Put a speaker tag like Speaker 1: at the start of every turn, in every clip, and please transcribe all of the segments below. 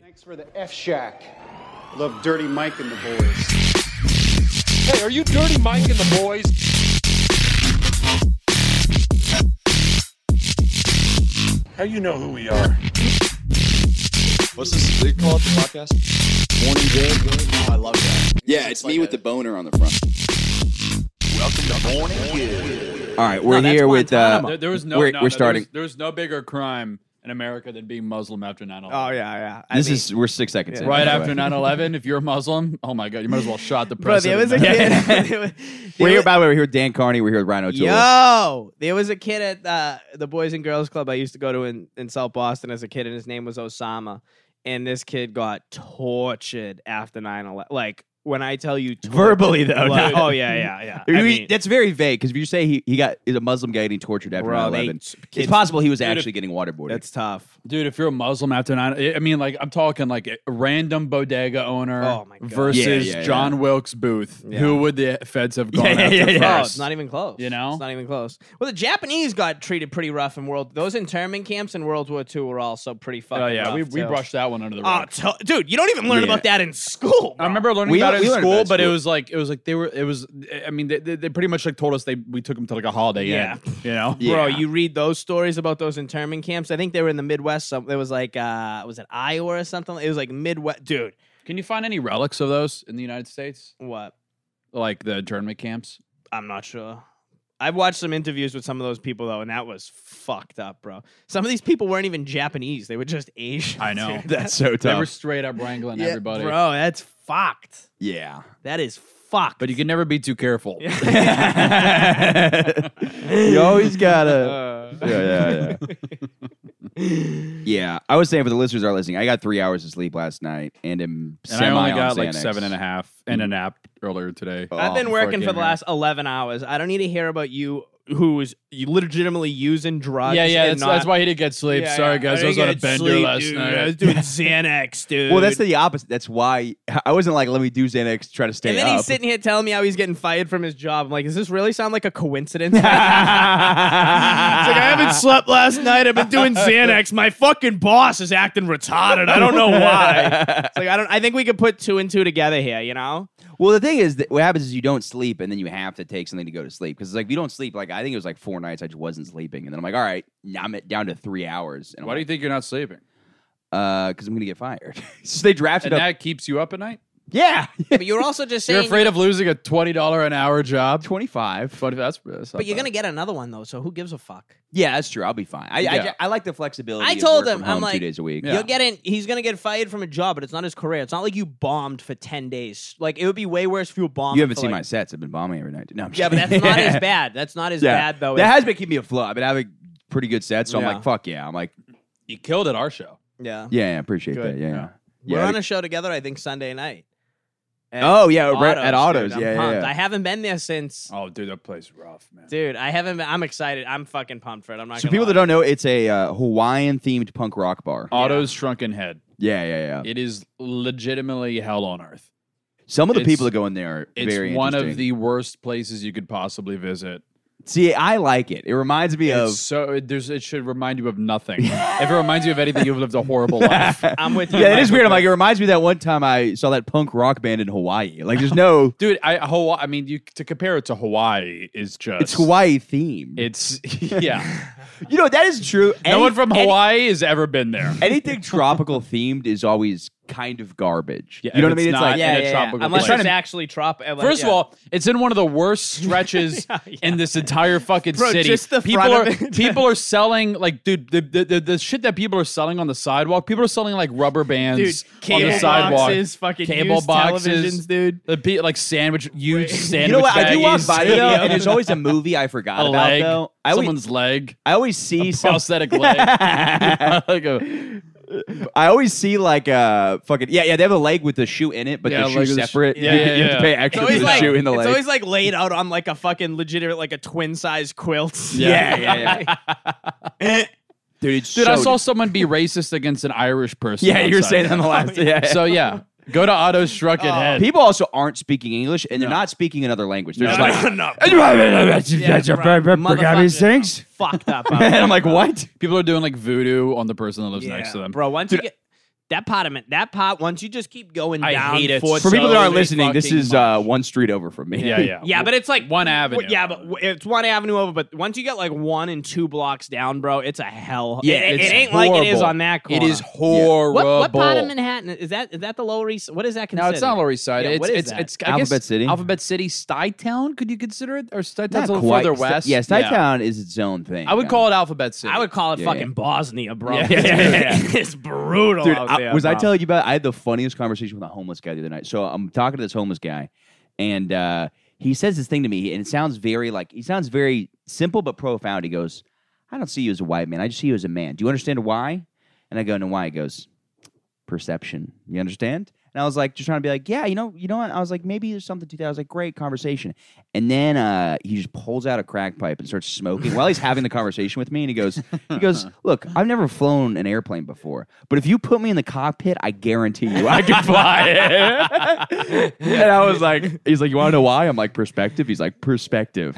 Speaker 1: Thanks for the F Shack. Love Dirty Mike and the boys.
Speaker 2: Hey, are you Dirty Mike and the boys? How you know who we are?
Speaker 3: What's this? They call it the podcast?
Speaker 4: Morning Good. I love that.
Speaker 5: Yeah, it's me with the boner on the front.
Speaker 6: All right, we're
Speaker 7: No, that's
Speaker 6: here with uh,
Speaker 7: Guantanamo.
Speaker 8: There, there was no, no,
Speaker 6: we're, we're
Speaker 8: no, there was-
Speaker 6: starting.
Speaker 8: There was, no bigger crime in America than being Muslim after 9
Speaker 7: Oh
Speaker 8: 11.
Speaker 7: yeah, yeah. I
Speaker 6: This
Speaker 7: mean-
Speaker 6: is we're six seconds in.
Speaker 8: right
Speaker 6: by the
Speaker 8: after
Speaker 6: way.
Speaker 8: 9 11, if you're a Muslim, oh my God, you might as well shot the
Speaker 7: bro. There
Speaker 8: president.
Speaker 7: was a
Speaker 8: man.
Speaker 7: kid. there was-
Speaker 6: We're
Speaker 7: there
Speaker 6: here.
Speaker 7: was-
Speaker 6: By the way, we're here with Dan Carney. We're here with Rhino Tool.
Speaker 7: Yo, there was a kid at uh, the Boys and Girls Club I used to go to in, in South Boston as a kid, and his name was Osama. And this kid got tortured after 9 11. Like, when I tell you tor-
Speaker 6: Verbally, though,
Speaker 7: Like,
Speaker 6: not-
Speaker 7: Oh, yeah, yeah, yeah.
Speaker 6: We-
Speaker 7: I mean,
Speaker 6: that's very vague because if you say he, he got is a Muslim guy getting tortured after
Speaker 7: Bro,
Speaker 6: 9
Speaker 7: they-
Speaker 6: 11, it's
Speaker 7: kids-
Speaker 6: possible he was actually getting waterboarded.
Speaker 7: that's tough.
Speaker 8: Dude, if you're a Muslim after 9 I mean, like, I'm talking like a random bodega owner
Speaker 7: Oh my God.
Speaker 8: versus
Speaker 6: Yeah, yeah, yeah.
Speaker 8: John Wilkes Booth.
Speaker 7: Yeah.
Speaker 8: Who would the feds have gone
Speaker 6: Yeah, yeah,
Speaker 8: after
Speaker 6: yeah, yeah.
Speaker 7: Oh,
Speaker 8: first?
Speaker 7: it's not even close.
Speaker 8: You know?
Speaker 7: it's not even close. Well, the Japanese got treated pretty rough in World. Those internment camps in World War II were also pretty fucking.
Speaker 8: Oh, yeah,
Speaker 7: rough,
Speaker 8: we, we
Speaker 7: too.
Speaker 8: brushed that one under the rug.
Speaker 7: Oh, to- dude, you don't even learn
Speaker 6: Yeah.
Speaker 7: about that in school.
Speaker 8: I remember learning
Speaker 6: We-
Speaker 8: about it
Speaker 6: we
Speaker 8: in
Speaker 6: learned
Speaker 8: school,
Speaker 6: about it in
Speaker 8: but it
Speaker 6: school.
Speaker 8: was like it was like they were it was I mean they, they, they pretty much like told us they we took them to like a holiday
Speaker 7: Yeah.
Speaker 8: inn, you know.
Speaker 7: Bro,
Speaker 6: Yeah.
Speaker 7: you read those stories about those internment camps. I think they were in the Midwest. Some there was like uh was it Iowa or something? It was like Midwest dude.
Speaker 8: Can you find any relics of those in the United States?
Speaker 7: What?
Speaker 8: Like the internment camps?
Speaker 7: I'm not sure. I've watched some interviews with some of those people though, and that was fucked up, bro. Some of these people weren't even Japanese. They were just Asian.
Speaker 8: I know.
Speaker 7: dude.
Speaker 6: that's so
Speaker 8: They
Speaker 6: tough.
Speaker 8: were straight up wrangling
Speaker 7: Yeah,
Speaker 8: everybody.
Speaker 7: Bro, that's fucked.
Speaker 6: yeah.
Speaker 7: That is fucked.
Speaker 8: But you can never be too careful.
Speaker 6: you always gotta. Yeah, yeah, yeah. yeah, I was saying for the listeners that are listening, I got three hours of sleep last night and am
Speaker 8: And I only
Speaker 6: semi on
Speaker 8: got like
Speaker 6: Xanax.
Speaker 8: seven and a half and a nap earlier today.
Speaker 7: I've been
Speaker 8: before I
Speaker 7: working
Speaker 8: came
Speaker 7: for the
Speaker 8: here.
Speaker 7: last 11 hours. I don't need to hear about you who is you legitimately using drugs.
Speaker 8: yeah, yeah,
Speaker 7: and
Speaker 8: that's,
Speaker 7: not-
Speaker 8: that's why he didn't get sleep.
Speaker 7: Yeah,
Speaker 8: Sorry
Speaker 7: yeah.
Speaker 8: guys, I,
Speaker 7: didn't
Speaker 8: was on a
Speaker 7: get
Speaker 8: bender
Speaker 7: sleep,
Speaker 8: last
Speaker 7: dude.
Speaker 8: night.
Speaker 7: I was doing Xanax, dude.
Speaker 6: Well, that's the opposite. That's why I wasn't like, let me do Xanax, to try to stay
Speaker 7: And then
Speaker 6: up.
Speaker 7: he's sitting here telling me how he's getting fired from his job. I'm like, does this really sound like a coincidence? it's like I haven't slept last night. I've been doing Xanax. My fucking boss is acting retarded. I don't know why. It's like I don't. I think we could put two and two together here. You know?
Speaker 6: Well, the thing is that what happens is you don't sleep, and then you have to take something to go to sleep because like if you don't sleep, like I think it was like four nights I just wasn't sleeping, and then I'm like, all right, now I'm at down to three hours. And
Speaker 8: Why do you think you're not sleeping?
Speaker 6: Because I'm gonna get fired. so they drafted
Speaker 8: And
Speaker 6: up.
Speaker 8: that keeps you up at night?
Speaker 6: yeah,
Speaker 7: But you're also just
Speaker 8: You're afraid of losing a twenty dollar an hour job.
Speaker 6: twenty five.
Speaker 8: But that's, that's not
Speaker 7: But you're
Speaker 8: bad.
Speaker 7: gonna get another one though. So who gives a fuck?
Speaker 6: Yeah, that's true. I'll be fine. I I,
Speaker 8: Yeah.
Speaker 6: I like the flexibility.
Speaker 7: I
Speaker 6: of
Speaker 7: told
Speaker 6: work
Speaker 7: him,
Speaker 6: from
Speaker 7: I'm
Speaker 6: home two
Speaker 7: like,
Speaker 6: days a week.
Speaker 8: Yeah.
Speaker 7: You're getting. He's gonna get fired from a job, but it's not his career. It's not like you bombed for ten days. Like it would be way worse if you bombed.
Speaker 6: You haven't
Speaker 7: for,
Speaker 6: seen
Speaker 7: like-
Speaker 6: my sets. I've been bombing every night. No, I'm
Speaker 7: Yeah, but that's
Speaker 6: kidding.
Speaker 7: not as bad. That's not as
Speaker 6: Yeah.
Speaker 7: bad though.
Speaker 6: That
Speaker 7: as-
Speaker 6: has been keeping me afloat. I've been having pretty good sets, so
Speaker 7: Yeah.
Speaker 6: I'm like, fuck yeah. I'm like,
Speaker 8: you killed at our show.
Speaker 7: yeah.
Speaker 6: yeah, yeah, I appreciate
Speaker 7: Good.
Speaker 6: that. Yeah, yeah.
Speaker 8: Yeah.
Speaker 7: We're
Speaker 6: Yeah.
Speaker 7: on a show together, I think, Sunday night. At
Speaker 6: Oh yeah, right
Speaker 7: Autos,
Speaker 6: at autos.
Speaker 7: dude. I'm
Speaker 6: yeah, yeah,
Speaker 7: pumped.
Speaker 6: yeah.
Speaker 7: I haven't been there since.
Speaker 8: Oh, dude, that place rough, man.
Speaker 7: Dude, I haven't been. I'm excited. I'm fucking pumped for it. I'm not
Speaker 6: So
Speaker 7: gonna
Speaker 6: people
Speaker 7: lie.
Speaker 6: that don't know, it's a uh, Hawaiian themed punk rock bar.
Speaker 8: Otto's Shrunken Head.
Speaker 6: Yeah, yeah, yeah.
Speaker 8: It is legitimately hell on earth.
Speaker 6: Some of the
Speaker 8: it's-
Speaker 6: people that go in there are
Speaker 8: It's
Speaker 6: very
Speaker 8: one of
Speaker 6: interesting.
Speaker 8: the worst places you could possibly visit.
Speaker 6: See, I like it. It reminds me
Speaker 8: It's so it, there's, it should remind you of nothing. if it reminds you of anything, you've lived a horrible life.
Speaker 6: of.
Speaker 7: I'm with you.
Speaker 6: yeah, it
Speaker 7: Michael.
Speaker 6: is weird. I'm like, it reminds me of that one time I saw that punk rock band in Hawaii. Like, there's no.
Speaker 8: Dude, I Hawaii, I mean, you to compare it to Hawaii is just
Speaker 6: It's Hawaii themed.
Speaker 8: It's yeah.
Speaker 6: you know that is true.
Speaker 8: no
Speaker 6: Any-
Speaker 8: one from
Speaker 6: any-
Speaker 8: Hawaii has ever been there.
Speaker 6: anything tropical themed is always kind of garbage.
Speaker 8: Yeah,
Speaker 6: you know what I
Speaker 8: if
Speaker 6: mean?
Speaker 8: it's
Speaker 6: It's
Speaker 8: not-
Speaker 6: like,
Speaker 8: in
Speaker 7: yeah,
Speaker 8: a
Speaker 7: yeah,
Speaker 8: tropical
Speaker 7: yeah. unless
Speaker 8: place.
Speaker 7: it's actually trop. uh, like,
Speaker 8: First
Speaker 7: yeah.
Speaker 8: of all, it's in one of the worst stretches
Speaker 7: Yeah, yeah.
Speaker 8: in this entire fucking
Speaker 7: Bro,
Speaker 8: city.
Speaker 7: just the
Speaker 8: people
Speaker 7: front
Speaker 8: are
Speaker 7: of it.
Speaker 8: people are selling like dude the, the, the, the shit that people are selling on the sidewalk. People are selling like rubber
Speaker 7: dude,
Speaker 8: bands on
Speaker 7: cable
Speaker 8: the sidewalk,
Speaker 7: boxes, fucking
Speaker 8: cable
Speaker 7: used
Speaker 8: boxes,
Speaker 7: televisions, dude.
Speaker 8: the pe- like sandwich huge sandwich.
Speaker 6: you know what? I do walk
Speaker 8: baggies,
Speaker 6: by there, though,
Speaker 7: Yeah.
Speaker 6: and there's always a movie I forgot
Speaker 8: a
Speaker 6: about.
Speaker 8: leg,
Speaker 6: Though I always,
Speaker 8: someone's leg,
Speaker 6: I always see some.
Speaker 8: prosthetic leg. like a,
Speaker 6: I always see like uh, fucking yeah yeah they have a leg with the shoe in it but
Speaker 8: Yeah, a
Speaker 6: the
Speaker 8: leg
Speaker 6: shoe's
Speaker 8: with a sh-
Speaker 6: separate
Speaker 8: yeah,
Speaker 6: you,
Speaker 8: yeah,
Speaker 6: you have
Speaker 8: yeah.
Speaker 6: to pay extra for
Speaker 7: It's
Speaker 6: the
Speaker 7: always,
Speaker 6: shoe
Speaker 7: like,
Speaker 6: in the
Speaker 7: it's
Speaker 6: leg
Speaker 7: always like laid out on like a fucking legitimate, like a twin size quilt.
Speaker 6: yeah yeah yeah, dude it's
Speaker 8: dude, I
Speaker 6: so-
Speaker 8: saw someone be racist against an Irish person.
Speaker 6: yeah you were
Speaker 8: outside
Speaker 6: saying
Speaker 8: there.
Speaker 6: on the last yeah, yeah.
Speaker 8: So yeah, go to Otto's Shrunken
Speaker 7: Oh.
Speaker 8: Head.
Speaker 6: people also aren't speaking English and they're not speaking another language they're
Speaker 8: No.
Speaker 6: just like
Speaker 7: no.
Speaker 6: Motherfucker.
Speaker 7: Fucked up.
Speaker 6: and I'm like what
Speaker 8: People are doing like voodoo on the person that lives
Speaker 7: Yeah.
Speaker 8: next to them.
Speaker 7: Bro, once you get That pot, of it- that pot. Once you just keep going
Speaker 9: I
Speaker 7: down.
Speaker 9: hate it
Speaker 7: for
Speaker 9: so
Speaker 6: For people that aren't
Speaker 9: Holy
Speaker 6: listening, this
Speaker 9: fucking
Speaker 6: is uh, one street over from me.
Speaker 9: Yeah, yeah.
Speaker 7: Yeah, but it's like
Speaker 9: One avenue.
Speaker 7: Yeah, but w- it's one avenue over. But once you get like one and two blocks down, bro, it's a hell.
Speaker 9: Yeah,
Speaker 7: it, it-
Speaker 9: it's
Speaker 7: it ain't like it is
Speaker 9: horrible.
Speaker 7: on that
Speaker 9: It
Speaker 7: corner.
Speaker 9: is horrible.
Speaker 7: What, what part of Manhattan is that? Is that the Lower East? What is that
Speaker 9: No,
Speaker 7: considered?
Speaker 9: it's not Lower East Side.
Speaker 7: Yeah,
Speaker 9: it's
Speaker 7: what is
Speaker 9: it's,
Speaker 7: that?
Speaker 9: it's I guess
Speaker 6: Alphabet City?
Speaker 9: Alphabet City, Stuytown. Could you consider it or Stuytown's
Speaker 6: Not
Speaker 9: a little
Speaker 6: quite.
Speaker 9: further
Speaker 6: Sti-
Speaker 9: west?
Speaker 6: Yeah, Stuytown is its own thing.
Speaker 9: I would
Speaker 6: kinda.
Speaker 9: call it Alphabet City.
Speaker 7: I would call it
Speaker 6: Yeah,
Speaker 7: fucking
Speaker 6: yeah.
Speaker 7: Bosnia, bro.
Speaker 9: Yeah, yeah, yeah,
Speaker 7: it's brutal
Speaker 6: Dude,
Speaker 7: out
Speaker 6: I-
Speaker 7: there.
Speaker 6: was I
Speaker 7: bro.
Speaker 6: telling you about? I had the funniest conversation with a homeless guy the other night. So I'm talking to this homeless guy, and uh, he says this thing to me, and it sounds very like he sounds very simple but profound. He goes, "I don't see you as a white man. I just see you as a man. Do you understand why?" And I go, "No, why?" He goes, "Perception. You understand?" And I was like, just trying to be like, "Yeah, you know, you know what?" I was like, "Maybe there's something to that." I was like, "Great conversation." And then uh, he just pulls out a crack pipe and starts smoking while he's having the conversation with me, and he goes, "He goes, look, I've never flown an airplane before, but if you put me in the cockpit, I guarantee you, I can fly." and I was like, "He's like, you want to know why?" I'm like, "Perspective." He's like, "Perspective."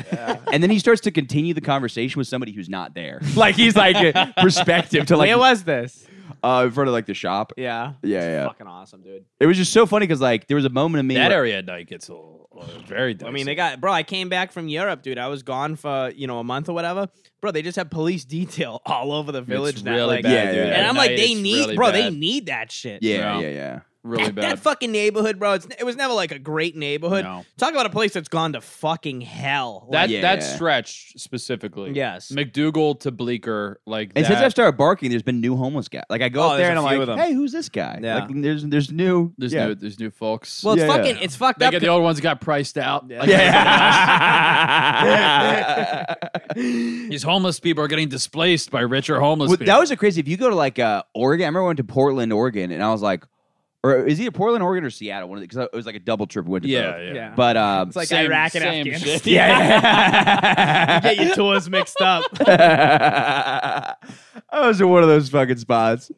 Speaker 6: And then he starts to continue the conversation with somebody who's not there. Like he's like perspective to like
Speaker 7: Where was this?
Speaker 6: uh, in front of like the shop.
Speaker 7: Yeah.
Speaker 6: Yeah,
Speaker 7: It's
Speaker 6: yeah.
Speaker 7: Fucking awesome, dude.
Speaker 6: It was just so funny because like there was a moment in me
Speaker 9: that
Speaker 6: where-
Speaker 9: area at night gets a little, uh, very. Dicey.
Speaker 7: I mean, they got bro. I came back from Europe, dude. I was gone for you know a month or whatever, bro. They just have police detail all over the village now.
Speaker 9: really
Speaker 7: like,
Speaker 9: bad,
Speaker 6: Yeah, dude. yeah.
Speaker 7: And
Speaker 9: At
Speaker 7: I'm like,
Speaker 9: night,
Speaker 7: they
Speaker 9: it's
Speaker 7: need,
Speaker 9: really
Speaker 7: bro. They
Speaker 9: bad.
Speaker 7: need that shit.
Speaker 6: Yeah,
Speaker 9: Yeah.
Speaker 6: yeah, yeah.
Speaker 9: really
Speaker 7: that,
Speaker 9: bad.
Speaker 7: that fucking neighborhood, bro. It's, it was never like a great neighborhood.
Speaker 9: No.
Speaker 7: Talk about a place that's gone to fucking hell.
Speaker 9: that
Speaker 7: Like,
Speaker 6: Yeah.
Speaker 9: that stretch specifically.
Speaker 7: Yes.
Speaker 9: McDougal to Bleecker, like
Speaker 6: And
Speaker 9: that.
Speaker 6: since I've started barking, there's been new homeless guys. Like I go
Speaker 7: Oh,
Speaker 6: up there
Speaker 7: there's
Speaker 6: and
Speaker 7: a
Speaker 6: I'm
Speaker 7: few of
Speaker 6: like,
Speaker 7: them.
Speaker 6: "Hey, who's this guy?"
Speaker 7: Yeah.
Speaker 6: Like there's there's new
Speaker 9: there's
Speaker 6: yeah.
Speaker 9: new there's new folks.
Speaker 7: well, it's
Speaker 6: Yeah, yeah.
Speaker 7: fucking, it's fucked
Speaker 9: they
Speaker 7: up.
Speaker 9: got the old ones got priced out. Like,
Speaker 6: Yeah.
Speaker 9: These homeless people are getting displaced by richer homeless
Speaker 6: Well,
Speaker 9: people.
Speaker 6: that was a crazy. If you go to like uh, Oregon, I remember I went to Portland, Oregon, and I was like, or is either Portland, Oregon, or Seattle? One of because it was like a double trip. We went to
Speaker 9: yeah,
Speaker 6: both.
Speaker 9: yeah.
Speaker 7: yeah.
Speaker 6: But um,
Speaker 7: it's like
Speaker 9: same-
Speaker 7: Iraq and
Speaker 9: same
Speaker 7: Afghanistan.
Speaker 9: shit.
Speaker 6: yeah,
Speaker 7: Get your tours mixed up.
Speaker 6: I was in one of those fucking spots.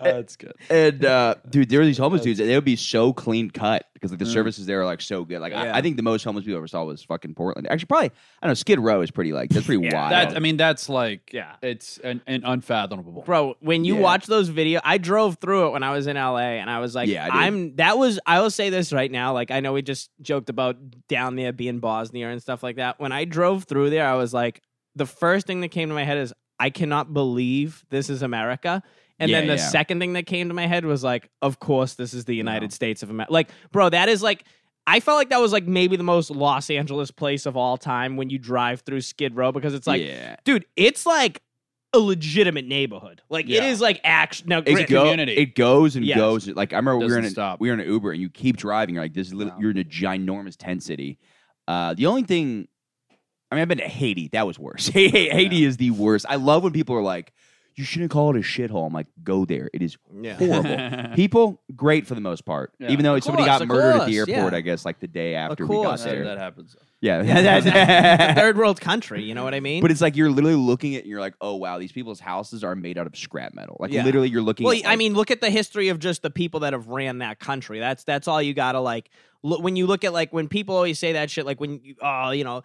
Speaker 9: Oh, That's good.
Speaker 6: And uh, dude, there were these homeless dudes, and they would be so clean cut because like the services there are like so good. Like
Speaker 7: Yeah.
Speaker 6: I, I think the most homeless people I ever saw was fucking Portland. Actually, probably I don't know. Skid Row is pretty like that's pretty wild.
Speaker 9: That I mean, that's like
Speaker 7: Yeah.
Speaker 9: it's an, an unfathomable.
Speaker 7: Bro, when you
Speaker 6: Yeah.
Speaker 7: watch those videos, I drove through it when I was in LA and I was like,
Speaker 6: Yeah, I did.
Speaker 7: I'm that was I will say this right now. Like I know we just joked about down there being Bosnia and stuff like that. When I drove through there, I was like, the first thing that came to my head is I cannot believe this is America. And then
Speaker 6: Yeah,
Speaker 7: the
Speaker 6: yeah.
Speaker 7: second thing that came to my head was like, of course this is the United States of America. Like, bro, that is like I felt like that was like maybe the most Los Angeles place of all time when you drive through Skid Row because it's like
Speaker 6: yeah.
Speaker 7: dude, it's like a legitimate neighborhood. Like it
Speaker 9: Yeah.
Speaker 7: is like action. Now,
Speaker 6: It,
Speaker 7: granted,
Speaker 6: go,
Speaker 9: community.
Speaker 6: it goes and
Speaker 7: Yes.
Speaker 6: goes. Like I remember we were
Speaker 9: Doesn't
Speaker 6: in a,
Speaker 9: stop.
Speaker 6: we were in an Uber and you keep driving. You're like this is lit- you're in a ginormous tent city. Uh, the only thing, I mean, I've been to Haiti. That was worse. Haiti is the worst. I love when people are like, "You shouldn't call it a shithole." I'm like, "Go there. It is horrible." people, great for the most part.
Speaker 9: Yeah.
Speaker 6: Even though
Speaker 7: Of
Speaker 6: somebody
Speaker 7: course,
Speaker 6: got
Speaker 7: of
Speaker 6: murdered at the
Speaker 7: course,
Speaker 6: airport,
Speaker 7: yeah.
Speaker 6: I guess, like the day after we got
Speaker 7: course,
Speaker 6: there.
Speaker 9: that happens.
Speaker 6: Yeah,
Speaker 7: it's a
Speaker 6: that's-
Speaker 7: third world country. You know what I mean?
Speaker 6: but it's like you're literally looking at, and you're like, "Oh wow, these people's houses are made out of scrap metal." Like
Speaker 7: Yeah.
Speaker 6: literally, you're looking.
Speaker 7: well,
Speaker 6: at,
Speaker 7: I
Speaker 6: like,
Speaker 7: mean, look at the history of just the people that have ran that country. That's that's all you gotta like. Look when you look at like when people always say that shit, like when you, oh, you know.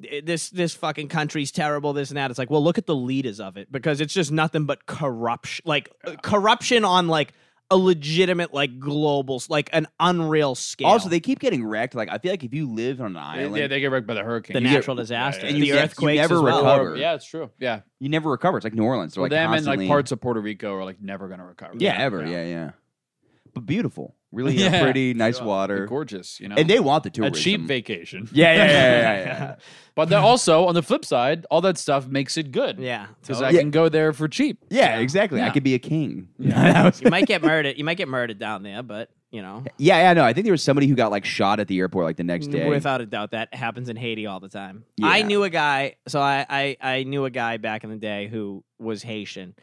Speaker 7: th- This this fucking country's terrible. This and that. It's like, well, look at the leaders of it because it's just nothing but corruption, like uh, corruption on like a legitimate, like global, s- like an unreal scale.
Speaker 6: Also, they keep getting wrecked. Like I feel like if you live on an island,
Speaker 9: yeah, they get wrecked by the hurricane.
Speaker 7: the
Speaker 6: you get-
Speaker 7: natural disaster,
Speaker 6: and you
Speaker 7: the
Speaker 6: get- you
Speaker 7: earthquakes,
Speaker 6: never
Speaker 7: as well.
Speaker 6: recover. cover.
Speaker 9: Yeah, it's true. Yeah,
Speaker 6: you never recover. It's like New Orleans. They're
Speaker 9: well,
Speaker 6: like
Speaker 9: them and
Speaker 6: constantly,
Speaker 9: like parts of Puerto Rico are like never gonna recover.
Speaker 6: Yeah, ever. Yeah, yeah. But beautiful, really
Speaker 9: Yeah.
Speaker 6: pretty, nice
Speaker 9: They're
Speaker 6: water,
Speaker 9: gorgeous. You know,
Speaker 6: and they want the
Speaker 9: a
Speaker 6: tourism.
Speaker 9: cheap vacation.
Speaker 6: Yeah, yeah, yeah, yeah, yeah, yeah.
Speaker 9: But then also on the flip side, all that stuff makes it good.
Speaker 7: Yeah.
Speaker 9: because
Speaker 7: totally.
Speaker 9: I
Speaker 6: Yeah.
Speaker 9: can go there for cheap.
Speaker 6: Yeah, exactly. I
Speaker 9: Yeah.
Speaker 6: could be a king.
Speaker 7: you might get murdered. You might get murdered down there, but you know,
Speaker 6: yeah, yeah. No, I think there was somebody who got like shot at the airport like the next day.
Speaker 7: without a doubt, that happens in Haiti all the time. I
Speaker 6: Yeah.
Speaker 7: knew a guy, so I, I I knew a guy back in the day who was Haitian,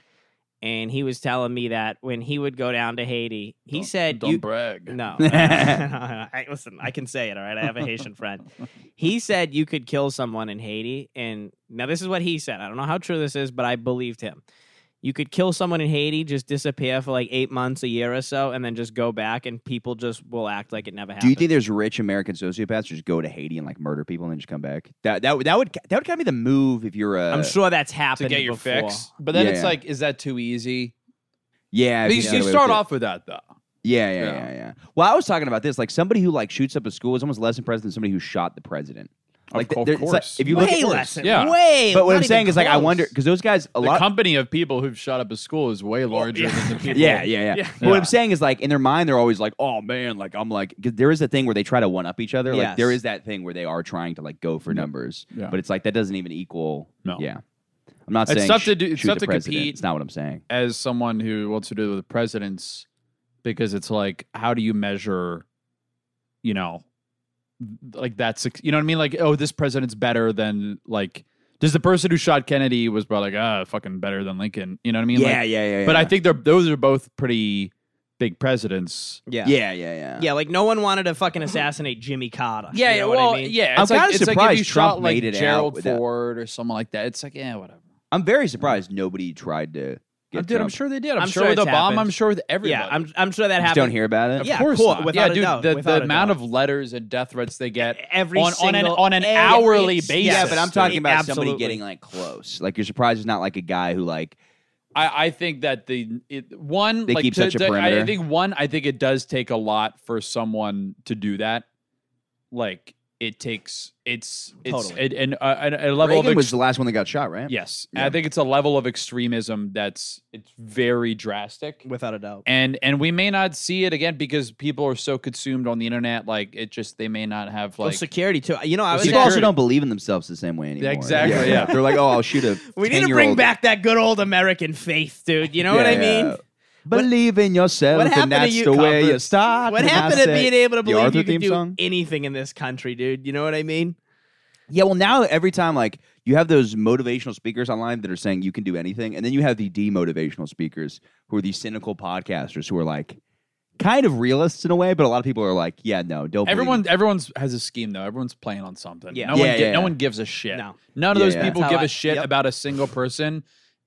Speaker 7: and he was telling me that when he would go down to Haiti, he
Speaker 9: Don't-
Speaker 7: said,
Speaker 9: "Don't
Speaker 7: you,
Speaker 9: brag."
Speaker 7: No, no, no, no. I, listen, I can say it. All right, I have a Haitian friend. He said you could kill someone in Haiti, and now this is what he said. I don't know how true this is, but I believed him. You could kill someone in Haiti, just disappear for like eight months, a year or so, and then just go back, and people just will act like it never happened.
Speaker 6: Do you think there's rich American sociopaths who just go to Haiti and like murder people and then just come back? That that would- that would that would kind of be the move if you're a. uh,
Speaker 7: I'm sure that's
Speaker 9: to
Speaker 7: happened
Speaker 9: get your
Speaker 7: before.
Speaker 9: fix. But then
Speaker 6: Yeah,
Speaker 9: it's
Speaker 6: yeah.
Speaker 9: like, is that too easy?
Speaker 6: Yeah, if
Speaker 9: You,
Speaker 6: you get
Speaker 9: you
Speaker 6: away with
Speaker 9: start
Speaker 6: it.
Speaker 9: off with that though.
Speaker 6: Yeah, yeah,
Speaker 9: Yeah.
Speaker 6: yeah, yeah, Well, I was talking about this. Like somebody who like shoots up a school is almost less impressive than somebody who shot the president. Like,
Speaker 9: co- of
Speaker 6: there- it's like-
Speaker 9: course.
Speaker 6: if you look
Speaker 7: way
Speaker 6: at,
Speaker 7: less.
Speaker 9: Yeah.
Speaker 7: Way.
Speaker 6: but what
Speaker 7: not
Speaker 6: I'm
Speaker 7: even
Speaker 6: saying is like I
Speaker 7: close.
Speaker 6: wonder because those guys a
Speaker 8: The
Speaker 6: lot.
Speaker 8: company of people who've shot up a school is way larger than the people.
Speaker 6: yeah, yeah, yeah,
Speaker 7: Yeah.
Speaker 6: But what
Speaker 9: Yeah.
Speaker 6: I'm saying is like in their mind they're always like, oh man, like I'm like 'cause there is a thing where they try to one up each other. Like
Speaker 7: Yes.
Speaker 6: there is that thing where they are trying to like go for
Speaker 8: Mm-hmm.
Speaker 6: numbers,
Speaker 9: Yeah.
Speaker 6: but it's like that doesn't even equal.
Speaker 9: No.
Speaker 6: Yeah, I'm not
Speaker 9: It's
Speaker 6: saying
Speaker 8: tough to
Speaker 6: sh-
Speaker 8: do- it's
Speaker 6: shoot
Speaker 8: tough
Speaker 6: the
Speaker 8: to
Speaker 6: president.
Speaker 8: compete.
Speaker 6: It's not what I'm saying.
Speaker 8: As someone who wants to do with the presidents, because it's like, how do you measure, you know, like that's, you know what I mean? Like, oh, this president's better than, like, does the person who shot Kennedy was probably like, ah, fucking better than Lincoln? You know what I mean? Like,
Speaker 6: yeah, yeah,
Speaker 8: But I think they're those are both pretty big presidents.
Speaker 7: Yeah.
Speaker 6: yeah, yeah, yeah.
Speaker 7: Yeah, like no one wanted to fucking assassinate Jimmy Carter. you know what I mean?
Speaker 8: yeah.
Speaker 6: I'm kinda surprised Trump made it out
Speaker 8: Gerald
Speaker 6: with that.
Speaker 8: Ford or someone like that. It's like, yeah, whatever.
Speaker 6: I'm very surprised nobody tried to. Get
Speaker 8: Dude, I'm
Speaker 6: Trump.
Speaker 8: sure they did. I'm,
Speaker 7: I'm
Speaker 8: sure,
Speaker 7: sure
Speaker 8: with
Speaker 7: it's
Speaker 8: Obama. I'm
Speaker 7: happened.
Speaker 8: sure with everybody.
Speaker 7: Yeah, I'm, I'm sure that
Speaker 6: You just
Speaker 7: happened.
Speaker 6: don't hear about it.
Speaker 7: Yeah,
Speaker 8: Of course
Speaker 7: cool,
Speaker 8: not.
Speaker 7: without
Speaker 8: yeah,
Speaker 7: a
Speaker 8: dude,
Speaker 7: doubt,
Speaker 8: the, the
Speaker 7: without a
Speaker 8: amount
Speaker 7: doubt.
Speaker 8: of letters and death threats they get
Speaker 7: Every
Speaker 8: on,
Speaker 7: single-
Speaker 8: on an on an
Speaker 7: every-
Speaker 8: hourly
Speaker 7: yes.
Speaker 8: basis.
Speaker 6: Yeah, but I'm talking about
Speaker 7: Absolutely.
Speaker 6: somebody getting like close. Like you're surprised it's not like a guy who like
Speaker 8: I, I think that the it, one
Speaker 6: They
Speaker 8: like
Speaker 6: keep
Speaker 8: to-
Speaker 6: such a
Speaker 8: to- I
Speaker 6: perimeter.
Speaker 8: think one. I think it does take a lot for someone to do that. Like it takes it's it's
Speaker 7: Totally.
Speaker 8: it, and uh, and a level
Speaker 6: Reagan
Speaker 8: of
Speaker 6: was
Speaker 8: ex-
Speaker 6: the last one that got shot, right?
Speaker 8: yes.
Speaker 6: Yeah.
Speaker 8: I think it's a level of extremism that's it's very drastic.
Speaker 7: Without a doubt.
Speaker 8: and and we may not see it again because people are so consumed on the internet like it just they may not have
Speaker 7: Well,
Speaker 8: like
Speaker 7: security too. You know, I was
Speaker 6: People
Speaker 7: at-
Speaker 6: also don't believe in themselves the same way anymore.
Speaker 8: exactly, yeah.
Speaker 6: They're like, oh, I'll shoot a.
Speaker 7: We need to
Speaker 6: 10-year-old.
Speaker 7: bring back that good old American faith, dude. You know what I
Speaker 6: Yeah,
Speaker 7: mean?
Speaker 6: yeah. Believe in yourself,
Speaker 7: What happened
Speaker 6: and that's
Speaker 7: to you?
Speaker 6: the way you
Speaker 7: Conference?
Speaker 6: start.
Speaker 7: What
Speaker 6: And I
Speaker 7: happened to
Speaker 6: said-
Speaker 7: being able to
Speaker 6: The
Speaker 7: believe
Speaker 6: Arthur
Speaker 7: you could
Speaker 6: theme
Speaker 7: do
Speaker 6: song?
Speaker 7: anything in this country, dude? You know what I mean?
Speaker 6: Yeah, well, now every time like you have those motivational speakers online that are saying you can do anything, and then you have the demotivational speakers who are these cynical podcasters who are like kind of realists in a way, but a lot of people are like, yeah, no, don't. believe in
Speaker 8: everyone everyone's has a scheme though everyone's playing on something
Speaker 7: Yeah.
Speaker 8: no
Speaker 6: Yeah,
Speaker 8: one gi-
Speaker 6: yeah,
Speaker 8: no
Speaker 6: yeah.
Speaker 8: one gives a shit
Speaker 7: No.
Speaker 8: none of
Speaker 6: Yeah,
Speaker 8: those
Speaker 6: yeah.
Speaker 8: people
Speaker 7: That's how
Speaker 8: give
Speaker 7: I-
Speaker 8: a shit
Speaker 7: yep.
Speaker 8: about a single person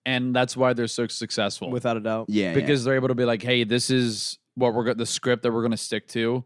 Speaker 8: and that's why they're so successful
Speaker 7: Without a doubt.
Speaker 6: Yeah, yeah.
Speaker 8: because they're able to be like hey this is what we're going the script that we're going to stick to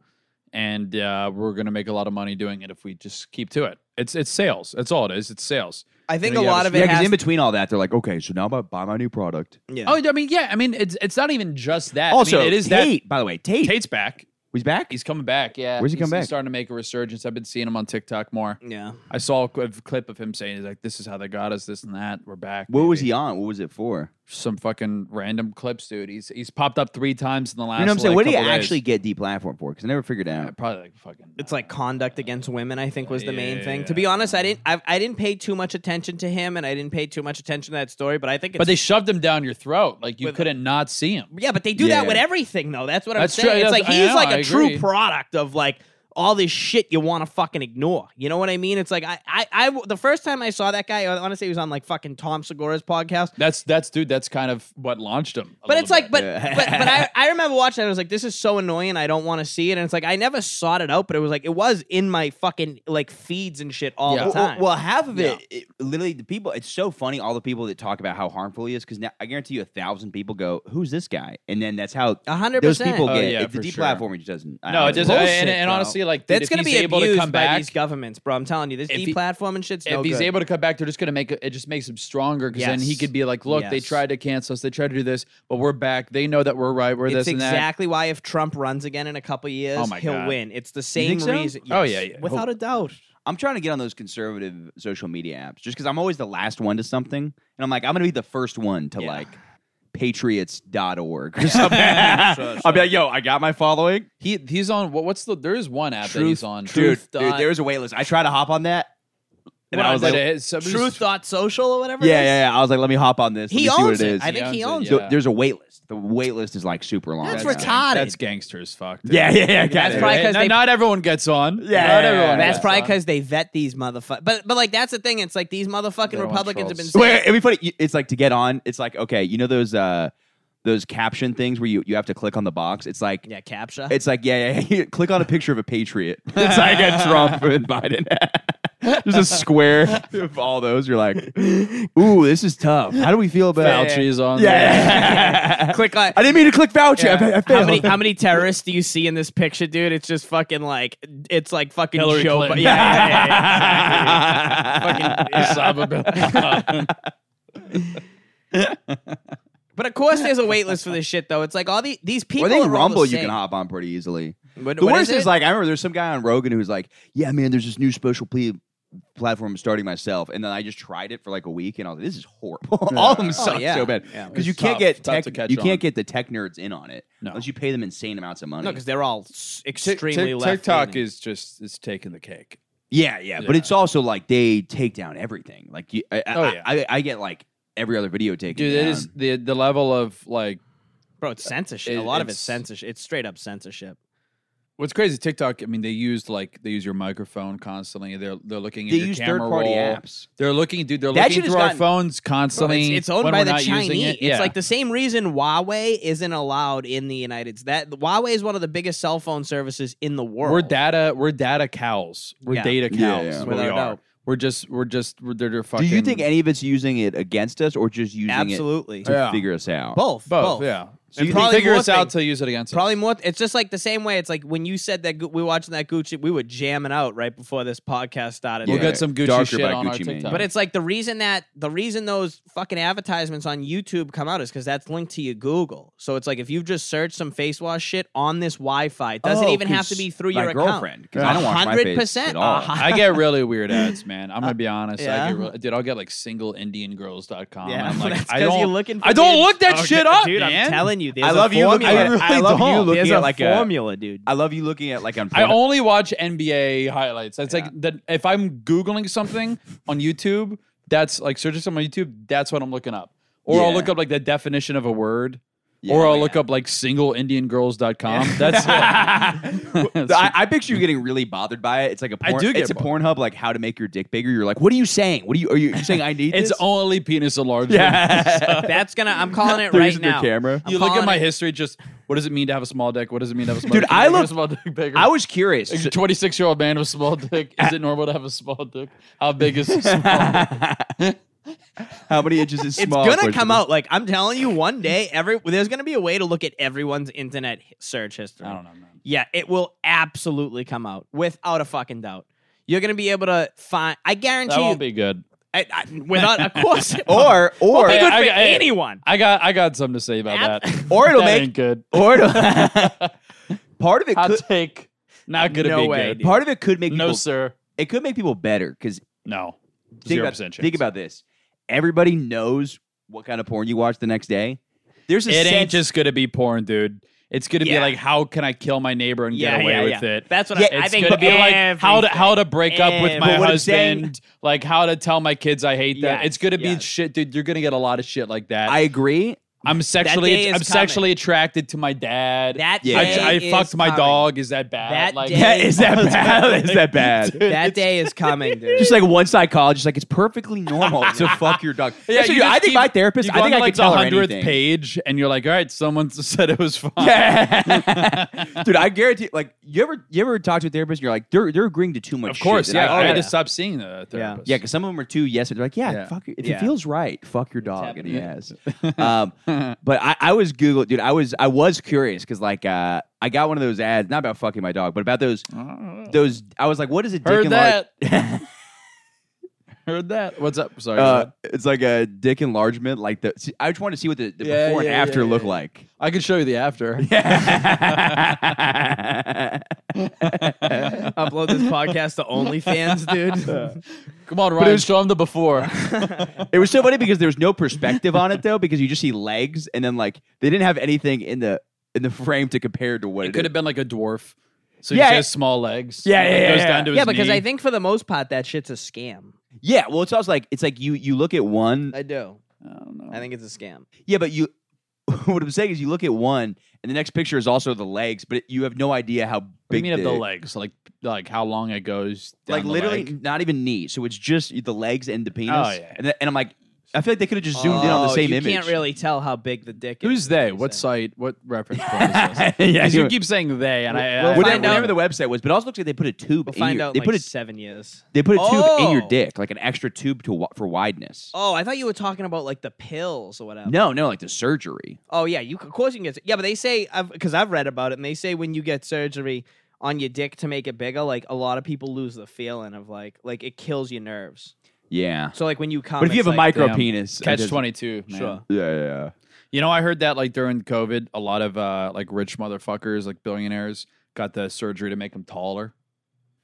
Speaker 8: and uh, we're going to make a lot of money doing it if we just keep to it it's it's sales that's all it is it's sales
Speaker 7: I think
Speaker 8: Yeah,
Speaker 7: a lot of it
Speaker 6: yeah, because
Speaker 7: has.
Speaker 6: in between all that, they're like, okay, so now I'm gonna buy my new product.
Speaker 7: yeah.
Speaker 8: oh i mean yeah i mean it's it's not even just that I mean,
Speaker 6: Also,
Speaker 8: it is that
Speaker 6: Tate. by the way, Tate.
Speaker 8: Tate's back.
Speaker 6: he's back.
Speaker 8: He's coming back. Yeah.
Speaker 6: Where's he
Speaker 8: He's-
Speaker 6: come back?
Speaker 8: He's starting to make a resurgence. I've been seeing him on TikTok more.
Speaker 7: yeah.
Speaker 8: I saw a qu- clip of him saying, he's like, this is how they got us, this and that. We're back.
Speaker 6: what was
Speaker 8: baby."
Speaker 6: he on? What was it for?
Speaker 8: Some fucking random clips, dude. He's he's popped up three times in the last
Speaker 6: You know what I'm saying?
Speaker 8: like,
Speaker 6: what did he
Speaker 8: couple days.
Speaker 6: actually get deplatformed for? Because I never figured
Speaker 8: Yeah,
Speaker 6: out.
Speaker 8: probably like fucking.
Speaker 7: It's like conduct against women. I think was the main
Speaker 8: Yeah.
Speaker 7: thing. To be honest, I didn't. I, I didn't pay too much attention to him, and I didn't pay too much attention to that story. But I think. It's,
Speaker 8: But they shoved him down your throat. Like you
Speaker 7: With-
Speaker 8: couldn't not see him.
Speaker 7: Yeah, but they do
Speaker 6: Yeah.
Speaker 7: that with everything, though. That's what I'm
Speaker 8: That's true.
Speaker 7: saying. It's
Speaker 8: That's-
Speaker 7: like
Speaker 8: I
Speaker 7: he's
Speaker 8: know,
Speaker 7: like
Speaker 8: I
Speaker 7: a
Speaker 8: agree.
Speaker 7: true product of like all this shit you want to fucking ignore. You know what I mean? It's like I, I, I the first time I saw that guy, I want to say he was on like fucking Tom Segura's podcast.
Speaker 8: That's that's dude. That's kind of what launched him. a
Speaker 7: But
Speaker 8: little
Speaker 7: it's like,
Speaker 8: bit.
Speaker 7: but,
Speaker 6: Yeah.
Speaker 7: but but I, I remember watching. It, I was like, this is so annoying. I don't want to see it. And it's like I never sought it out, but it was like it was in my fucking like feeds and shit all
Speaker 8: Yeah.
Speaker 7: the
Speaker 6: Well,
Speaker 7: time.
Speaker 6: well, half of it, it- literally, the people. It's so funny. All the people that talk about how harmful he is, because now I guarantee you, a thousand people go, "Who's this guy?" And then that's how
Speaker 7: A hundred
Speaker 6: those
Speaker 7: percent.
Speaker 6: people
Speaker 8: Oh,
Speaker 6: get
Speaker 8: yeah,
Speaker 6: it. The
Speaker 8: for sure.
Speaker 6: deplatforming just doesn't. I
Speaker 8: no,
Speaker 6: don't
Speaker 8: it doesn't.
Speaker 6: know.
Speaker 7: bullshit,
Speaker 8: and, and
Speaker 7: bro.
Speaker 8: honestly, like dude,
Speaker 7: that's
Speaker 8: if
Speaker 7: gonna
Speaker 8: he's
Speaker 7: be
Speaker 8: able
Speaker 7: abused
Speaker 8: to come
Speaker 7: by
Speaker 8: back,
Speaker 7: these governments, bro. I'm telling you, this
Speaker 8: If he-
Speaker 7: deplatforming shit's no
Speaker 8: if he's
Speaker 7: good.
Speaker 8: able to come back, they're just going to make it. It just makes him stronger because then he
Speaker 7: Yes.
Speaker 8: could be like, "Look, they
Speaker 7: Yes.
Speaker 8: tried to cancel us. They tried to do this, but we're back. They know that we're right. We're
Speaker 7: It's
Speaker 8: this and that."
Speaker 7: exactly why if Trump runs again in a couple years,
Speaker 8: Oh my
Speaker 7: he'll
Speaker 8: God.
Speaker 7: win. It's the same
Speaker 6: think so?
Speaker 7: reason.
Speaker 8: Oh, yeah, yeah.
Speaker 7: without a doubt.
Speaker 6: I'm trying to get on those conservative social media apps just because I'm always the last one to something, and I'm like, I'm gonna be the first one to
Speaker 7: Yeah.
Speaker 6: like patriots.org or something. I'll be like, yo, I got my following.
Speaker 8: He he's on. What, what's the? There is one app that he's on.
Speaker 6: Dude, dude,
Speaker 7: dot-
Speaker 6: there's a wait list. I tried to hop on that. And
Speaker 7: What
Speaker 6: I
Speaker 7: is
Speaker 6: was
Speaker 8: But
Speaker 6: like,
Speaker 7: it?
Speaker 8: it- somebody's-
Speaker 7: Truth dot social or whatever. it
Speaker 6: yeah,
Speaker 7: is?
Speaker 6: yeah, yeah. I was like, let me hop on this. Let
Speaker 7: He
Speaker 6: me see what
Speaker 7: owns
Speaker 6: it
Speaker 7: it.
Speaker 6: is.
Speaker 7: I think he
Speaker 8: He
Speaker 7: owns
Speaker 8: owns it,
Speaker 7: it.
Speaker 6: So There's a wait list. The wait list is like super long.
Speaker 7: That's
Speaker 6: Yeah.
Speaker 7: retarded.
Speaker 8: That's gangster as fuck. dude.
Speaker 6: Yeah, yeah, yeah. got
Speaker 7: That's
Speaker 6: it.
Speaker 7: probably 'cause
Speaker 8: not,
Speaker 7: they-
Speaker 8: not everyone gets on.
Speaker 6: Yeah,
Speaker 8: not
Speaker 6: yeah,
Speaker 8: everyone.
Speaker 6: yeah,
Speaker 7: That's
Speaker 8: gets
Speaker 7: probably
Speaker 8: on.
Speaker 7: because they vet these motherfuckers. But but like that's the thing. It's like these motherfucking
Speaker 8: They're all
Speaker 7: Republicans have been
Speaker 8: trolls.
Speaker 6: Wait,
Speaker 7: saying
Speaker 6: it'd be funny. You- It's like to get on. It's like okay, you know those uh those caption things where you you have to click on the box. It's like
Speaker 7: yeah captcha.
Speaker 6: it's like yeah, yeah, yeah. click on a picture of a patriot. It's like a Trump and Biden. There's a square of all those. You're like, ooh, this is tough. How do we feel about
Speaker 8: Fauci's on.
Speaker 6: Yeah.
Speaker 7: Click on.
Speaker 6: I didn't mean to click Fauci. I, I
Speaker 7: uh, How
Speaker 6: failed.
Speaker 7: many how many terrorists do you see in this picture, dude? It's just fucking like it's like fucking
Speaker 8: Hillary
Speaker 7: Joe.
Speaker 8: Clinton.
Speaker 7: Bi- yeah, yeah, yeah, yeah, exactly.
Speaker 8: there. Fucking Osama bin Laden.
Speaker 7: But of course, there's a wait list for this shit, though. It's like all the, these people.
Speaker 6: Well, I think
Speaker 7: are all
Speaker 6: Rumble
Speaker 7: the
Speaker 6: you
Speaker 7: same.
Speaker 6: can hop on pretty easily.
Speaker 7: What-
Speaker 6: the
Speaker 7: what
Speaker 6: worst
Speaker 7: it?
Speaker 6: is like I remember there's some guy on Rogan who's like, "Yeah, man, there's this new special plea platform I'm starting myself," and then I just tried it for like a week, and I was like, "This is horrible. All of them suck
Speaker 7: yeah.
Speaker 6: so bad
Speaker 8: Yeah,
Speaker 6: because you
Speaker 8: it's
Speaker 6: can't
Speaker 8: tough-
Speaker 6: get
Speaker 8: tough
Speaker 6: tech,
Speaker 8: to catch
Speaker 6: you
Speaker 8: on.
Speaker 6: can't get the tech nerds in on it
Speaker 8: No.
Speaker 6: unless you pay them insane amounts of money.
Speaker 7: no, because they're all s-
Speaker 9: Tik-
Speaker 7: extremely
Speaker 9: Tik-
Speaker 7: left.
Speaker 9: TikTok is just it's taking the cake.
Speaker 6: yeah, yeah, but it's also like they take down everything. Like you, I, I,
Speaker 8: Oh, yeah.
Speaker 6: I, I get like every other video taken
Speaker 8: Dude,
Speaker 6: down.
Speaker 8: it is the the level of like
Speaker 7: bro. It's censorship. a
Speaker 8: It-
Speaker 7: lot of uh, it's
Speaker 8: it's-
Speaker 7: censorship. It's straight up censorship.
Speaker 8: what's crazy. TikTok. I mean, they used like they use your microphone constantly. They're they're looking at
Speaker 6: they
Speaker 8: your
Speaker 6: use
Speaker 8: camera
Speaker 6: third party
Speaker 8: roll.
Speaker 6: apps.
Speaker 8: They're looking, dude. They're
Speaker 6: That
Speaker 8: looking
Speaker 6: shit has
Speaker 8: through our
Speaker 6: gotten-
Speaker 8: phones
Speaker 7: Bro,
Speaker 8: constantly.
Speaker 7: It's, it's owned
Speaker 8: when
Speaker 7: by
Speaker 8: we're
Speaker 7: the
Speaker 8: not using
Speaker 7: Chinese.
Speaker 8: It. Yeah.
Speaker 7: It's like the same reason Huawei isn't allowed in the United States. That Huawei is one of the biggest cell phone services in the world.
Speaker 8: we're data. We're data cows. We're
Speaker 7: Yeah.
Speaker 8: data cows.
Speaker 6: Yeah, yeah.
Speaker 8: is what
Speaker 7: Without
Speaker 8: we
Speaker 7: a
Speaker 8: are.
Speaker 7: doubt.
Speaker 8: We're just. We're just. We're, they're, they're
Speaker 6: Do
Speaker 8: fucking.
Speaker 6: you think any of it's using it against us or just using
Speaker 7: absolutely
Speaker 6: it to
Speaker 8: Yeah.
Speaker 6: figure us out?
Speaker 7: both,
Speaker 8: both? Yeah.
Speaker 7: And
Speaker 8: you
Speaker 7: probably
Speaker 8: figure
Speaker 7: more
Speaker 8: us out
Speaker 7: thing-
Speaker 8: to use it against
Speaker 7: Probably more. It's just like the same way. It's like when you said that Gu- we were watching that Gucci, we were jamming out right before this podcast started.
Speaker 8: We'll
Speaker 6: Yeah.
Speaker 8: get some Gucci
Speaker 6: Darker
Speaker 8: shit
Speaker 6: by
Speaker 8: on our
Speaker 6: Gucci Mane.
Speaker 8: TikTok.
Speaker 7: But it's like the reason that the reason those fucking advertisements on YouTube come out is because that's linked to your Google. So it's like if you've just searched some face wash shit on this Wi-Fi, it doesn't
Speaker 6: Oh,
Speaker 7: even have to
Speaker 6: 'cause
Speaker 7: be through
Speaker 6: my
Speaker 7: your
Speaker 6: girlfriend, 'cause I don't wash my face
Speaker 7: Hundred percent.
Speaker 6: at all.
Speaker 8: I get really weird ads, man. I'm gonna be honest.
Speaker 7: yeah.
Speaker 8: I get real, dude, I'll get like single Indiangirls.com.
Speaker 7: Yeah,
Speaker 8: Yeah,
Speaker 7: that's
Speaker 8: I'm like, I
Speaker 7: 'cause
Speaker 8: don't.
Speaker 7: you're looking for
Speaker 8: I don't
Speaker 7: the-
Speaker 8: look that
Speaker 7: Oh,
Speaker 8: shit
Speaker 7: dude,
Speaker 8: up,
Speaker 7: dude.
Speaker 8: man.
Speaker 7: I'm telling you, there's
Speaker 6: I love
Speaker 7: a
Speaker 6: you looking
Speaker 7: formula.
Speaker 6: at- I really
Speaker 7: love you
Speaker 6: don't.
Speaker 7: looking
Speaker 6: There's
Speaker 7: at
Speaker 6: a
Speaker 7: like formula, dude.
Speaker 6: I love you looking at like on.
Speaker 8: I only watch NBA highlights. That's like that. If I'm googling something on YouTube, that's like searching something on YouTube. That's what I'm looking up. Or I'll
Speaker 6: Yeah.
Speaker 8: look up like the definition of a word.
Speaker 6: Yeah, oh,
Speaker 8: or I'll
Speaker 6: yeah.
Speaker 8: look up like singleindiangirls.com. That's
Speaker 6: So I, I picture you getting really bothered by it. It's like a
Speaker 8: I
Speaker 6: porn,
Speaker 8: do get
Speaker 6: it's a
Speaker 8: bothered.
Speaker 6: Pornhub like how to make your dick bigger. You're like, what are you saying? What are you are you, you saying? I need
Speaker 8: it's
Speaker 6: this?
Speaker 8: only penis enlargement.
Speaker 7: That's gonna. I'm calling it
Speaker 6: They're
Speaker 7: right
Speaker 6: using their
Speaker 7: now.
Speaker 6: camera.
Speaker 7: I'm
Speaker 8: You look
Speaker 7: calling
Speaker 8: at my
Speaker 7: it-
Speaker 8: history. Just what does it mean to have a small dick? What does it mean to have a small
Speaker 6: Dude,
Speaker 8: dick? Can
Speaker 6: I
Speaker 8: make a
Speaker 6: look-
Speaker 8: small dick bigger?
Speaker 6: I was curious.
Speaker 8: A 26 year old man with a small dick. Is it normal to have a small dick? How big is a small dick?
Speaker 6: how many inches is
Speaker 7: It's
Speaker 6: small?
Speaker 7: gonna
Speaker 6: according to
Speaker 7: come
Speaker 6: this?
Speaker 7: out. Like I'm telling you, one day, every there's gonna be a way to look at everyone's internet hi- search history.
Speaker 8: I don't know, man.
Speaker 7: Yeah, it will absolutely come out without a fucking doubt. You're gonna be able to find. I guarantee
Speaker 8: That
Speaker 7: you.
Speaker 8: won't be good.
Speaker 7: I, I, without of course. it won't.
Speaker 6: Or or
Speaker 7: be
Speaker 8: Hey,
Speaker 7: good
Speaker 8: I
Speaker 7: for
Speaker 8: got- hey.
Speaker 7: anyone.
Speaker 8: I got I got something to say about
Speaker 7: Ab-
Speaker 8: that.
Speaker 6: or it'll
Speaker 8: that
Speaker 6: make
Speaker 8: ain't good.
Speaker 6: or it'll, part of it
Speaker 8: Hot
Speaker 6: could
Speaker 8: take. Not gonna
Speaker 7: No
Speaker 8: be
Speaker 7: way,
Speaker 8: good.
Speaker 6: part of it could make
Speaker 8: No,
Speaker 6: people,
Speaker 8: sir.
Speaker 6: it could make people better because
Speaker 8: No.
Speaker 6: think
Speaker 8: Zero
Speaker 6: about,
Speaker 8: percent chance.
Speaker 6: think about this. Everybody knows what kind of porn you watch the next day. There's a
Speaker 8: it
Speaker 6: sense,
Speaker 8: ain't just gonna be porn, dude. It's gonna
Speaker 7: Yeah.
Speaker 8: be like how can I kill my neighbor and
Speaker 7: Yeah,
Speaker 8: get away
Speaker 7: yeah,
Speaker 8: with
Speaker 7: yeah.
Speaker 8: it?
Speaker 7: That's what
Speaker 6: Yeah,
Speaker 7: I, I
Speaker 8: it's
Speaker 7: think.
Speaker 8: gonna be like how to how to break up with my
Speaker 6: But what I'm saying-
Speaker 8: husband, like how to tell my kids I hate them.
Speaker 7: Yes,
Speaker 8: it's gonna be
Speaker 7: yes.
Speaker 8: shit, dude. You're gonna get a lot of shit like that.
Speaker 6: I agree.
Speaker 8: I'm
Speaker 7: day
Speaker 8: sexually
Speaker 7: is
Speaker 8: I'm sexually attracted to my dad.
Speaker 7: That
Speaker 6: Yeah.
Speaker 8: I,
Speaker 7: day
Speaker 8: I
Speaker 7: is
Speaker 8: fucked my
Speaker 7: coming.
Speaker 8: dog. Is that bad?
Speaker 7: That
Speaker 8: like,
Speaker 7: day- Yeah, is
Speaker 6: that bad? Is that bad?
Speaker 7: That day is coming, dude.
Speaker 6: Just like one psychologist, like it's perfectly normal to fuck your dog.
Speaker 8: Yeah,
Speaker 6: Actually,
Speaker 8: you
Speaker 6: I
Speaker 8: just
Speaker 6: think
Speaker 8: keep-
Speaker 6: my therapist.
Speaker 8: you
Speaker 6: I
Speaker 8: go
Speaker 6: think
Speaker 8: on
Speaker 6: I
Speaker 8: like
Speaker 6: could tell
Speaker 8: the
Speaker 6: her
Speaker 8: hundredth
Speaker 6: anything.
Speaker 8: page, and you're like, all right, someone said it was fine.
Speaker 6: Yeah. Dude, I guarantee. Like, you ever you ever talk to a therapist? and You're like, they're they're agreeing to too much.
Speaker 8: Of course,
Speaker 6: Oh, shit.
Speaker 8: yeah.
Speaker 6: And
Speaker 8: I,
Speaker 6: I,
Speaker 8: had
Speaker 6: yeah.
Speaker 8: to stop seeing the therapist.
Speaker 6: Yeah, because some of them are too yes. They're like, yeah,
Speaker 8: Yeah.
Speaker 6: fuck. Your, if
Speaker 7: Yeah.
Speaker 6: it feels right, fuck your dog and he ass. um, but I, I was Google, dude. I was I was curious because like uh, I got one of those ads, not about fucking my dog, but about those those. I was like, what is it?
Speaker 8: Heard
Speaker 6: dick that.
Speaker 8: heard that. What's up? Sorry,
Speaker 6: uh,
Speaker 8: Vlad.
Speaker 6: it's like a dick enlargement. Like the see, I just wanted to see what the, the
Speaker 8: Yeah,
Speaker 6: before
Speaker 8: yeah,
Speaker 6: and after
Speaker 8: yeah, yeah,
Speaker 6: look
Speaker 8: yeah.
Speaker 6: like.
Speaker 8: I could show you the after.
Speaker 6: but
Speaker 7: upload this podcast to OnlyFans, dude.
Speaker 8: Come on, Ryan, show him the before.
Speaker 6: it was so funny because there was no perspective on it though, because you just see legs and then like they didn't have anything in the in the frame to compare to what
Speaker 8: It could have been like a dwarf. So he
Speaker 6: Yeah,
Speaker 8: just
Speaker 6: it-
Speaker 8: has small legs.
Speaker 6: Yeah,
Speaker 8: It
Speaker 6: yeah, yeah,
Speaker 8: goes
Speaker 6: yeah.
Speaker 8: down to his
Speaker 7: yeah, because
Speaker 8: knee.
Speaker 7: I think for the most part that shit's a scam.
Speaker 6: Yeah, well, it's also like it's like you you look at one.
Speaker 7: I do.
Speaker 8: I don't know.
Speaker 7: I think it's a scam.
Speaker 6: Yeah, but you what I'm saying is you look at one, and the next picture is also the legs, but you have no idea how
Speaker 8: What do
Speaker 6: big
Speaker 8: you mean of the
Speaker 6: the-
Speaker 8: legs? Like like how long it goes? down
Speaker 6: Like
Speaker 8: the
Speaker 6: literally,
Speaker 8: leg? Oh,
Speaker 6: not even knee. So it's just the legs and the penis.
Speaker 8: yeah.
Speaker 6: and, the- and I'm like, I feel like they could have just zoomed in on the
Speaker 7: Oh,
Speaker 6: same
Speaker 7: you
Speaker 6: image.
Speaker 7: can't really tell how big the dick is.
Speaker 8: Who's they?
Speaker 7: What
Speaker 8: What
Speaker 7: you're
Speaker 8: site? What reference point is this?
Speaker 6: yeah,
Speaker 8: Because you
Speaker 6: you-
Speaker 8: keep saying they, and I,
Speaker 7: We'll
Speaker 8: I
Speaker 6: whatever,
Speaker 7: find out.
Speaker 6: whatever the website was, but it also looks like they put a tube.
Speaker 7: We'll
Speaker 6: in
Speaker 7: find
Speaker 6: your,
Speaker 7: out
Speaker 6: they
Speaker 7: in
Speaker 6: put
Speaker 7: like
Speaker 6: a
Speaker 7: seven years.
Speaker 6: they put a tube in your
Speaker 7: Oh.
Speaker 6: dick, like an extra tube to wa- for wideness.
Speaker 7: Oh, I thought you were talking about like the pills or whatever.
Speaker 6: No, no, like the surgery.
Speaker 7: Oh yeah, you of course you can get. Yeah, but they say because I've read about it, and they say when you get surgery on your dick to make it bigger, like a lot of people lose the feeling of like like it kills your nerves.
Speaker 6: Yeah,
Speaker 7: So like when you come,
Speaker 6: but if you have
Speaker 7: it's
Speaker 6: a
Speaker 7: like,
Speaker 6: micro
Speaker 8: damn.
Speaker 6: penis, it
Speaker 8: catch
Speaker 6: doesn't-
Speaker 8: twenty two.
Speaker 7: Sure.
Speaker 6: Yeah, yeah, yeah.
Speaker 8: You know, I heard that like during COVID, a lot of uh like rich motherfuckers, like billionaires, got the surgery to make them taller,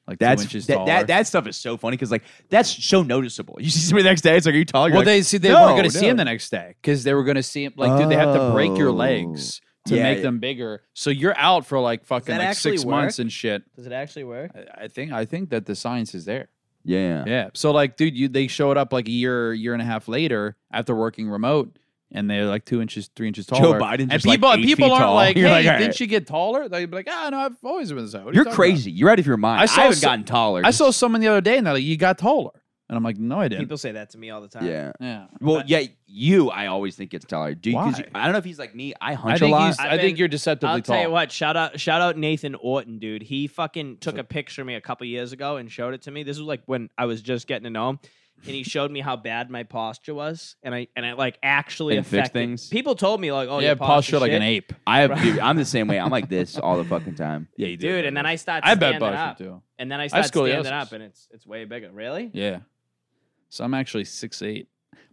Speaker 8: like
Speaker 6: That's
Speaker 8: two inches
Speaker 6: that,
Speaker 8: taller.
Speaker 6: that that stuff is so funny because like that's so noticeable. You see somebody the next day, it's like, are you taller? You're
Speaker 8: well,
Speaker 6: like,
Speaker 8: they see they
Speaker 6: "No,
Speaker 8: weren't going to see him
Speaker 6: no." Oh.
Speaker 8: the next day because they were going to see him. Like, dude, they have to break your legs to
Speaker 6: Yeah,
Speaker 8: make
Speaker 6: yeah.
Speaker 8: them bigger, so you're out for like fucking
Speaker 7: that
Speaker 8: like six
Speaker 7: actually
Speaker 8: months
Speaker 7: work?
Speaker 8: and shit.
Speaker 7: Does it actually work?
Speaker 8: I- I think I think that the science is there.
Speaker 6: Yeah.
Speaker 8: Yeah. So like, dude, you they showed up like a year, year and a half later after working remote, and they're like two inches, three inches taller.
Speaker 6: Biden's
Speaker 8: and
Speaker 6: just, like,
Speaker 8: people,
Speaker 6: eight
Speaker 8: people
Speaker 6: feet
Speaker 8: aren't
Speaker 6: tall.
Speaker 8: like,
Speaker 6: You're
Speaker 8: hey,
Speaker 6: like, all right."
Speaker 8: didn't you get taller? They'd be like, ah, no, I've always been this. What are you
Speaker 6: You're
Speaker 8: talking
Speaker 6: crazy. You're out of your mind.
Speaker 8: I
Speaker 6: I,
Speaker 8: saw
Speaker 6: haven't
Speaker 8: so-
Speaker 6: gotten taller.
Speaker 8: about?" I saw someone the other day, and they're like, you got taller, and I'm like, no, I didn't.
Speaker 7: People say that to me all the time.
Speaker 6: Yeah.
Speaker 8: yeah.
Speaker 6: Well, yeah, you. I always think it's taller. Do you, 'cause you-
Speaker 8: Why?
Speaker 6: I don't know if he's like me. I
Speaker 8: I
Speaker 6: hunch a
Speaker 8: think,
Speaker 6: lot.
Speaker 8: he's- I
Speaker 7: I've
Speaker 8: think
Speaker 7: been-
Speaker 8: you're deceptively
Speaker 7: I'll
Speaker 8: tall.
Speaker 7: tell you what. Shout out, shout out Nathan Orton, dude. He fucking took a picture of me a couple years ago and showed it to me. This was like when I was just getting to know him, and he showed me how bad my posture was, and I and it like actually
Speaker 6: And fixed
Speaker 7: affected
Speaker 6: things?
Speaker 7: People told me like, oh,
Speaker 8: yeah,
Speaker 7: your
Speaker 8: posture like an
Speaker 7: shit.
Speaker 8: ape.
Speaker 6: I have. Dude, I'm the same way. I'm like this all the fucking time.
Speaker 8: Yeah, you do.
Speaker 7: dude. And then I start.
Speaker 8: I bet
Speaker 7: standing
Speaker 8: posture
Speaker 7: up,
Speaker 8: too.
Speaker 7: And then I
Speaker 8: I have
Speaker 7: start standing
Speaker 8: scoliosis.
Speaker 7: up, and it's it's way bigger. Really?
Speaker 8: Yeah. So I'm actually six eight.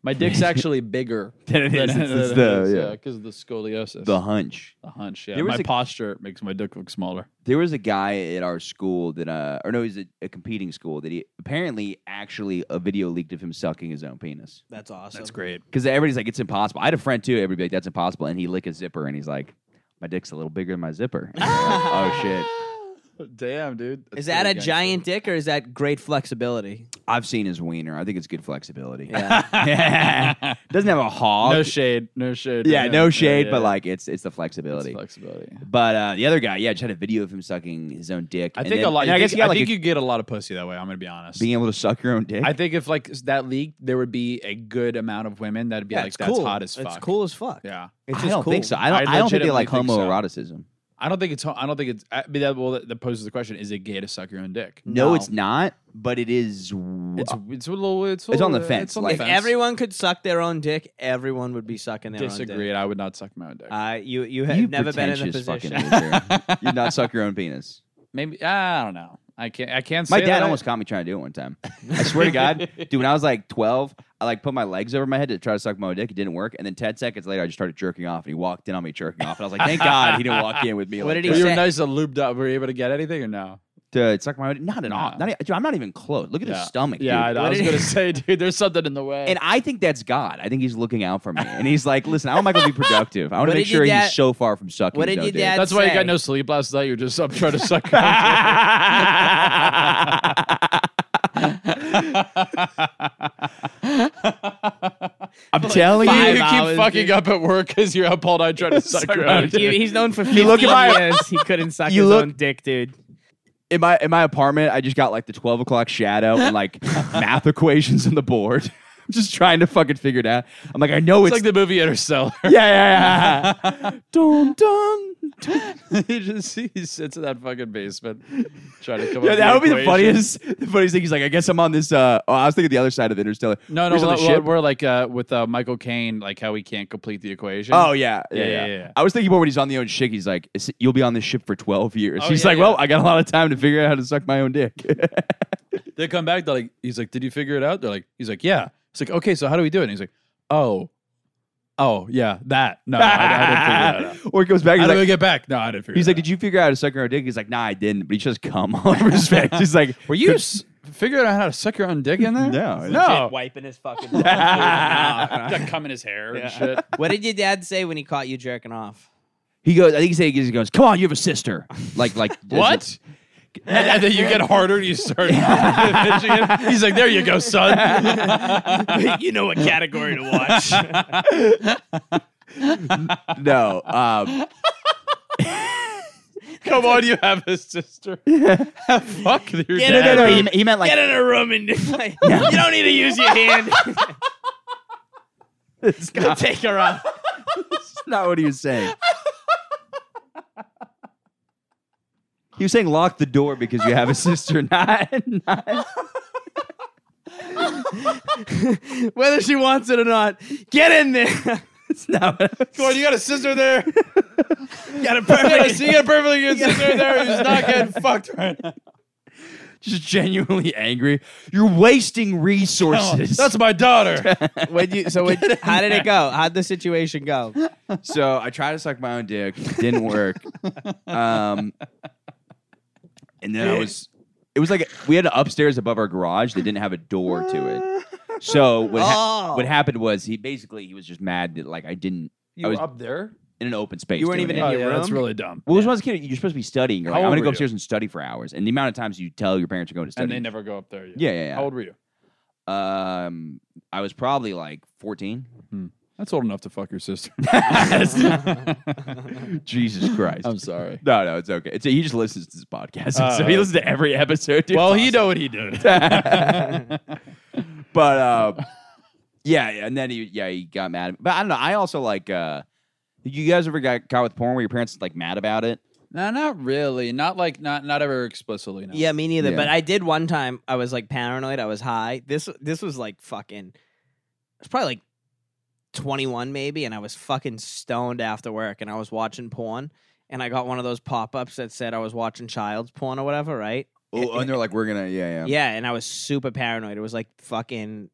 Speaker 8: My dick's actually bigger
Speaker 6: Than it is. It's- it's the- yeah.
Speaker 8: because of the scoliosis.
Speaker 6: The hunch.
Speaker 8: The hunch. Yeah,
Speaker 6: There was
Speaker 8: my
Speaker 6: a-
Speaker 8: posture makes my dick look smaller.
Speaker 6: There was a guy at our school that, uh, or no, he's at a competing school that he apparently actually a video leaked of him sucking his own penis.
Speaker 7: That's awesome.
Speaker 8: That's great.
Speaker 6: Because everybody's like, it's impossible. I had a friend too. Everybody, like, that's impossible. And he licked a zipper, and he's like, my dick's a little bigger than my zipper. And I'm like, oh shit!
Speaker 8: Damn, dude.
Speaker 7: Is that a giant dick or is that great flexibility?
Speaker 6: I've seen his wiener. I think it's good flexibility.
Speaker 7: Yeah.
Speaker 6: Doesn't have a hog.
Speaker 8: No shade. No shade.
Speaker 6: yeah,
Speaker 8: Yeah,
Speaker 6: no shade,
Speaker 8: yeah,
Speaker 6: but
Speaker 8: yeah.
Speaker 6: like it's it's the
Speaker 8: It's
Speaker 6: flexibility.
Speaker 8: flexibility.
Speaker 6: But uh, the other guy, yeah, just had a video of him sucking his own dick.
Speaker 8: I
Speaker 6: and
Speaker 8: think
Speaker 6: then-
Speaker 8: a lot.
Speaker 6: and I guess
Speaker 8: think-
Speaker 6: he got
Speaker 8: I
Speaker 6: like
Speaker 8: think
Speaker 6: a-
Speaker 8: you get a lot of pussy that way. I'm gonna be honest.
Speaker 6: being able to suck your own dick.
Speaker 8: I think if like s- that league, there would be a good amount of women that'd be like, "That's hot as fuck."
Speaker 7: It's cool as fuck.
Speaker 8: Yeah.
Speaker 7: It's
Speaker 6: I
Speaker 7: just
Speaker 6: don't
Speaker 7: cool.
Speaker 6: think so. I
Speaker 8: I
Speaker 6: don't. I, don't think they like
Speaker 8: legitimately think so.
Speaker 6: homoeroticism.
Speaker 8: I don't think it's. ho- I don't think it's. I mean, that well, that poses the question: Is it gay to suck your own dick?
Speaker 6: No,
Speaker 7: No.
Speaker 6: it's not. But it is. w-
Speaker 8: It's it's a little. It's, a
Speaker 6: It's on the
Speaker 8: little-
Speaker 6: fence,
Speaker 8: on
Speaker 6: like-
Speaker 7: If
Speaker 8: the fence.
Speaker 7: everyone could suck their own dick, everyone would be sucking their own dick.
Speaker 8: disagreed, I would not suck my own dick.
Speaker 7: Uh, you you have
Speaker 6: you
Speaker 7: never been in a
Speaker 6: pretentious fucking
Speaker 7: position.
Speaker 6: loser. you not suck your own penis.
Speaker 8: Maybe I don't know. I can't. I can't.
Speaker 6: My
Speaker 8: say
Speaker 6: dad
Speaker 8: that I-
Speaker 6: almost caught me trying to do it one time. I swear to God, dude, when I was like 12, I like put my legs over my head to try to suck my own dick. It didn't work. And then 10 seconds later, I just started jerking off, and he walked in on me jerking off. And I was like, thank God he didn't walk in with me.
Speaker 7: What did
Speaker 6: like
Speaker 7: he
Speaker 8: Were
Speaker 6: that.
Speaker 8: you
Speaker 7: said-
Speaker 8: nice and lubed up? Were you able to get anything or no?
Speaker 6: Dude, suck my own Not at all.
Speaker 8: No.
Speaker 6: Not, e- dude, I'm not even close. Look at
Speaker 8: Yeah.
Speaker 6: his stomach.
Speaker 8: Yeah, I,
Speaker 6: dude.
Speaker 8: know. I
Speaker 6: What
Speaker 8: was
Speaker 6: did he-
Speaker 8: gonna say, dude, there's something in the way.
Speaker 6: And I think that's God. I think he's looking out for me. And he's like, listen, I want Michael to be productive. I want
Speaker 7: What
Speaker 6: to make
Speaker 7: did your
Speaker 6: sure
Speaker 7: dad-
Speaker 6: he's so far from sucking.
Speaker 7: What
Speaker 6: his
Speaker 7: did
Speaker 6: own
Speaker 7: your
Speaker 6: dick."
Speaker 7: dad
Speaker 8: That's why you
Speaker 7: say?
Speaker 8: got no sleep last night. You're just up trying to suck. your own dick.
Speaker 6: I'm telling
Speaker 8: you
Speaker 6: you.
Speaker 8: you
Speaker 7: hours,
Speaker 8: keep fucking
Speaker 7: dude.
Speaker 8: up at work because you're up all night trying to suck your own dick.
Speaker 7: He- he's known for 15
Speaker 6: look at my-
Speaker 7: years. He couldn't suck
Speaker 6: You
Speaker 7: his
Speaker 6: look-
Speaker 7: own dick, dude.
Speaker 6: In my in my apartment, I just got like the 12 o'clock shadow and like math equations on the board. I'm just trying to fucking figure it out. I'm like, I know
Speaker 8: It's
Speaker 6: it's,
Speaker 8: like the movie Interstellar.
Speaker 6: yeah, yeah, yeah. dum, dum, dum.
Speaker 8: he just he sits in that fucking basement trying to come
Speaker 6: Yeah,
Speaker 8: up
Speaker 6: that would
Speaker 8: with
Speaker 6: be
Speaker 8: an
Speaker 6: the
Speaker 8: equation.
Speaker 6: funniest, the funniest thing. He's like, I guess I'm on this. Uh, oh, I was thinking the other side of Interstellar.
Speaker 8: No, no,
Speaker 6: He's on
Speaker 8: well,
Speaker 6: the
Speaker 8: well,
Speaker 6: ship.
Speaker 8: we're like uh, with uh, Michael Caine, like how he can't complete the equation.
Speaker 6: Oh yeah yeah,
Speaker 8: Yeah,
Speaker 6: yeah.
Speaker 8: yeah, yeah.
Speaker 6: I was thinking more when he's on the own ship. He's like, "Is it- "You'll be on this ship for twelve years."
Speaker 8: Oh,
Speaker 6: he's
Speaker 8: yeah,
Speaker 6: like,
Speaker 8: yeah.
Speaker 6: "Well, I got a lot of time to figure out how to suck my own dick."
Speaker 8: They come back. They're like, he's like, did you figure it out? They're like, he's like, yeah. It's like, okay, so how do we do it? And he's like, oh, oh, yeah, that. No, I, I didn't figure that out.
Speaker 6: or he goes back.
Speaker 8: How
Speaker 6: He's
Speaker 8: do we
Speaker 6: like,
Speaker 8: get back? No, I didn't figure.
Speaker 6: he's
Speaker 8: it out.
Speaker 6: like, "Did you figure out how to suck your own dick?" He's like, "Nah, I didn't." But he just come all over his face. He's like,
Speaker 8: Were you s- figuring out how to suck your own dick in there?
Speaker 6: No,
Speaker 8: no.
Speaker 7: Shit, Wiping his fucking.
Speaker 8: Got cum in his hair and shit.
Speaker 7: what did your dad say when he caught you jerking off?
Speaker 6: He goes. I think he said he goes. Come on, you have a sister. Like like
Speaker 8: What? And, and then you get harder and you start pitching it. He's like, there you go, son.
Speaker 7: you know what category to watch.
Speaker 6: No. Um,
Speaker 8: Come on, you have a sister. Fuck your
Speaker 7: Get
Speaker 8: dad.
Speaker 7: it
Speaker 6: no, he, he meant like
Speaker 7: Get in a room and like, you don't need to use your hand.
Speaker 6: it's
Speaker 7: Go
Speaker 6: not,
Speaker 7: take her off.
Speaker 6: that's not what he was saying. He was saying lock the door because you have a sister, not, not
Speaker 7: Whether she wants it or not, get in there.
Speaker 6: It's not what I was
Speaker 8: Come on, you got a sister there.
Speaker 7: Got a
Speaker 8: Yeah,
Speaker 7: perfect.
Speaker 8: so you got a perfectly good sister there who's not getting fucked right now.
Speaker 6: just genuinely angry. You're wasting resources.
Speaker 2: That's my daughter.
Speaker 7: When you so when, how did it go? How'd the situation go?
Speaker 6: so I tried to suck my own dick. Didn't work. um, and then I was. It was like we had an upstairs above our garage that didn't have a door to it. So what, ha-
Speaker 7: Oh.
Speaker 6: what happened was he basically he was just mad that like I didn't. I was up there in an open space.
Speaker 7: You weren't
Speaker 6: doing
Speaker 7: even
Speaker 6: it.
Speaker 7: in your room.
Speaker 8: Oh, that's really dumb.
Speaker 6: Well, it was when I was a kid, you're supposed to be studying. You're like,
Speaker 8: How
Speaker 6: I'm
Speaker 8: old
Speaker 6: going to
Speaker 8: were you?
Speaker 6: go upstairs and study for hours. And the amount of times you tell your parents you're going to study.
Speaker 8: And they never go up there. Yet.
Speaker 6: Yeah, yeah, yeah.
Speaker 8: How old were you?
Speaker 6: Um, I was probably like 14.
Speaker 8: That's old enough to fuck your sister.
Speaker 6: Jesus Christ.
Speaker 8: I'm sorry.
Speaker 6: No, no, it's okay. It's, he just listens to this podcast. so he
Speaker 7: Uh,
Speaker 8: Oh.
Speaker 6: listens to every episode. Dude.
Speaker 8: well,
Speaker 6: It's
Speaker 8: he
Speaker 6: awesome.
Speaker 8: know what he did.
Speaker 6: But uh, yeah, yeah, and then he, yeah, he got mad. at me. But I don't know. I also like, uh, you guys ever got caught with porn where your parents like mad about it?
Speaker 8: no, not really. Not like not not ever explicitly. No.
Speaker 7: Yeah, me neither.
Speaker 6: Yeah.
Speaker 7: But I did one time. I was like paranoid. I was high. This this was like fucking. It's probably like twenty one maybe, and I was fucking stoned after work, and I was watching porn, and I got one of those pop ups that said I was watching child's porn or whatever, right?
Speaker 10: Oh, and they're like, we're gonna, yeah,
Speaker 7: Yeah, and I was super paranoid. It was like fucking.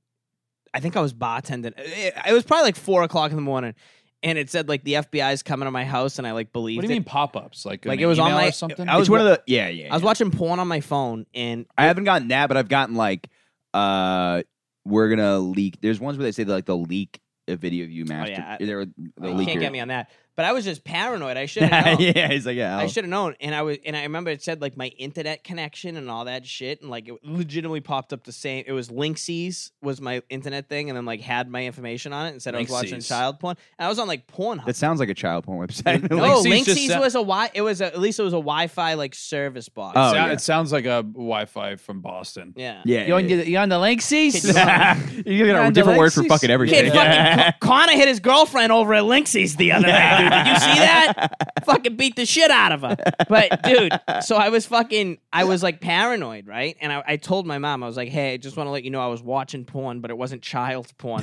Speaker 7: I think I was bartending. uh, It, it was probably like four o'clock in the morning, and it said like the FBI's coming to my house, and I like believed
Speaker 8: What do you
Speaker 7: it.
Speaker 8: mean pop ups? Like
Speaker 7: Like
Speaker 8: an
Speaker 7: it was on
Speaker 8: email
Speaker 7: my.
Speaker 8: or something.
Speaker 7: I was
Speaker 6: it's one
Speaker 7: wa-
Speaker 6: of the, yeah, yeah.
Speaker 7: I was
Speaker 6: yeah.
Speaker 7: watching porn on my phone, and
Speaker 6: I haven't gotten that, but I've gotten like uh we're gonna leak. There's ones where they say that, like they'll leak a video of you master.
Speaker 7: Oh, yeah, I-
Speaker 6: they're, they'll
Speaker 7: Oh, you
Speaker 6: leak
Speaker 7: can't
Speaker 6: your-
Speaker 7: get me on that. But I was just paranoid. I should have known.
Speaker 6: yeah, he's like, yeah.
Speaker 7: I
Speaker 6: I'll-
Speaker 7: should have known. And I was, and I remember it said like my internet connection and all that shit, and like it legitimately popped up the same. It was Linksys was my internet thing, and then like had my information on it and said I was watching
Speaker 8: Linksys.
Speaker 7: child porn. And I was on like Pornhub.
Speaker 6: that sounds like a child porn website.
Speaker 7: no,
Speaker 8: Linksys just
Speaker 7: Linksys
Speaker 8: sound-
Speaker 7: was a wi. It was a, at least it was a Wi-Fi like service box.
Speaker 6: Oh,
Speaker 8: Sound-
Speaker 6: yeah.
Speaker 8: It sounds like a Wi-Fi from Boston.
Speaker 7: yeah.
Speaker 6: yeah, yeah, yeah.
Speaker 8: you on the link seats?
Speaker 6: you get a different word for fucking everything.
Speaker 7: Kid, fucking Con- Connor hit his girlfriend over at Linksys the other night, dude. Did you see that? fucking beat the shit out of her. But dude, so I was fucking, I was like paranoid, right? And I, I told my mom, I was like, hey, I just want to let you know I was watching porn, but it wasn't child's porn.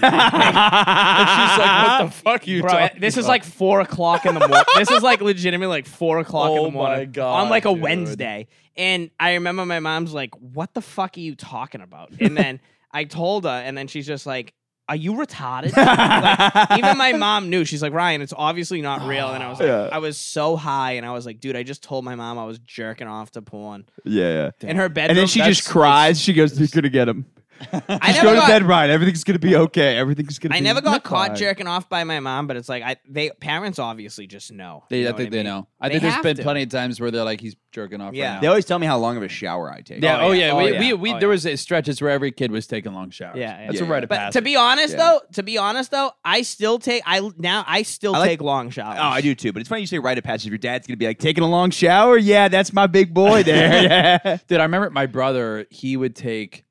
Speaker 8: She's like, what the fuck you
Speaker 7: Bro,
Speaker 8: talking
Speaker 7: this is
Speaker 8: about?
Speaker 7: like four o'clock in the morning. this is like legitimately like four o'clock in
Speaker 8: Oh
Speaker 7: the morning
Speaker 8: my God,
Speaker 7: on like a
Speaker 8: dude.
Speaker 7: Wednesday. And I remember my mom's like, "What the fuck are you talking about?" And then I told her, and then she's just like, "Are you retarded?" Like, even my mom knew. She's like, "Ryan, it's obviously not real." And I was like, I was so high, and I was like, "Dude, I just told my mom I was jerking off to porn
Speaker 6: yeah.
Speaker 7: in her bedroom."
Speaker 6: And then she just cries. She goes, "You're gonna get him.
Speaker 7: I
Speaker 6: Just
Speaker 7: never
Speaker 6: go to
Speaker 7: got-
Speaker 6: bed, Ryan. Everything's gonna be okay. Everything's gonna."
Speaker 7: I
Speaker 6: be
Speaker 7: never got caught
Speaker 6: fine."
Speaker 7: jerking off by my mom, but it's like I they parents obviously just know.
Speaker 8: They,
Speaker 7: You
Speaker 8: I
Speaker 7: what
Speaker 8: think they
Speaker 7: mean?
Speaker 8: know. I
Speaker 7: They
Speaker 8: think there's
Speaker 7: have
Speaker 8: been
Speaker 7: to.
Speaker 8: plenty of times where they're like, he's jerking off
Speaker 7: Yeah.
Speaker 8: right
Speaker 6: They
Speaker 8: now.
Speaker 6: always tell me how long of a shower I take.
Speaker 8: Yeah. Oh, yeah.
Speaker 7: Oh,
Speaker 8: we,
Speaker 7: yeah.
Speaker 8: we, we,
Speaker 7: Oh,
Speaker 8: there was a stretches where every kid was taking long showers.
Speaker 7: Yeah, yeah.
Speaker 8: That's
Speaker 6: Yeah,
Speaker 8: a rite of
Speaker 7: But
Speaker 8: passage.
Speaker 7: to be honest
Speaker 6: Yeah.
Speaker 7: though, to be honest though, I still take I now I still
Speaker 6: I like-
Speaker 7: take long showers.
Speaker 6: Oh, I do too. But it's funny you say rite of passage. Your dad's gonna be like taking a long shower. Yeah, that's my big boy there. yeah.
Speaker 8: Dude, I remember my brother, he would take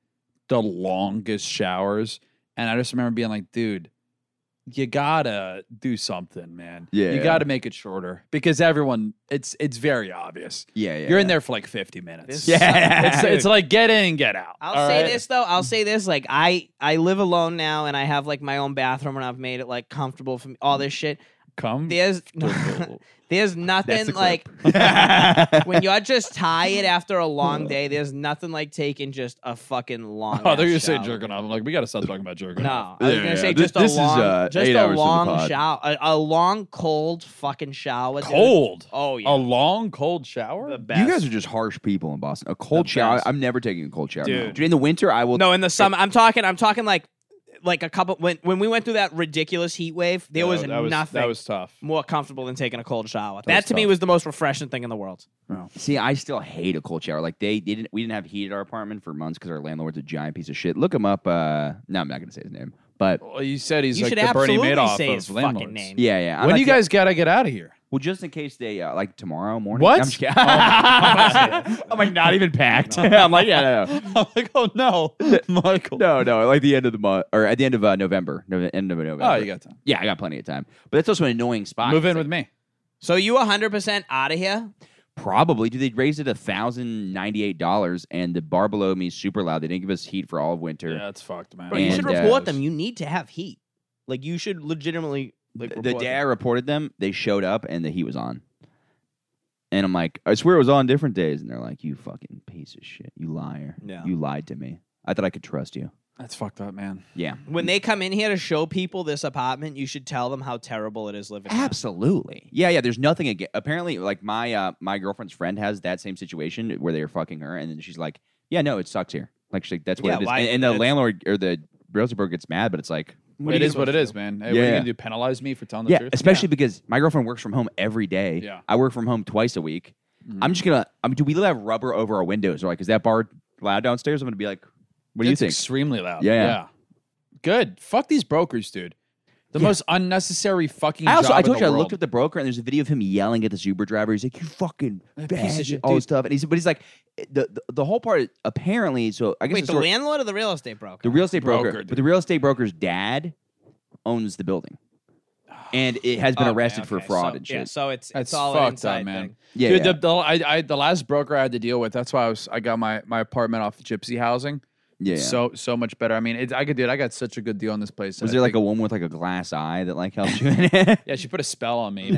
Speaker 8: the longest showers. And I just remember being like, dude, you gotta do something, man.
Speaker 6: Yeah.
Speaker 8: You gotta make it shorter. Because everyone it's it's very obvious.
Speaker 6: Yeah, yeah.
Speaker 8: You're in there for like fifty minutes.
Speaker 7: This
Speaker 6: Yeah.
Speaker 8: It's, it's like get in, get out.
Speaker 7: I'll
Speaker 8: all
Speaker 7: say
Speaker 8: right?
Speaker 7: this though. I'll say this. Like I I live alone now, and I have like my own bathroom, and I've made it like comfortable for me, all this shit.
Speaker 8: Come Oh,
Speaker 7: There's there's nothing like when you're just tired after a long day. There's nothing like taking just a fucking long.
Speaker 8: Oh, they're
Speaker 7: ass
Speaker 8: gonna say
Speaker 7: shower.
Speaker 8: jerking off. I'm like, we gotta stop talking about jerking off.
Speaker 7: No, I was
Speaker 6: Yeah,
Speaker 7: gonna
Speaker 6: yeah.
Speaker 7: say
Speaker 6: This-
Speaker 7: just a
Speaker 6: this is,
Speaker 7: long,
Speaker 6: uh,
Speaker 7: just
Speaker 6: eight
Speaker 7: a
Speaker 6: hours in the
Speaker 7: long
Speaker 6: pod.
Speaker 7: shower, a, a long cold fucking shower. dude.
Speaker 8: Cold.
Speaker 7: Oh yeah.
Speaker 8: A long cold shower?
Speaker 6: You guys are just harsh people in Boston. A cold
Speaker 8: The
Speaker 6: shower.
Speaker 8: best.
Speaker 6: I'm never taking a cold shower.
Speaker 7: Dude.
Speaker 6: During the winter, I will.
Speaker 7: No, in the summer. I'm talking. I'm talking like, like a couple. When when we went through that ridiculous heat wave, there was,
Speaker 8: that was
Speaker 7: nothing
Speaker 8: That was tough.
Speaker 7: more comfortable than taking a cold shower. That, to me was the most refreshing thing in the world.
Speaker 6: See, I still hate a cold shower. Like they, they didn't. We didn't have heat at our apartment for months because our landlord's a giant piece of shit. Look him up. Uh, no, I'm not gonna say his name. But
Speaker 8: Well, you said he's
Speaker 7: you
Speaker 8: like
Speaker 7: should
Speaker 8: the Bernie
Speaker 7: absolutely
Speaker 8: Madoff
Speaker 7: say
Speaker 8: of
Speaker 7: his
Speaker 8: landlords.
Speaker 7: fucking name.
Speaker 6: yeah, yeah. I'm
Speaker 8: When
Speaker 6: not
Speaker 8: do you
Speaker 6: ta-
Speaker 8: guys gotta get out of here?
Speaker 6: well, just in case they uh, like tomorrow morning.
Speaker 8: What?
Speaker 6: I'm, just kidding. I'm like not even packed. I'm like yeah, no,
Speaker 8: I'm like, oh no, Michael.
Speaker 6: no, no. Like the end of the month or at the end of uh, November. Nove- end of November.
Speaker 8: Oh, you got time.
Speaker 6: Yeah, I got plenty of time. But that's also an annoying spot.
Speaker 8: Move in
Speaker 6: It's
Speaker 8: with
Speaker 6: like,
Speaker 8: me.
Speaker 7: So you 100 percent out of here?
Speaker 6: Probably. Dude, they raised it thousand ninety eight dollars and the bar below me is super loud. They didn't give us heat for all of winter.
Speaker 8: Yeah, it's fucked, man.
Speaker 7: Bro, you should
Speaker 6: And, uh,
Speaker 7: report them. You need to have heat. Like you should legitimately. Like,
Speaker 6: The
Speaker 7: report
Speaker 6: day I
Speaker 7: them.
Speaker 6: reported them, they showed up and the heat was on. And I'm like, I swear it was on different days. And they're like, you fucking piece of shit. You liar.
Speaker 4: Yeah.
Speaker 6: You lied to me. I thought I could trust you.
Speaker 8: That's fucked up, man.
Speaker 6: Yeah.
Speaker 7: When they come in here to show people this apartment, you should tell them how terrible it is living. here.
Speaker 6: Absolutely. Yeah, yeah. There's nothing against. Apparently, like my uh, my girlfriend's friend has that same situation where they're fucking her, and then she's like, "Yeah, no, it sucks here. Like, she's like that's what
Speaker 7: Yeah,
Speaker 6: it is."
Speaker 7: why-
Speaker 6: and, and the
Speaker 7: it's-
Speaker 6: landlord or the realtor gets mad, but it's like,
Speaker 8: It is what it is, man. Hey, What are you
Speaker 6: Yeah.
Speaker 8: gonna do? Penalize me for telling the
Speaker 6: yeah,
Speaker 8: truth?
Speaker 6: especially because my girlfriend works from home every day.
Speaker 8: Yeah.
Speaker 6: I work from home twice a week. I'm just gonna. I mean, do we have rubber over our windows? Or like, is that bar loud downstairs? I'm gonna be like, what do you
Speaker 8: It's
Speaker 6: think?
Speaker 8: Extremely loud.
Speaker 6: Yeah.
Speaker 8: Good. Fuck these brokers, dude. The most unnecessary fucking.
Speaker 6: I also
Speaker 8: job
Speaker 6: I
Speaker 8: in
Speaker 6: told
Speaker 8: the
Speaker 6: you I
Speaker 8: world.
Speaker 6: looked at the broker and there's a video of him yelling at this Uber driver. He's like, "You fucking piece of shit, all this stuff." And he's but he's like, eh, the, the the whole part apparently. So I guess
Speaker 7: Wait,
Speaker 6: the,
Speaker 7: the
Speaker 6: story-
Speaker 7: landlord or the real estate broker?
Speaker 6: the real estate broker,
Speaker 8: Broker,
Speaker 6: but the real estate broker's dad owns the building, and it has
Speaker 7: Oh,
Speaker 6: been
Speaker 7: man,
Speaker 6: arrested for
Speaker 7: okay,
Speaker 6: fraud
Speaker 7: so-
Speaker 6: and
Speaker 7: Yeah,
Speaker 6: shit.
Speaker 7: so it's
Speaker 8: That's
Speaker 7: it's all an
Speaker 8: fucked
Speaker 7: inside
Speaker 8: up, man.
Speaker 7: thing.
Speaker 6: Yeah,
Speaker 8: Dude,
Speaker 6: yeah.
Speaker 8: The, the I, I the last broker I had to deal with. That's why I was I got my my apartment off Gypsy Housing.
Speaker 6: yeah, yeah.
Speaker 8: So so much better. I mean, it, I could do it. I got such a good deal on this place.
Speaker 6: was
Speaker 8: I
Speaker 6: there like
Speaker 8: think-
Speaker 6: a woman with like a glass eye that like helped you? in it?
Speaker 8: Yeah, she put a spell on me.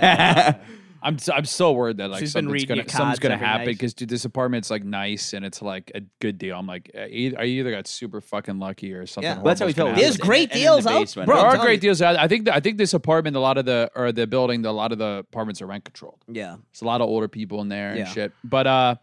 Speaker 8: I'm s- I'm so worried that like
Speaker 7: She's been
Speaker 8: something's
Speaker 7: reading
Speaker 8: gonna
Speaker 7: your
Speaker 8: something's
Speaker 7: cards
Speaker 8: gonna
Speaker 7: every
Speaker 8: happen
Speaker 7: night.
Speaker 8: because dude, this apartment's like nice and it's like a good deal. I'm like, I either, I either got super fucking lucky or something.
Speaker 7: Yeah.
Speaker 8: Yeah,
Speaker 7: Well,
Speaker 6: that's how he felt.
Speaker 7: There's
Speaker 6: And-
Speaker 7: great
Speaker 6: and in the
Speaker 7: deals out,
Speaker 6: basement.
Speaker 7: bro.
Speaker 8: There
Speaker 7: I'm
Speaker 8: are
Speaker 7: telling
Speaker 8: great
Speaker 7: you.
Speaker 8: deals. I I think that, I think this apartment, a lot of the or the building, a lot of the apartments are rent controlled.
Speaker 7: Yeah.
Speaker 8: It's a lot of older people in there
Speaker 7: Yeah.
Speaker 8: and shit. But uh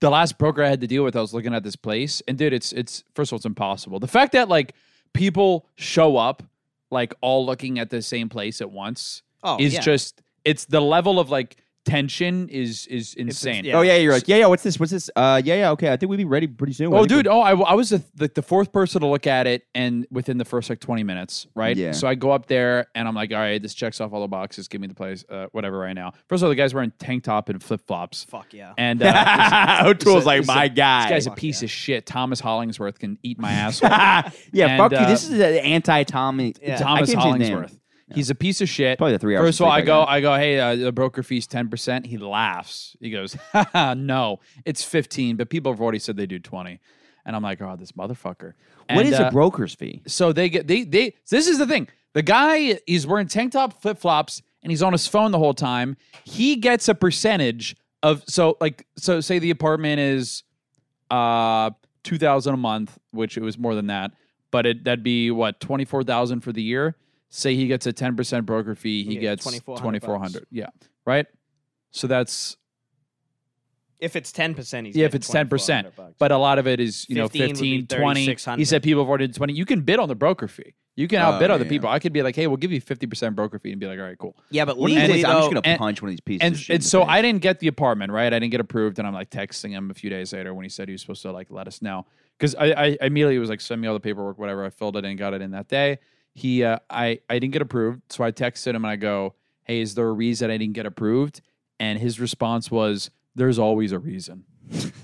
Speaker 8: the last broker I had to deal with, I was looking at this place, and dude, it's it's first of all, it's impossible. The fact that like people show up like all looking at the same place at once
Speaker 7: Oh,
Speaker 8: is
Speaker 7: yeah.
Speaker 8: just it's the level of like tension is is insane.
Speaker 7: yeah.
Speaker 6: Oh yeah, you're like, yeah, yeah. What's this? What's this? Uh, yeah, yeah. Okay, I think we'd be ready pretty soon. I
Speaker 8: Oh,
Speaker 6: think we're-
Speaker 8: dude! Oh, I, I was the, the, the fourth person to look at it, and within the first like twenty minutes, right?
Speaker 6: Yeah.
Speaker 8: So I go up there, and I'm like, "All right, this checks off all the boxes. Give me the place, uh, whatever." Right now, first of all, the guy's wearing tank top and flip flops,
Speaker 7: Fuck yeah.
Speaker 8: and uh,
Speaker 6: O'Toole's like
Speaker 8: this is a-
Speaker 6: my guy.
Speaker 8: this guy's a piece of shit. Thomas Hollingsworth can eat my asshole.
Speaker 6: yeah,
Speaker 8: And,
Speaker 6: fuck you. This
Speaker 8: uh,
Speaker 6: is an anti-Tommy. I can't
Speaker 8: Thomas
Speaker 6: see his name.
Speaker 8: Hollingsworth. He's a piece of shit.
Speaker 6: Probably the three hours
Speaker 8: First of all,
Speaker 6: of
Speaker 8: I
Speaker 6: sleep I
Speaker 8: go,
Speaker 6: got.
Speaker 8: I go, hey, uh, the broker fee's ten percent. He laughs. He goes, "Ha, ha, no, it's fifteen, but people have already said they do twenty. And I'm like, oh, this motherfucker.
Speaker 6: What is
Speaker 8: And, uh,
Speaker 6: a broker's fee?
Speaker 8: So they get they they. so this is the thing. The guy is wearing tank top, flip flops, and he's on his phone the whole time. He gets a percentage of so like so. Say the apartment is uh two thousand a month, which it was more than that, but it that'd be what twenty four thousand for the year. Say he gets a ten percent broker fee, he
Speaker 7: Yeah,
Speaker 8: gets twenty
Speaker 7: 2400
Speaker 8: four hundred. Yeah, right. So that's
Speaker 7: If it's ten percent, he's
Speaker 8: yeah, if
Speaker 7: getting
Speaker 8: it's ten percent,
Speaker 7: 2400 bucks.
Speaker 8: but a lot of it is you know
Speaker 7: 15 would be
Speaker 8: 15, 20.
Speaker 7: 3,600.
Speaker 8: He said people have already done twenty. You can bid on the broker fee. You can
Speaker 6: Oh,
Speaker 8: outbid other
Speaker 6: yeah,
Speaker 8: people. I could be like, hey, we'll give you fifty percent broker fee, and be like, all right, cool.
Speaker 7: yeah, but oh,
Speaker 6: One of these
Speaker 8: and
Speaker 7: legally
Speaker 6: days, I'm just
Speaker 7: though,
Speaker 6: gonna
Speaker 8: and-
Speaker 6: punch one of these pieces.
Speaker 8: And
Speaker 6: of shit in
Speaker 8: and
Speaker 6: the
Speaker 8: so
Speaker 6: face.
Speaker 8: I didn't get the apartment right. I didn't get approved, and I'm like texting him a few days later when he said he was supposed to like let us know because I, I immediately was like send me all the paperwork, whatever. I filled it in, got it in that day. He uh, I I didn't get approved, so I texted him and I go, hey, is there a reason I didn't get approved? And his response was, there's always a reason.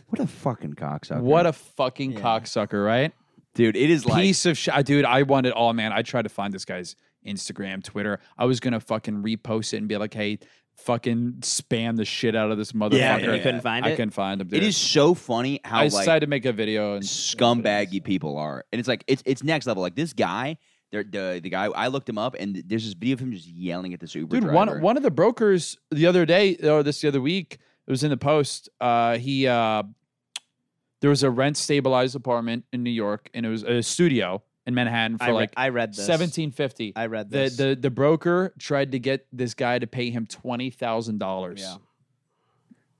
Speaker 6: what a fucking cocksucker.
Speaker 8: What a fucking cocksucker, right?
Speaker 6: dude! It is like
Speaker 8: piece of shit, dude. I wanted. Oh man, I tried to find this guy's Instagram, Twitter. I was gonna fucking repost it and be like, hey, fucking spam the shit out of this motherfucker.
Speaker 7: yeah, and you couldn't find
Speaker 8: I
Speaker 7: it.
Speaker 8: couldn't find him. Dude.
Speaker 6: it is so funny how
Speaker 8: I
Speaker 6: like
Speaker 8: decided to make a video and
Speaker 6: scumbaggy people are, and it's like it's it's next level. Like this guy, the the, the guy I looked him up, and there's this video of him just yelling at this Uber
Speaker 8: Dude,
Speaker 6: driver.
Speaker 8: one one of the brokers the other day or this the other week, it was in the post. Uh, he uh, there was a rent stabilized apartment in New York, and it was a studio in Manhattan for
Speaker 7: I, re-
Speaker 8: like
Speaker 7: I read this.
Speaker 8: seventeen fifty.
Speaker 7: I read
Speaker 8: the,
Speaker 7: this.
Speaker 8: the the broker tried to get this guy to pay him twenty thousand dollars.
Speaker 7: Yeah.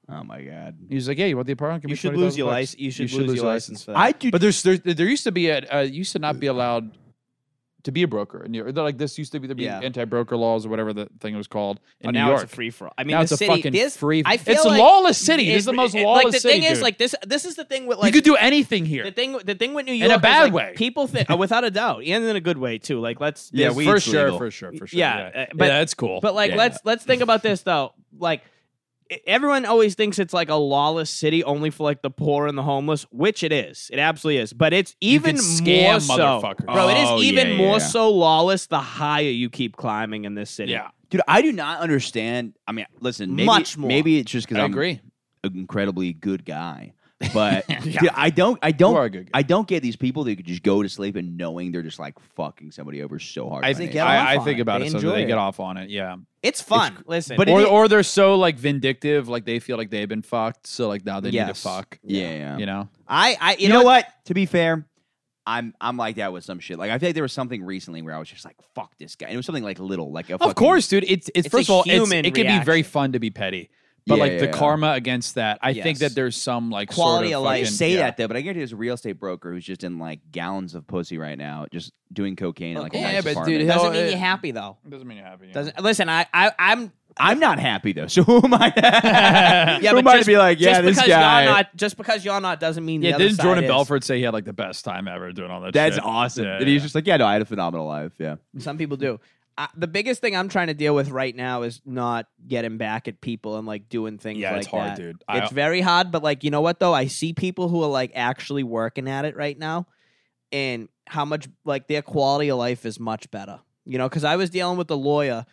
Speaker 6: Oh my god!
Speaker 8: He was like, "Yeah, you want the apartment? Give
Speaker 7: you
Speaker 8: me
Speaker 7: should
Speaker 8: 20,000
Speaker 7: lose your
Speaker 8: bucks."
Speaker 7: license. You should,
Speaker 8: should
Speaker 7: lose,
Speaker 8: lose
Speaker 7: your
Speaker 8: your
Speaker 7: license. for that.
Speaker 6: I do.
Speaker 8: But there's there there used to be a uh, used to not be allowed to be a broker in New York. Like this used to be the
Speaker 7: Yeah.
Speaker 8: anti broker laws or whatever the thing was called in
Speaker 7: But
Speaker 8: New
Speaker 7: Oh, now
Speaker 8: York.
Speaker 7: it's a free for all. I mean,
Speaker 8: Now
Speaker 7: the
Speaker 8: it's a
Speaker 7: city,
Speaker 8: fucking
Speaker 7: this-
Speaker 8: free-
Speaker 7: I feel
Speaker 8: It's a
Speaker 7: like
Speaker 8: lawless city.
Speaker 7: it-
Speaker 8: This is the most
Speaker 7: it-
Speaker 8: lawless
Speaker 7: Like the
Speaker 8: city,
Speaker 7: thing is,
Speaker 8: dude.
Speaker 7: like this. This is the thing with
Speaker 8: you
Speaker 7: like
Speaker 8: could do anything here.
Speaker 7: the thing. The thing with New
Speaker 8: a
Speaker 7: York is,
Speaker 8: bad
Speaker 7: like,
Speaker 8: way.
Speaker 7: People think, oh, without a doubt, and in a good way too. Like let's.
Speaker 6: Yeah,
Speaker 7: there's-
Speaker 6: we-
Speaker 8: for
Speaker 6: it's
Speaker 8: sure,
Speaker 6: legal.
Speaker 8: for sure, for sure.
Speaker 7: Yeah,
Speaker 8: yeah,
Speaker 7: uh, but-
Speaker 8: Yeah, that's cool.
Speaker 7: But like,
Speaker 8: Yeah.
Speaker 7: let's let's think about this though. Like, e- everyone always thinks it's like a lawless city only for like the poor and the homeless, which it is. It absolutely is. But it's even
Speaker 8: can
Speaker 7: more
Speaker 8: scam
Speaker 7: so,
Speaker 8: motherfuckers.
Speaker 7: bro. It
Speaker 6: Oh,
Speaker 7: is even
Speaker 6: yeah, yeah,
Speaker 7: more
Speaker 6: yeah.
Speaker 7: so lawless the higher you keep climbing in this city.
Speaker 8: yeah,
Speaker 6: Dude, I do not understand. I mean, listen, maybe,
Speaker 7: Much more.
Speaker 6: Maybe it's just because
Speaker 8: I
Speaker 6: I'm
Speaker 8: agree.
Speaker 6: an incredibly good guy, But dude, I don't, I don't,
Speaker 8: You are a good guy.
Speaker 6: I don't get these people that could just go to sleep and knowing they're just like fucking somebody over so hard.
Speaker 8: I
Speaker 6: by
Speaker 8: think
Speaker 6: nature.
Speaker 7: off
Speaker 8: I, I
Speaker 7: on
Speaker 8: think
Speaker 7: it.
Speaker 8: about
Speaker 7: They
Speaker 8: it so that
Speaker 7: enjoy
Speaker 8: they
Speaker 7: it.
Speaker 8: get off on it. Yeah,
Speaker 7: It's fun. Listen,
Speaker 6: but it
Speaker 8: or
Speaker 6: is-
Speaker 8: or they're so like vindictive, like they feel like they've been fucked, so like now they need
Speaker 6: Yes.
Speaker 8: to fuck.
Speaker 6: yeah, yeah.
Speaker 8: You know,
Speaker 6: I, I, you, know, what? To be fair, I'm, I'm like that with some shit. Like I feel like there was something recently where I was just like, "Fuck this guy." And it was something like little, like a fucking,
Speaker 8: of course, dude. It's it's,
Speaker 7: It's
Speaker 8: first
Speaker 7: a
Speaker 8: of all, it's,
Speaker 7: human
Speaker 8: it can be very
Speaker 7: reaction.
Speaker 8: fun to be petty, but
Speaker 10: Yeah,
Speaker 8: like the
Speaker 10: yeah, yeah.
Speaker 8: karma against that, I think
Speaker 7: Yes.
Speaker 8: that there's some like
Speaker 6: quality
Speaker 8: sort
Speaker 6: of
Speaker 8: of
Speaker 6: life.
Speaker 8: fucking-
Speaker 6: say
Speaker 8: yeah.
Speaker 6: that though, but I guarantee there's a real estate broker who's just in like gallons of pussy right now, just doing cocaine in like a
Speaker 7: Yeah,
Speaker 6: nice
Speaker 8: but dude,
Speaker 6: apartment.
Speaker 7: it
Speaker 8: hell, uh,
Speaker 7: doesn't mean
Speaker 8: it-
Speaker 7: you're happy though.
Speaker 8: doesn't mean you're happy. you know?
Speaker 7: Doesn't listen. I, I, I'm.
Speaker 6: I'm not happy though, so who am I?
Speaker 7: Yeah,
Speaker 6: who
Speaker 7: but
Speaker 6: am I to
Speaker 7: just-
Speaker 6: be like, yeah,
Speaker 7: just
Speaker 6: this
Speaker 7: because
Speaker 6: guy?
Speaker 7: Y'all not, just because y'all not doesn't mean the
Speaker 8: Yeah,
Speaker 7: other
Speaker 8: didn't
Speaker 7: side
Speaker 8: Jordan
Speaker 7: is.
Speaker 8: Belfort say he had like the best time ever doing all that?
Speaker 6: That's
Speaker 8: shit?
Speaker 6: awesome.
Speaker 8: Yeah,
Speaker 6: and he's
Speaker 8: yeah.
Speaker 6: just like, yeah, no, I had a phenomenal life. Yeah,
Speaker 7: Some people do. I, the biggest thing I'm trying to deal with right now is not getting back at people and like doing things
Speaker 8: Yeah,
Speaker 7: like
Speaker 8: it's hard,
Speaker 7: that.
Speaker 8: dude. I-
Speaker 7: It's very hard, but like you know what though, I see people who are like actually working at it right now, and how much like their quality of life is much better. You know, because I was dealing with a lawyer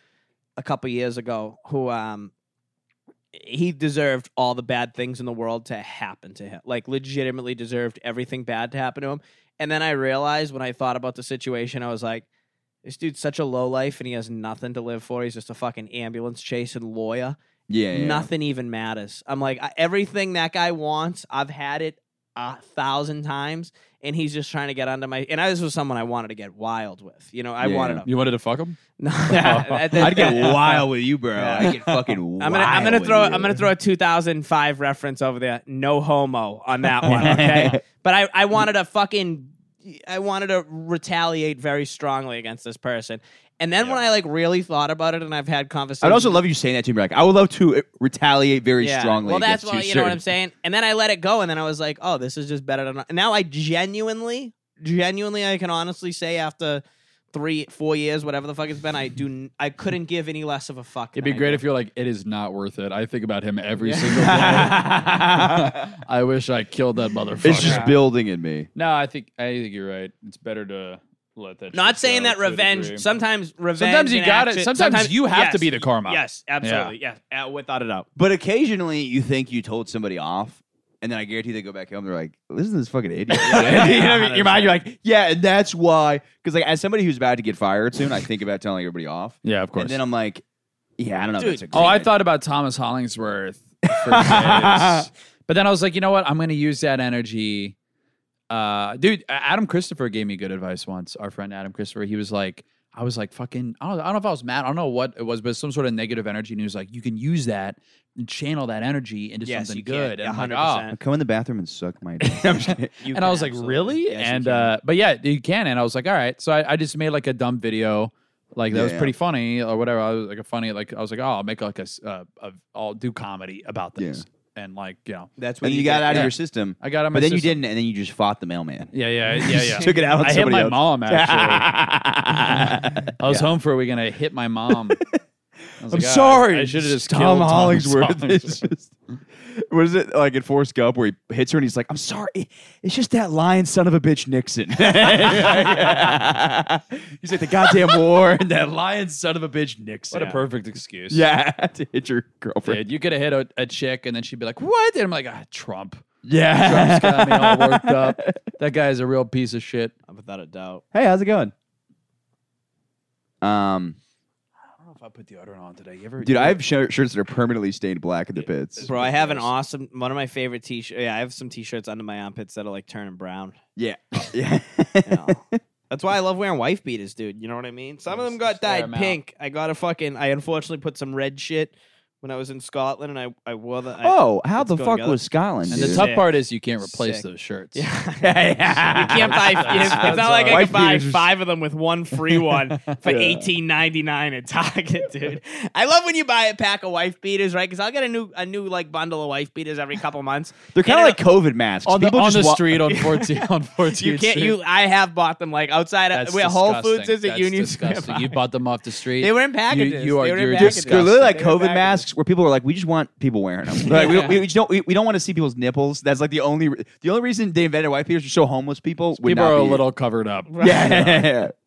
Speaker 7: a couple years ago who um he deserved all the bad things in the world to happen to him. Like legitimately deserved everything bad to happen to him. And then I realized when I thought about the situation, I was like, this dude's such a low life and he has nothing to live for. He's just a fucking ambulance chasing lawyer.
Speaker 6: yeah, yeah, yeah.
Speaker 7: Nothing even matters. I'm like, I- everything that guy wants, I've had it a thousand times. And he's just trying to get under my. And I, this was someone I wanted to get wild with. You know, I
Speaker 6: Yeah,
Speaker 7: wanted
Speaker 6: yeah.
Speaker 7: him.
Speaker 8: You wanted to fuck him?
Speaker 7: No,
Speaker 6: I'd get wild with you, bro. I get fucking wild.
Speaker 7: I'm gonna I'm gonna
Speaker 6: with
Speaker 7: throw
Speaker 6: you.
Speaker 7: I'm gonna throw a 2005 reference over there. No homo on that one. Okay, but I I wanted to fucking I wanted to retaliate very strongly against this person. And then when I like really thought about it, and I've had conversations.
Speaker 6: I'd also love you saying that to me. Like, I would love to uh, retaliate very
Speaker 7: Yeah.
Speaker 6: strongly.
Speaker 7: Well, that's
Speaker 6: against
Speaker 7: why you know what I'm saying. And then I let it go, and then I was like, oh, this is just better than. And now I genuinely, genuinely, I can honestly say after. Three, four years, whatever the fuck it's been, I do, n- I couldn't give any less of a fuck.
Speaker 8: It'd
Speaker 7: than
Speaker 8: be
Speaker 7: I
Speaker 8: great
Speaker 7: do.
Speaker 8: if you're like, it is not worth it. I think about him every single day. I wish I killed that motherfucker.
Speaker 6: It's just building in me.
Speaker 8: no, I think I think you're right. It's better to let that.
Speaker 7: Not
Speaker 8: shit
Speaker 7: saying
Speaker 8: go
Speaker 7: that
Speaker 8: to a
Speaker 7: revenge.
Speaker 8: degree.
Speaker 7: Sometimes revenge.
Speaker 8: Sometimes you
Speaker 7: and
Speaker 8: gotta-
Speaker 7: action-
Speaker 8: sometimes you have to be the karma.
Speaker 7: Yes, absolutely. Yes, uh, without a doubt.
Speaker 6: But occasionally, you think you told somebody off, and then I guarantee they go back home. They're like, "Listen to this fucking idiot." you know what I mean? In Your mind, you're like, "Yeah, and that's why." Because like, as somebody who's about to get fired soon, I think about telling everybody off,
Speaker 8: yeah, of course.
Speaker 6: and then I'm like, "Yeah, I don't know."
Speaker 7: Dude.
Speaker 6: if that's a
Speaker 8: oh, I
Speaker 6: great
Speaker 8: thought about Thomas Hollingsworth. For days. but then I was like, you know what? I'm going to use that energy. Uh, dude, A- Adam Christopher gave me good advice once. Our friend Adam Christopher, he was like, I was like, fucking, I don't, I don't know if I was mad. I don't know what it was, but some sort of negative energy. And he was like, you can use that and channel that energy into
Speaker 7: Yes,
Speaker 8: something
Speaker 7: you can.
Speaker 8: good. And I'm like,
Speaker 7: 100%.
Speaker 8: oh,
Speaker 6: idea. Come in the bathroom and suck my dick. I'm just kidding.
Speaker 7: You
Speaker 8: and I was like, really? and uh, but yeah, you can. And I was like, all right. So I, I just made like a dumb video, like that
Speaker 6: Yeah,
Speaker 8: was
Speaker 6: yeah.
Speaker 8: pretty funny or whatever. I was like a funny, like I was like, oh, I'll make like a, s- uh, a I'll do comedy about
Speaker 6: Yeah.
Speaker 8: this, and like you know,
Speaker 7: that's
Speaker 6: and you got out
Speaker 8: Yeah.
Speaker 6: of your system,
Speaker 8: I got on.
Speaker 6: but
Speaker 8: my
Speaker 6: then you
Speaker 8: system.
Speaker 6: didn't, and then you just fought the mailman.
Speaker 8: Yeah, yeah, yeah, yeah.
Speaker 6: Took it out on
Speaker 8: I hit
Speaker 6: somebody
Speaker 8: my
Speaker 6: else.
Speaker 8: mom actually. I was home for a weekend. I hit my mom. I was
Speaker 6: I'm
Speaker 8: like, "Ah,
Speaker 6: sorry.
Speaker 8: I should have just
Speaker 6: Tom
Speaker 8: killed
Speaker 6: Hollingsworth. It's
Speaker 8: Hollingsworth."
Speaker 6: just, what is it like in Forrest Gump where he hits her and he's like, "I'm sorry, it- it's just that lying son of a bitch Nixon." he's like the goddamn war and that lying son of a bitch Nixon.
Speaker 8: what a perfect excuse.
Speaker 6: yeah to hit your girlfriend.
Speaker 8: Dude, you could have hit a, a chick and then she'd be like, "What?" And I'm like, "Ah, Trump."
Speaker 6: Yeah.
Speaker 8: Trump's got me all worked up. That guy's a real piece of shit.
Speaker 7: without a doubt.
Speaker 6: hey, how's it going? Um,
Speaker 8: I don't know if I put deodorant on today. You ever,
Speaker 6: dude, I have shir- shirts that are permanently stained black in the pits.
Speaker 7: Bro, I have an awesome one of my favorite t-shirts. Yeah, I have some t-shirts under my armpits that are like turning brown.
Speaker 6: Yeah, yeah.
Speaker 7: You know? That's why I love wearing wife beaters, dude. You know what I mean? Some of them got
Speaker 8: Stare
Speaker 7: dyed
Speaker 8: 'em out.
Speaker 7: pink. I got a fucking. I unfortunately put some red shit when I was in Scotland, and I I wore the. I,
Speaker 6: oh, how
Speaker 7: Let's
Speaker 6: the
Speaker 7: go
Speaker 6: fuck
Speaker 7: together.
Speaker 6: was Scotland?
Speaker 8: and
Speaker 6: dude?
Speaker 8: the tough
Speaker 7: Sick.
Speaker 8: part is you can't replace
Speaker 7: Sick.
Speaker 8: those shirts.
Speaker 7: Yeah. You
Speaker 6: yeah,
Speaker 7: can't buy. It's, it's not like I
Speaker 6: Wife
Speaker 7: could buy
Speaker 6: beaters.
Speaker 7: five of them with one free one for eighteen ninety nine at Target, dude. I love when you buy a pack of wife beaters, right? Because I'll get a new a new like bundle of wife beaters every couple months.
Speaker 6: They're kind of
Speaker 7: And
Speaker 6: like COVID masks.
Speaker 8: uh, On the,
Speaker 6: People
Speaker 8: on
Speaker 6: just
Speaker 8: the
Speaker 6: wa-
Speaker 8: street on 14 on 14
Speaker 7: You can't. You I have bought them like outside
Speaker 8: That's
Speaker 7: of where Whole
Speaker 8: disgusting.
Speaker 7: Foods is at
Speaker 8: That's
Speaker 7: Union Square.
Speaker 8: disgusting. You bought them off the street.
Speaker 7: They were in packages.
Speaker 8: you are-
Speaker 7: They were in
Speaker 8: you're
Speaker 7: packages.
Speaker 6: They're literally like
Speaker 7: They were
Speaker 6: COVID
Speaker 7: back-
Speaker 6: masks where people are like, we just want people wearing them. They're like, we, we, just don't we, we don't want to see people's nipples. That's like the only re- the only reason they invented white beaters to show homeless people. would
Speaker 8: People
Speaker 6: not
Speaker 8: are a
Speaker 6: be-
Speaker 8: little covered up.
Speaker 6: yeah.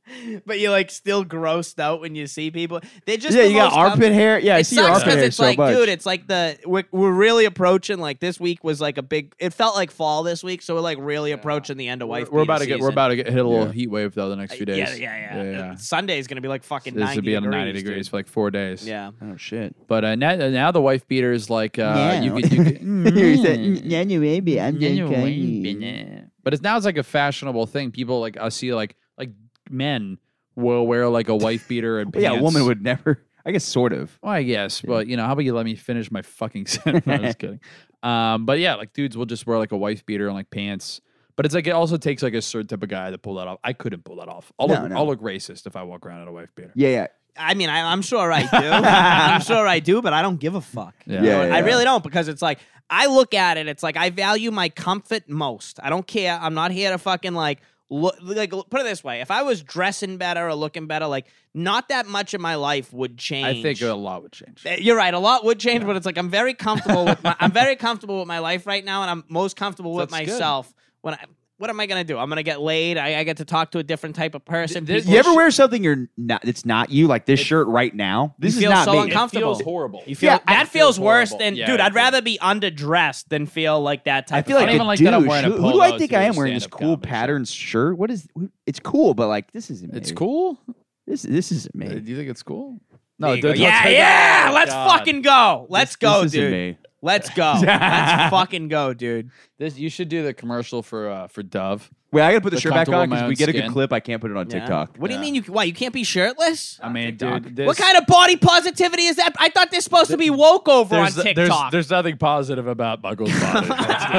Speaker 7: but you're like still grossed out when you see people. They just
Speaker 10: Yeah,
Speaker 7: the
Speaker 10: you got
Speaker 7: most dumb-
Speaker 10: armpit hair. Yeah, I
Speaker 7: it
Speaker 10: see your
Speaker 7: sucks
Speaker 10: armpit
Speaker 7: because
Speaker 10: hair
Speaker 7: it's
Speaker 10: so
Speaker 7: like,
Speaker 10: much.
Speaker 7: dude, it's like the we're, we're really approaching like this week was like a big. It felt like fall this week, so we're like really approaching the end of wife.
Speaker 8: We're about to
Speaker 7: beater
Speaker 8: get we're
Speaker 7: season.
Speaker 8: about to get hit a little
Speaker 10: Yeah.
Speaker 8: heat wave though the next few days.
Speaker 7: Uh, Yeah, yeah, yeah.
Speaker 8: yeah, yeah.
Speaker 7: Sunday's gonna be like fucking
Speaker 8: This
Speaker 7: 90
Speaker 8: would be on
Speaker 7: degrees,
Speaker 8: ninety
Speaker 7: dude.
Speaker 8: degrees for like four days.
Speaker 7: Yeah.
Speaker 10: Oh shit.
Speaker 8: But uh, now, now the wife beater is like uh, you could, you could
Speaker 6: Mm,
Speaker 8: Mm-hmm.
Speaker 10: baby, I'm
Speaker 8: But it's now it's like a fashionable thing. People like I see like like men will wear like a wife beater and
Speaker 6: But yeah, a
Speaker 8: pants.
Speaker 6: woman would never. I guess sort of.
Speaker 8: Well, I guess, but you know, how about you let me finish my fucking sentence? No, I'm just kidding. Um, but yeah, like dudes will just wear like a wife beater and like pants. But it's like it also takes like a certain type of guy to pull that off. I couldn't pull that off. I'll,
Speaker 10: No,
Speaker 8: look,
Speaker 10: no.
Speaker 8: I'll look racist if I walk around in a wife beater.
Speaker 10: Yeah, yeah.
Speaker 7: I mean, I, I'm sure I do. I'm sure I do, but I don't give a fuck.
Speaker 8: Yeah.
Speaker 10: Yeah,
Speaker 7: I really don't because it's like I look at it. It's like I value my comfort most. I don't care. I'm not here to fucking like look like put it this way. If I was dressing better or looking better, like not that much of my life would change.
Speaker 8: I think a lot would change.
Speaker 7: Uh, You're right. A lot would change, but it's like I'm very comfortable with my I'm very comfortable with my life right now, and I'm most comfortable with
Speaker 8: That's good.
Speaker 7: myself. When I, what am I gonna do? I'm gonna get laid. I, I get to talk to a different type of person.
Speaker 8: Th-
Speaker 7: People
Speaker 6: You ever
Speaker 7: sh-
Speaker 6: wear something you're not? It's not you. Like this shirt right now. This
Speaker 7: You
Speaker 6: is
Speaker 7: feel
Speaker 6: not
Speaker 7: so
Speaker 6: me.
Speaker 7: uncomfortable. Feels
Speaker 8: horrible.
Speaker 7: You feel
Speaker 6: Yeah, I-
Speaker 7: that feels worse
Speaker 8: horrible.
Speaker 7: than
Speaker 8: Yeah,
Speaker 7: dude.
Speaker 8: I
Speaker 7: I'd
Speaker 8: agree.
Speaker 7: rather be underdressed than feel like that type.
Speaker 6: I feel
Speaker 7: of
Speaker 6: like
Speaker 8: don't
Speaker 6: a
Speaker 8: even like that I'm
Speaker 6: douche.
Speaker 8: wearing a
Speaker 6: who, who do
Speaker 8: polo
Speaker 6: I think
Speaker 8: to
Speaker 6: I
Speaker 8: do
Speaker 6: am wearing this
Speaker 8: stand-up
Speaker 6: cool
Speaker 8: comedy show?
Speaker 6: pattern shirt? What is? who- It's cool, but like this isn't.
Speaker 8: It's
Speaker 6: me.
Speaker 8: cool.
Speaker 6: This this isn't me.
Speaker 8: Uh, Do you think it's cool?
Speaker 7: There
Speaker 8: No,
Speaker 7: you
Speaker 8: it
Speaker 7: go.
Speaker 8: does-
Speaker 7: yeah,
Speaker 8: does-
Speaker 7: yeah.
Speaker 8: Oh,
Speaker 7: Let's
Speaker 8: God.
Speaker 7: fucking go. Let's
Speaker 6: This
Speaker 7: go,
Speaker 6: isn't
Speaker 7: dude.
Speaker 6: me.
Speaker 7: Let's go. Let's fucking go, dude.
Speaker 8: This you should do the commercial for uh, for Dove.
Speaker 6: Wait, I gotta put the,
Speaker 8: The
Speaker 6: shirt back
Speaker 8: comfortable
Speaker 6: on
Speaker 8: in my
Speaker 6: because
Speaker 8: own
Speaker 6: we get a
Speaker 8: skin.
Speaker 6: good clip. I can't put it on
Speaker 7: Yeah.
Speaker 6: TikTok.
Speaker 7: What do you mean? You why you can't be shirtless?
Speaker 8: I mean,
Speaker 6: TikTok.
Speaker 8: dude, this,
Speaker 7: What kind of body positivity is that? I thought this supposed to be woke over on
Speaker 8: there's, there's,
Speaker 7: TikTok.
Speaker 8: there's nothing positive about Buckle's body.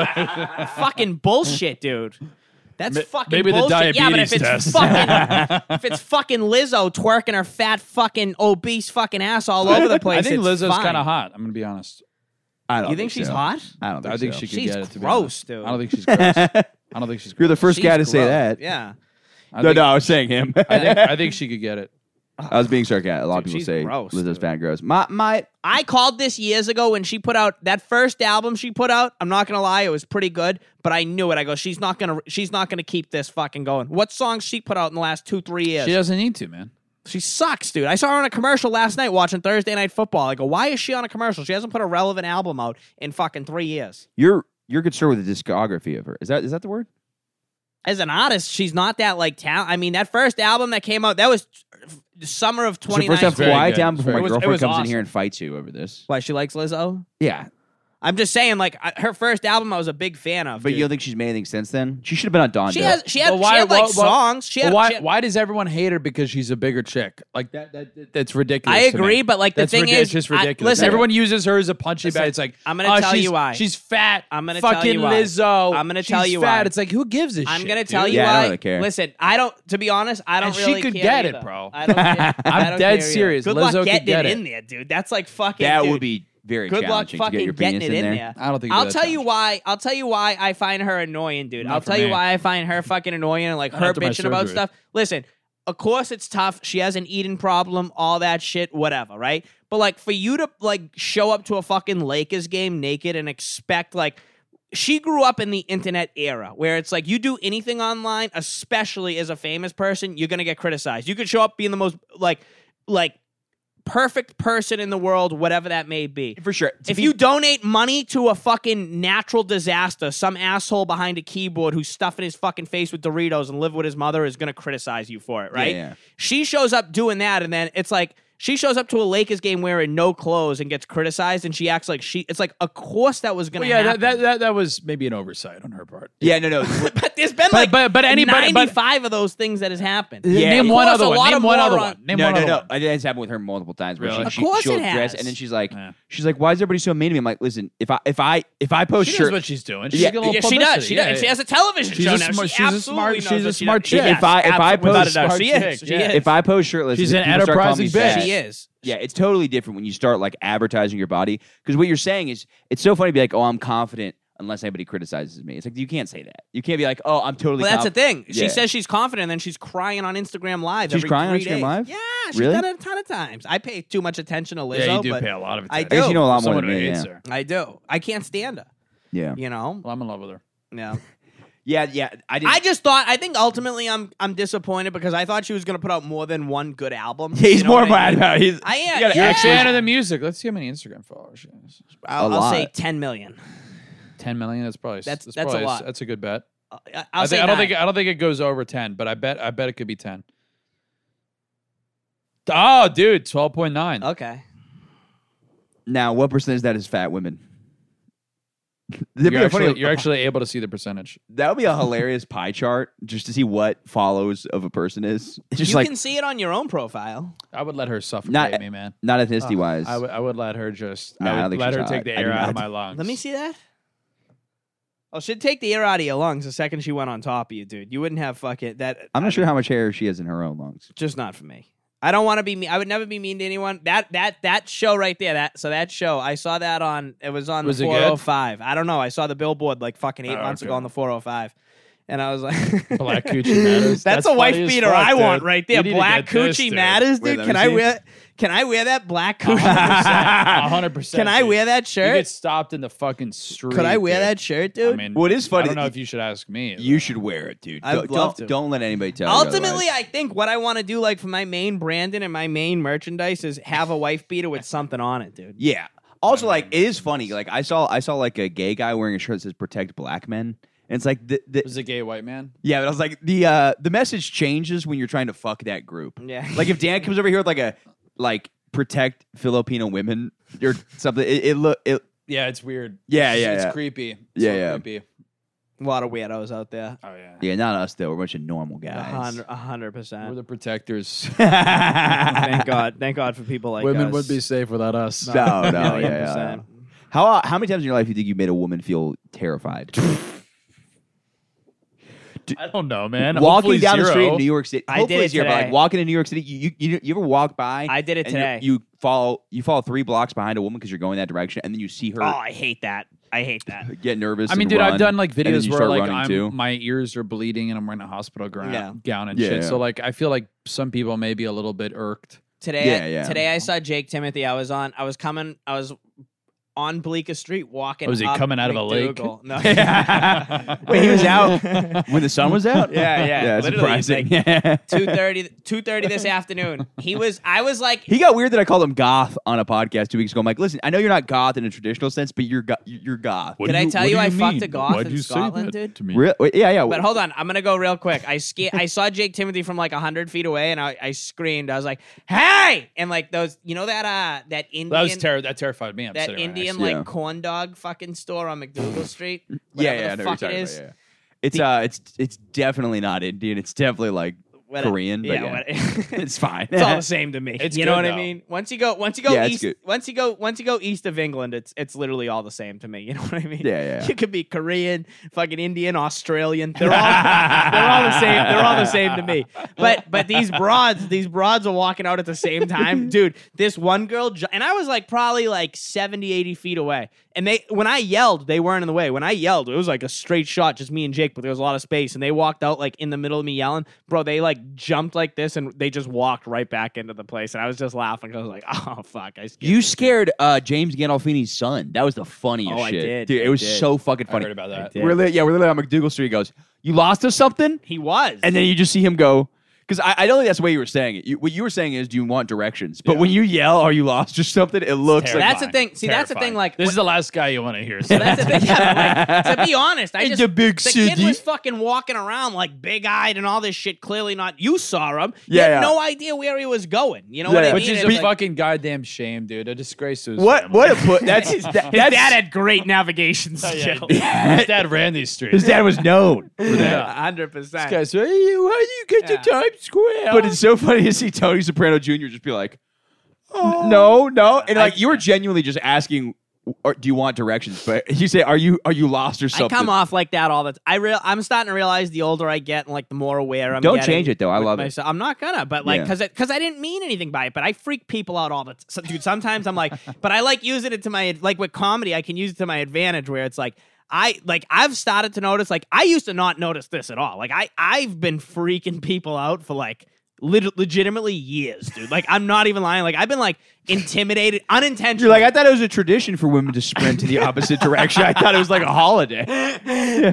Speaker 7: fucking bullshit, dude. That's fucking
Speaker 8: maybe the
Speaker 7: bullshit. yeah, but if
Speaker 8: diabetes
Speaker 7: it's
Speaker 8: test.
Speaker 7: fucking if it's fucking Lizzo twerking her fat fucking obese fucking ass all over the place,
Speaker 8: I think
Speaker 7: it's
Speaker 8: Lizzo's
Speaker 7: fine.
Speaker 8: kind of hot. I'm gonna be honest.
Speaker 6: I don't
Speaker 7: You think she's
Speaker 6: so.
Speaker 7: hot?
Speaker 6: I don't think,
Speaker 8: I think
Speaker 6: so.
Speaker 8: she could
Speaker 7: She's
Speaker 8: get it. To be
Speaker 7: gross,
Speaker 8: honest.
Speaker 7: dude.
Speaker 8: I don't think she's gross. I don't think she's. Gross.
Speaker 6: You're the first guy to
Speaker 7: She's
Speaker 6: say
Speaker 7: gross.
Speaker 6: that.
Speaker 7: Yeah.
Speaker 8: I
Speaker 6: No,
Speaker 8: think-
Speaker 6: no, I was saying him.
Speaker 8: I think, I think she could get it.
Speaker 6: I was being sarcastic. A lot
Speaker 7: Dude,
Speaker 6: of people
Speaker 7: she's
Speaker 6: say
Speaker 7: gross,
Speaker 6: Lizzo's
Speaker 7: dude.
Speaker 6: fat and gross. My my
Speaker 7: I called this years ago when she put out that first album she put out. I'm not gonna lie, it was pretty good, but I knew it. I go, she's not gonna she's not gonna keep this fucking going. What songs she put out in the last two, three years?
Speaker 8: She doesn't need to, man.
Speaker 7: She sucks, dude. I saw her on a commercial last night watching Thursday Night Football. I go, why is she on a commercial? She hasn't put a relevant album out in fucking three years.
Speaker 6: you're you're concerned with the discography of her. Is that is that the word?
Speaker 7: As an artist, she's not that like talent. I mean, that first album that came out, that was the summer of
Speaker 6: So first I
Speaker 7: 2019.
Speaker 6: have
Speaker 8: Very
Speaker 6: quiet
Speaker 8: good.
Speaker 6: down before
Speaker 8: Very
Speaker 6: my
Speaker 7: good. It was- it
Speaker 6: girlfriend
Speaker 7: was
Speaker 6: comes in
Speaker 7: awesome.
Speaker 6: here and fights you over this.
Speaker 7: why she likes Lizzo?
Speaker 6: Yeah,
Speaker 7: I'm just saying, like I- her first album, I was a big fan of.
Speaker 6: but you
Speaker 7: dude.
Speaker 6: don't think she's made anything since then? She should have been on Don.
Speaker 7: she has she had,
Speaker 8: But why-
Speaker 7: she had like
Speaker 8: why- why-
Speaker 7: songs. She
Speaker 8: But
Speaker 7: had,
Speaker 8: why?
Speaker 7: she had-
Speaker 8: why does everyone hate her because she's a bigger chick? Like that. that, that- that's ridiculous.
Speaker 7: I
Speaker 8: to
Speaker 7: agree,
Speaker 8: me.
Speaker 7: but like the
Speaker 8: that's
Speaker 7: thing
Speaker 8: ridic-
Speaker 7: is,
Speaker 8: it's just
Speaker 7: I-
Speaker 8: ridiculous.
Speaker 7: listen,
Speaker 8: everyone uses her as a punching
Speaker 7: Listen,
Speaker 8: bag. It's like
Speaker 7: I'm gonna
Speaker 8: "Oh,
Speaker 7: tell you
Speaker 8: she's-
Speaker 7: why."
Speaker 8: She's fat.
Speaker 7: I'm gonna tell
Speaker 8: fucking
Speaker 7: you why.
Speaker 8: Lizzo.
Speaker 7: I'm gonna
Speaker 8: She's
Speaker 7: tell you
Speaker 8: fat.
Speaker 7: why.
Speaker 8: It's like who gives a shit?
Speaker 7: I'm gonna tell
Speaker 8: dude?
Speaker 7: you
Speaker 6: Yeah, I
Speaker 7: why.
Speaker 6: don't really care.
Speaker 7: Listen, I don't. To be honest, I don't.
Speaker 8: And she
Speaker 7: really
Speaker 8: could
Speaker 7: care
Speaker 8: get it,
Speaker 7: either.
Speaker 8: bro.
Speaker 7: I don't care. I
Speaker 8: I'm
Speaker 7: don't
Speaker 8: dead
Speaker 7: care either.
Speaker 8: serious.
Speaker 7: Good luck
Speaker 8: Lizzo could
Speaker 7: getting
Speaker 8: get
Speaker 7: it
Speaker 8: it.
Speaker 7: in there, dude. That's like fucking.
Speaker 6: That
Speaker 7: dude.
Speaker 6: would be very
Speaker 7: Good luck
Speaker 6: challenging to get
Speaker 7: fucking
Speaker 6: your
Speaker 7: getting
Speaker 6: penis
Speaker 7: it
Speaker 6: in, there.
Speaker 8: I don't think.
Speaker 7: I'll
Speaker 8: that's
Speaker 7: tell you
Speaker 8: challenging.
Speaker 7: why. I'll tell you why I find her annoying, dude.
Speaker 8: Not
Speaker 7: I'll
Speaker 8: for
Speaker 7: tell you
Speaker 8: me.
Speaker 7: why I find her fucking annoying and like
Speaker 8: Not
Speaker 7: her
Speaker 8: after my
Speaker 7: bitching about
Speaker 8: surgery.
Speaker 7: stuff. Listen, of course it's tough. She has an eating problem, all that shit, whatever, right? But like for you to like show up to a fucking Lakers game naked and expect like she grew up in the internet era where it's like you do anything online, especially as a famous person, you're gonna get criticized. You could show up being the most like like perfect person in the world, whatever that may be
Speaker 6: For sure. To
Speaker 7: if
Speaker 6: be-
Speaker 7: you donate money to a fucking natural disaster, some asshole behind a keyboard who's stuffing his fucking face with Doritos and live with his mother is gonna criticize you for it, right?
Speaker 6: yeah.
Speaker 7: She shows up doing that, and then it's like she shows up to a Lakers game wearing no clothes and gets criticized, and she acts like she. It's like, of course that was gonna.
Speaker 8: Well, yeah, that,
Speaker 7: happen.
Speaker 8: that that that was maybe an oversight on her part.
Speaker 6: yeah, no, no.
Speaker 7: but there's been like
Speaker 8: but- but anybody- but-
Speaker 7: 95 of those things that has happened.
Speaker 6: Yeah.
Speaker 8: Name
Speaker 6: Of
Speaker 8: one
Speaker 7: course, a
Speaker 8: other
Speaker 7: lot
Speaker 8: one.
Speaker 7: of
Speaker 8: Name one other
Speaker 7: moron-
Speaker 8: one. Name
Speaker 6: no,
Speaker 8: one
Speaker 6: no,
Speaker 8: other
Speaker 6: no.
Speaker 8: one.
Speaker 6: It has happened with her multiple times. Where
Speaker 8: Really?
Speaker 6: she,
Speaker 8: Of
Speaker 6: she,
Speaker 7: course
Speaker 6: she'll
Speaker 7: it
Speaker 6: dress,
Speaker 7: has.
Speaker 6: and then she's like,
Speaker 8: Yeah.
Speaker 6: she's like, "Why is everybody so mean to me?" I'm like, "Listen, if I, if I, if I post
Speaker 8: She
Speaker 6: shirt,
Speaker 8: knows what she's doing. She's
Speaker 6: Yeah,
Speaker 8: getting a little
Speaker 7: Yeah, she
Speaker 8: publicity.
Speaker 7: does. She
Speaker 8: Yeah,
Speaker 7: does. And
Speaker 8: yeah.
Speaker 7: she has a television
Speaker 8: She's
Speaker 7: show
Speaker 8: a
Speaker 7: now.
Speaker 8: smart-
Speaker 7: she
Speaker 8: she's a
Speaker 7: absolutely
Speaker 8: smart-
Speaker 7: knows
Speaker 8: she's
Speaker 7: what
Speaker 8: a
Speaker 7: she
Speaker 8: smart
Speaker 7: does.
Speaker 8: chick.
Speaker 7: Yes,
Speaker 6: If I- if I
Speaker 7: absolutely. Without a
Speaker 6: post-
Speaker 7: doubt. she
Speaker 8: smart
Speaker 7: is.
Speaker 8: chick,
Speaker 7: She
Speaker 8: yeah.
Speaker 7: is.
Speaker 6: if I post shirtless,
Speaker 8: She's an
Speaker 6: people start calling me
Speaker 8: enterprising
Speaker 6: fat.
Speaker 8: bitch.
Speaker 7: she is.
Speaker 6: Yeah, it's totally different when you start like advertising your body because what you're saying is it's so funny to be like, oh, I'm confident unless anybody criticizes me. It's like you can't say that. You can't be like, oh, I'm totally.
Speaker 7: Well, that's the
Speaker 6: conf-
Speaker 7: thing. She
Speaker 6: Yeah.
Speaker 7: says she's confident, and then she's crying on Instagram Live.
Speaker 6: She's
Speaker 7: every
Speaker 6: crying on
Speaker 7: three
Speaker 6: Instagram
Speaker 7: days.
Speaker 6: Live?
Speaker 7: Yeah, she's
Speaker 6: Really?
Speaker 7: done it a ton of times. I pay too much attention to Lizzo.
Speaker 8: Yeah, you do
Speaker 7: but
Speaker 8: pay a lot of
Speaker 7: I
Speaker 8: attention.
Speaker 7: do.
Speaker 6: I guess you know a lot more
Speaker 8: Someone
Speaker 6: than
Speaker 8: who
Speaker 6: me.
Speaker 8: hates
Speaker 6: yeah.
Speaker 8: her.
Speaker 7: I do. I can't stand her.
Speaker 6: yeah,
Speaker 7: You know.
Speaker 8: Well, I'm in love with her.
Speaker 7: Yeah.
Speaker 6: Yeah, yeah. I didn't.
Speaker 7: I just thought I think ultimately I'm I'm disappointed because I thought she was gonna put out more than one good album.
Speaker 6: Yeah, he's
Speaker 7: You know
Speaker 6: more
Speaker 7: what I
Speaker 6: mad
Speaker 7: mean?
Speaker 6: about. He's
Speaker 7: I am.
Speaker 6: gotta
Speaker 7: yeah,
Speaker 8: You're a fan of the music. Let's see how many Instagram followers she has.
Speaker 7: I'll,
Speaker 6: A
Speaker 7: I'll say
Speaker 6: lot.
Speaker 7: ten million.
Speaker 8: 10 million. That's probably
Speaker 7: That's- that's a
Speaker 8: probably,
Speaker 7: lot.
Speaker 8: That's a good bet.
Speaker 7: I'll, I'll
Speaker 8: I
Speaker 7: say
Speaker 8: think, I don't
Speaker 7: nine.
Speaker 8: think I don't think it goes over ten, but I bet I bet it could be ten. Oh, dude, twelve point nine.
Speaker 7: Okay.
Speaker 6: now, what percentage that is fat women? That'd be
Speaker 8: You're
Speaker 6: a funny-
Speaker 8: actually, you're actually able to see the percentage.
Speaker 6: that would be a hilarious pie chart just to see what follows of a person is. It's just
Speaker 7: you
Speaker 6: like
Speaker 7: can see it on your own profile.
Speaker 8: I would let her suffocate
Speaker 6: Not-
Speaker 8: me, man.
Speaker 7: Uh,
Speaker 6: not ethnicity wise.
Speaker 8: I would I would let her just.
Speaker 6: Nah, I
Speaker 8: I
Speaker 6: don't
Speaker 8: would
Speaker 6: think
Speaker 8: let
Speaker 6: she's
Speaker 8: her
Speaker 6: hot.
Speaker 8: take the
Speaker 6: I do
Speaker 8: air out
Speaker 6: not.
Speaker 8: of my lungs.
Speaker 7: Let me see that. Oh, she'd take the air out of your lungs the second she went on top of you, dude. You wouldn't have fucking that.
Speaker 6: I'm not sure how much hair she has in her own lungs.
Speaker 7: Just not for me. I don't want to be mean. I would never be mean to anyone. That that that show right there. That so that show I saw that on. It was on
Speaker 8: Was it
Speaker 7: the
Speaker 8: good?
Speaker 7: 405. I don't know. I saw the billboard like fucking eight
Speaker 8: Oh,
Speaker 7: months ago
Speaker 8: okay.
Speaker 7: on the 405, and I was like,
Speaker 8: Black coochie matters.
Speaker 7: That's, a wife beater I want right there. Black coochie matters,
Speaker 6: Wait,
Speaker 7: dude.
Speaker 6: let
Speaker 7: Can
Speaker 6: me
Speaker 7: I
Speaker 6: see.
Speaker 7: wear? Can I wear that black coochie?
Speaker 8: hundred percent.
Speaker 7: Can I wear that
Speaker 8: You get
Speaker 7: shirt?
Speaker 8: stopped in the fucking street.
Speaker 7: Could I wear
Speaker 8: dude.
Speaker 7: that shirt, dude?
Speaker 8: I mean,
Speaker 6: Well, it is funny
Speaker 8: I don't
Speaker 6: that
Speaker 8: know
Speaker 6: you-
Speaker 8: if you should ask me.
Speaker 6: You should wear it, dude.
Speaker 7: I'd
Speaker 6: Don't-
Speaker 7: love
Speaker 6: don't,
Speaker 7: to.
Speaker 6: don't let anybody tell you.
Speaker 7: Ultimately, I think what I want to do, like for my main branding and my main merchandise, is have a wife beater with something on it, dude.
Speaker 6: Yeah. Also, like it is funny. Like I saw, I saw like a gay guy wearing a shirt that says "Protect Black Men," and it's like the, the
Speaker 8: was a gay white man.
Speaker 6: yeah. But I was like the uh the message changes when you're trying to fuck that group.
Speaker 7: Yeah.
Speaker 6: Like if Dan comes over here with like a like protect Filipino women or something, it, it look it
Speaker 8: Yeah, it's weird.
Speaker 6: Yeah,
Speaker 8: It's-
Speaker 6: yeah,
Speaker 8: It's
Speaker 6: yeah.
Speaker 8: creepy. It's
Speaker 6: Yeah,
Speaker 8: so
Speaker 6: yeah.
Speaker 8: Creepy.
Speaker 7: A lot of weirdos out there.
Speaker 8: Oh yeah.
Speaker 6: yeah. Not us though. We're a bunch of normal
Speaker 7: A
Speaker 6: guys.
Speaker 7: hundred, a hundred
Speaker 8: We're
Speaker 7: percent.
Speaker 8: the protectors.
Speaker 7: Thank God, thank God for people like us.
Speaker 8: safe without us.
Speaker 6: No, no, yeah, yeah,
Speaker 7: 100%.
Speaker 6: How uh, how many times in your life do you think you made a woman feel terrified?
Speaker 8: I don't know, man.
Speaker 6: walking
Speaker 8: Hopefully
Speaker 6: down the
Speaker 8: zero.
Speaker 6: street in New York City.
Speaker 7: I did
Speaker 6: hopefully
Speaker 7: it
Speaker 6: it's zero, but,
Speaker 7: today.
Speaker 6: like walking in New York City, you you, you, you ever walk by?
Speaker 7: I did it
Speaker 6: and you're-
Speaker 7: today.
Speaker 6: You follow you follow three blocks behind a woman because you're going that direction, and then you see her
Speaker 7: Oh, I hate that. I hate that.
Speaker 6: get nervous.
Speaker 8: I mean,
Speaker 6: and
Speaker 8: dude, I've
Speaker 6: run,
Speaker 8: done like
Speaker 6: and then
Speaker 8: videos
Speaker 6: you
Speaker 8: where
Speaker 6: start
Speaker 8: like
Speaker 6: running,
Speaker 8: I'm,
Speaker 6: too.
Speaker 8: my ears are bleeding and I'm wearing a hospital gown,
Speaker 7: Yeah.
Speaker 8: gown and
Speaker 6: Yeah,
Speaker 8: shit.
Speaker 6: yeah.
Speaker 8: So like, I feel like some people maybe a little bit irked.
Speaker 7: Today,
Speaker 6: Yeah,
Speaker 7: I,
Speaker 6: yeah.
Speaker 7: today I saw Jake Timothy. I was on. I was coming. I was on Bleecker Street walking.
Speaker 8: Was Oh, he
Speaker 7: up
Speaker 8: coming out of a lake?
Speaker 7: McDougal. No.
Speaker 6: Wait, he was out when the sun was out.
Speaker 7: Yeah, yeah,
Speaker 6: yeah. it's
Speaker 7: literally, it's
Speaker 6: surprising. Yeah.
Speaker 7: 2.30 2.30 this afternoon. He was. I was like.
Speaker 6: He got weird that I called him goth on a podcast two weeks ago. I'm like, listen, I know you're not goth in a traditional sense, but you're go- you're goth.
Speaker 7: Did I tell you, I fucked a goth in Scotland, dude?
Speaker 6: Real- wait, yeah, yeah.
Speaker 7: But hold on, I'm gonna go real quick. I sca- I saw Jake Timothy from like hundred feet away, and I, I screamed. I was like, "Hey!" And like those, you know that uh that Indian
Speaker 8: That was terror. That terrified me. I'm
Speaker 7: that
Speaker 8: sitting right next
Speaker 7: Indian
Speaker 8: to
Speaker 7: like
Speaker 6: Yeah.
Speaker 7: corn dog fucking store on McDougal Street.
Speaker 6: yeah,
Speaker 7: Whatever
Speaker 6: yeah, I
Speaker 7: the
Speaker 6: know what you're
Speaker 7: fuck it
Speaker 6: talking
Speaker 7: is.
Speaker 6: about, yeah, yeah. It's uh, it's it's definitely not Indian. It's definitely like
Speaker 7: What-
Speaker 6: Korean. But yeah,
Speaker 7: what-
Speaker 6: it's fine.
Speaker 7: It's all the same to me.
Speaker 8: It's
Speaker 7: you know
Speaker 8: good,
Speaker 7: what I
Speaker 8: though.
Speaker 7: mean. Once you go, once you go
Speaker 6: Yeah, it's
Speaker 7: east,
Speaker 6: good.
Speaker 7: once you go, once you go east of England, it's it's literally all the same to me. You know what I mean?
Speaker 6: Yeah, yeah, yeah.
Speaker 7: You could be Korean, fucking Indian, Australian. They're all they're all the same. They're all the same to me. But but these broads, these broads are walking out at the same time, dude. This one girl, ju- and I was like probably like 70, 80 feet away. And they when I yelled, they weren't in the way. When I yelled, it was like a straight shot, just me and Jake, but there was a lot of space. And they walked out like in the middle of me yelling, bro. They like jumped like this, and they just walked right back into the place. And I was just laughing. 'cause I was like, oh fuck, I. skipped
Speaker 6: You scared uh, James Gandolfini's son. That was the funniest
Speaker 7: Oh, I
Speaker 6: shit,
Speaker 7: did.
Speaker 6: dude.
Speaker 7: I
Speaker 6: It was
Speaker 7: did.
Speaker 6: so fucking
Speaker 8: I
Speaker 6: funny.
Speaker 8: heard about that.
Speaker 7: did.
Speaker 6: We're li- yeah, we're literally on McDougal Street. He goes, "You lost us something,"
Speaker 7: He was.
Speaker 6: and then you just see him go. Because I, I don't think that's the way you were saying it. You, what you were saying is, "Do you want directions?" But when you yell, "Are you lost?" or something, it looks like
Speaker 7: That's the thing. See, that's the thing, like-
Speaker 8: this is the last guy you want to hear.
Speaker 7: So that's the thing. Yeah, but, like, to be honest, I
Speaker 6: In
Speaker 7: just
Speaker 6: the big
Speaker 7: the kid
Speaker 6: city.
Speaker 7: was fucking walking around like big eyed and all this shit. Clearly not. You saw him. You
Speaker 6: Yeah,
Speaker 7: had
Speaker 6: yeah.
Speaker 7: no idea where he was going. You know
Speaker 6: Yeah,
Speaker 7: what I mean?
Speaker 6: yeah. But
Speaker 8: Which is
Speaker 7: It's
Speaker 8: a
Speaker 7: like-
Speaker 8: fucking goddamn shame, dude. A disgrace to his
Speaker 6: what?
Speaker 8: family.
Speaker 6: What a put. That's that,
Speaker 7: His
Speaker 6: that's-
Speaker 7: dad had great navigation skills.
Speaker 8: Oh, His dad ran these
Speaker 6: His
Speaker 8: streets.
Speaker 6: dad was known.
Speaker 7: hundred percent.
Speaker 8: Guys, how do you get
Speaker 7: Yeah.
Speaker 8: to Times Square?
Speaker 6: But it's so funny to see Tony Soprano Jr. just be like, "No, no," and like you were genuinely just asking, or, "Do you want directions?" But you say, "Are you are you lost or
Speaker 7: I
Speaker 6: something?"
Speaker 7: come off like that all the time. I real I'm starting to realize the older I get and like the more aware I'm
Speaker 6: Don't
Speaker 7: getting
Speaker 6: change it, though. I
Speaker 7: with
Speaker 6: love it.
Speaker 7: myself. I'm not gonna, but like
Speaker 6: Yeah.
Speaker 7: because because I didn't mean anything by it, but I freak people out all the time. So, dude, sometimes I'm like, but I like using it to my like with comedy, I can use it to my advantage where it's like. I like I've started to notice like I used to not notice this at all. Like I I've been freaking people out for like lit- legitimately years, dude. Like I'm not even lying. Like I've been like intimidated
Speaker 6: You're
Speaker 7: unintentionally.
Speaker 6: like, I thought it was a tradition for women to sprint in the opposite direction. I thought it was like a holiday. I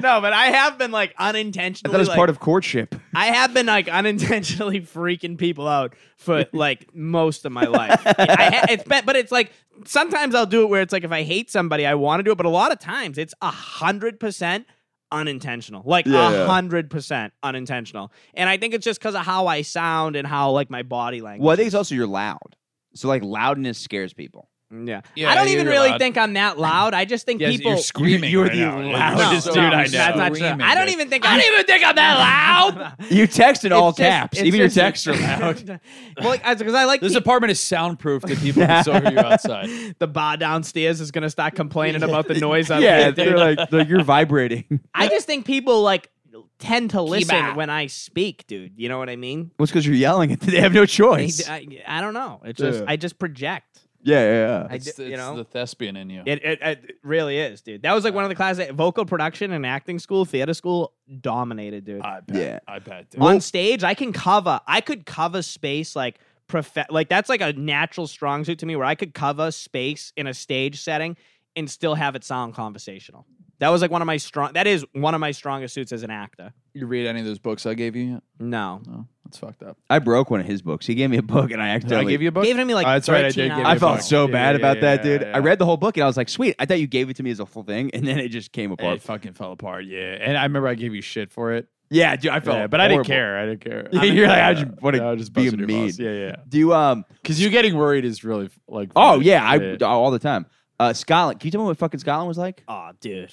Speaker 7: no, but I have been like unintentionally.
Speaker 6: thought it was
Speaker 7: like-
Speaker 6: part of courtship.
Speaker 7: I have been like unintentionally freaking people out for like most of my life. I ha- it's been, but it's like sometimes I'll do it where it's like if I hate somebody, I want to do it, but a lot of times it's a hundred percent unintentional, like a hundred percent unintentional. And I think it's just because of how I sound and how like my body language.
Speaker 6: Well, I think it's also you're loud. So like loudness scares people.
Speaker 7: Yeah,
Speaker 8: Yeah,
Speaker 7: I don't
Speaker 8: yeah,
Speaker 7: even
Speaker 8: you're
Speaker 7: really
Speaker 8: loud.
Speaker 7: think I'm that loud. I just think
Speaker 8: Yes,
Speaker 7: people.
Speaker 8: you're screaming.
Speaker 6: you're
Speaker 8: right
Speaker 6: the
Speaker 8: now.
Speaker 6: loudest
Speaker 8: No,
Speaker 6: dude I
Speaker 8: no,
Speaker 6: know.
Speaker 7: That's not true.
Speaker 8: screaming,
Speaker 7: I don't
Speaker 8: dude.
Speaker 7: even think I don't even think I'm that loud.
Speaker 6: You text in all
Speaker 7: It's just-
Speaker 6: caps.
Speaker 7: it's
Speaker 6: Even your
Speaker 7: just-
Speaker 6: texts are loud.
Speaker 7: well, because I like
Speaker 8: This
Speaker 7: pe-
Speaker 8: apartment is soundproof to people who saw you outside.
Speaker 7: the bar downstairs is going to start complaining about the noise up
Speaker 6: yeah,
Speaker 7: here. dude.
Speaker 6: they're like, like, you're vibrating.
Speaker 7: I just think people like tend to listen when I speak, dude. You know what I mean?
Speaker 6: What's because you're yelling at them. They have no
Speaker 7: I,
Speaker 6: choice.
Speaker 7: I, I don't know. It's just I just project.
Speaker 6: yeah, yeah, yeah.
Speaker 7: I
Speaker 8: It's,
Speaker 7: d-
Speaker 8: the-
Speaker 7: you
Speaker 8: it's
Speaker 7: know.
Speaker 8: the thespian in you.
Speaker 7: it, it, it really is, dude. That was like one of the classes. Vocal production and acting school, theater school, dominated, dude.
Speaker 8: I bet.
Speaker 6: Yeah.
Speaker 8: I bet. Dude.
Speaker 7: on stage i can cover i could cover space like prof- like that's like a natural strong suit to me where i could cover space in a stage setting and still have it sound conversational that was like one of my strong that is one of my strongest suits as an actor
Speaker 8: You read any of those books I gave you yet?
Speaker 7: no
Speaker 8: No, that's fucked up.
Speaker 6: I broke one of his books. He gave me a book, and I
Speaker 8: Did
Speaker 6: accidentally
Speaker 8: I give you a book?
Speaker 7: gave it to me like
Speaker 8: Oh, that's right, I did
Speaker 7: 13
Speaker 8: give you a
Speaker 6: I
Speaker 7: hours.
Speaker 8: book.
Speaker 6: felt so
Speaker 8: Yeah,
Speaker 6: bad
Speaker 8: yeah,
Speaker 6: about
Speaker 8: yeah,
Speaker 6: that,
Speaker 8: yeah,
Speaker 6: dude.
Speaker 8: yeah.
Speaker 6: I read the whole book and I was like, sweet. I thought you gave it to me as a full thing, and then it just came apart.
Speaker 8: It fucking fell apart. Yeah, and I remember I gave you shit for it.
Speaker 6: yeah, dude, I felt.
Speaker 8: Yeah, but I didn't
Speaker 6: horrible.
Speaker 8: care. I didn't care.
Speaker 6: You're like, I just wanna
Speaker 8: I was just
Speaker 6: be
Speaker 8: busting your
Speaker 6: mean.
Speaker 8: balls. Yeah, yeah.
Speaker 6: Do you um?
Speaker 8: Because you getting worried is really like.
Speaker 6: Oh yeah, I all the time. Uh, Scotland. Can you tell me what fucking Scotland was like?
Speaker 7: oh dude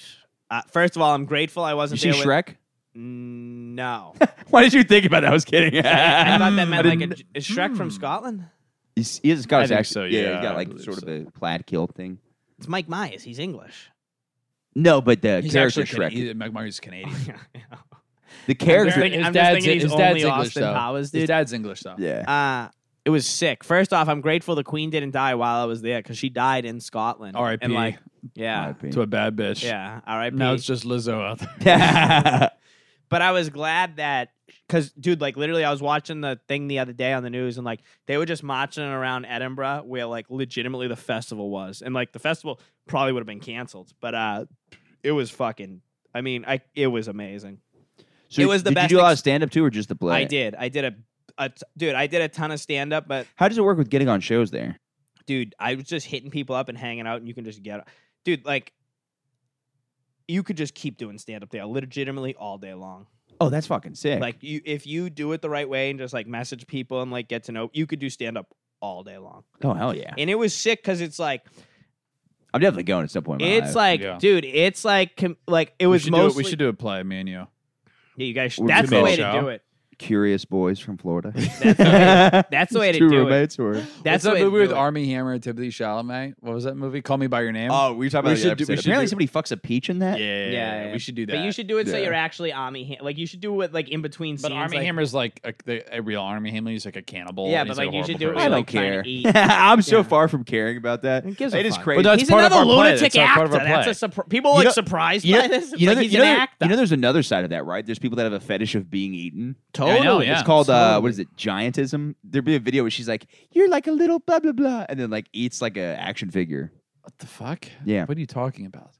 Speaker 7: uh, first of all i'm grateful i
Speaker 6: You
Speaker 7: wasn't
Speaker 6: see
Speaker 7: there with-
Speaker 6: Shrek?
Speaker 7: no
Speaker 6: Why did you think about that? I was kidding.
Speaker 7: i thought that
Speaker 6: Mm,
Speaker 7: meant
Speaker 6: I
Speaker 7: like a,
Speaker 6: didn't-
Speaker 7: J- is shrek from scotland
Speaker 6: He's, he has a Scottish
Speaker 8: I think
Speaker 6: accent.
Speaker 8: so,
Speaker 6: yeah,
Speaker 8: yeah,
Speaker 6: he's got
Speaker 8: I
Speaker 6: like
Speaker 8: believe
Speaker 6: sort
Speaker 8: so.
Speaker 6: of a plaid kilt thing.
Speaker 7: it's mike myers he's english
Speaker 6: No, but the
Speaker 8: He's
Speaker 6: character
Speaker 8: actually
Speaker 6: Shrek.
Speaker 8: Shrek. He, Mike Myers is Canadian.
Speaker 6: the
Speaker 7: I'm just
Speaker 6: character.
Speaker 7: thinking,
Speaker 8: His
Speaker 7: I'm just
Speaker 8: dad's-
Speaker 7: thinking he's
Speaker 8: his dad's
Speaker 7: only
Speaker 8: English,
Speaker 7: austin
Speaker 8: though.
Speaker 7: powers dude
Speaker 8: His dad's English though.
Speaker 6: Yeah.
Speaker 7: uh, it was sick. First off, I'm grateful the Queen didn't die while I was there because she died in Scotland.
Speaker 8: R.I.P.
Speaker 7: And like, yeah,
Speaker 6: R.I.P..
Speaker 8: To a bad bitch.
Speaker 7: yeah, R.I.P.
Speaker 8: Now it's just Lizzo out there.
Speaker 7: but I was glad that because, dude, like literally, I was watching the thing the other day on the news, and like they were just marching around Edinburgh, where like legitimately the festival was, and like the festival probably would have been canceled, but uh, it was fucking. I mean, I it was amazing.
Speaker 6: So
Speaker 7: It was the
Speaker 6: did
Speaker 7: best
Speaker 6: you do a lot of
Speaker 7: ex-
Speaker 6: stand up too, or just the play?
Speaker 7: I did, I did a, a t- dude, I did a ton of stand up, but
Speaker 6: How does it work with getting on shows there?
Speaker 7: dude, I was just hitting people up and hanging out, and you can just get, dude, like, you could just keep doing stand up there, legitimately all day long.
Speaker 6: Oh, that's fucking sick.
Speaker 7: Like, you if you do it the right way and just like message people and like get to know, you could do stand up all day long.
Speaker 6: oh hell yeah!
Speaker 7: And it was sick because it's like,
Speaker 6: I'm definitely going at some point. in my
Speaker 7: it's
Speaker 6: life.
Speaker 7: like,
Speaker 8: Yeah.
Speaker 7: dude, it's like, com- like it
Speaker 8: we
Speaker 7: was
Speaker 8: should, do it,
Speaker 7: mostly.
Speaker 8: we should do a play, me and you.
Speaker 7: Yeah, you guys. Should,
Speaker 6: We
Speaker 7: that's
Speaker 6: should
Speaker 7: the
Speaker 6: do a
Speaker 7: way to
Speaker 8: show.
Speaker 7: do it.
Speaker 6: curious boys from Florida.
Speaker 7: That's the way to
Speaker 6: Two
Speaker 7: do it.
Speaker 6: roommates or
Speaker 7: That's
Speaker 8: What's
Speaker 7: the
Speaker 8: that
Speaker 7: way to
Speaker 8: movie with
Speaker 7: do it.
Speaker 8: Army Hammer and Timothy Chalamet? What was that movie? Call Me by Your Name.
Speaker 6: Oh, we were talking
Speaker 8: We
Speaker 6: about
Speaker 8: should
Speaker 6: that
Speaker 8: do- we
Speaker 6: episode.
Speaker 8: should
Speaker 6: Apparently,
Speaker 8: do-
Speaker 6: somebody fucks a peach in
Speaker 8: yeah,
Speaker 6: that.
Speaker 8: yeah,
Speaker 7: yeah,
Speaker 8: yeah,
Speaker 7: yeah.
Speaker 8: We should do that.
Speaker 7: But you should do it so
Speaker 6: Yeah.
Speaker 7: you're actually Army Hammer. Like you should do it like in between
Speaker 8: But
Speaker 7: scenes.
Speaker 8: Army
Speaker 7: like,
Speaker 8: Hammer's like a, the, a real Army Hammer. He's like a cannibal.
Speaker 7: Yeah,
Speaker 8: and
Speaker 7: but
Speaker 8: he's, a
Speaker 7: like you should
Speaker 8: horrible
Speaker 7: do it. with,
Speaker 8: person.
Speaker 6: don't
Speaker 7: like, trying to
Speaker 6: care.
Speaker 7: eat.
Speaker 6: I'm so
Speaker 7: Yeah.
Speaker 6: far from caring about that.
Speaker 7: Who gives a
Speaker 6: it is
Speaker 7: fuck?
Speaker 6: crazy.
Speaker 8: that's
Speaker 7: He's
Speaker 8: part of
Speaker 7: another
Speaker 8: our play.
Speaker 7: lunatic
Speaker 8: That's all
Speaker 7: actor.
Speaker 8: part of our
Speaker 7: That's a surpri- people are
Speaker 6: You
Speaker 7: like
Speaker 6: know-
Speaker 7: surprised
Speaker 6: you know,
Speaker 7: by this.
Speaker 6: you know,
Speaker 7: Like,
Speaker 6: there-
Speaker 7: he's
Speaker 6: you know
Speaker 7: an
Speaker 6: there-
Speaker 7: actor.
Speaker 6: you know there's another side of that, right? There's people that have a fetish of being eaten.
Speaker 8: Yeah, I know,
Speaker 7: Totally.
Speaker 8: yeah.
Speaker 6: It's called uh,
Speaker 8: Totally.
Speaker 6: what is it? Giantism. There'd be a video where she's like, "You're like a little blah blah blah," and then like eats like a action figure.
Speaker 8: What the fuck?
Speaker 6: Yeah.
Speaker 8: What are you talking about?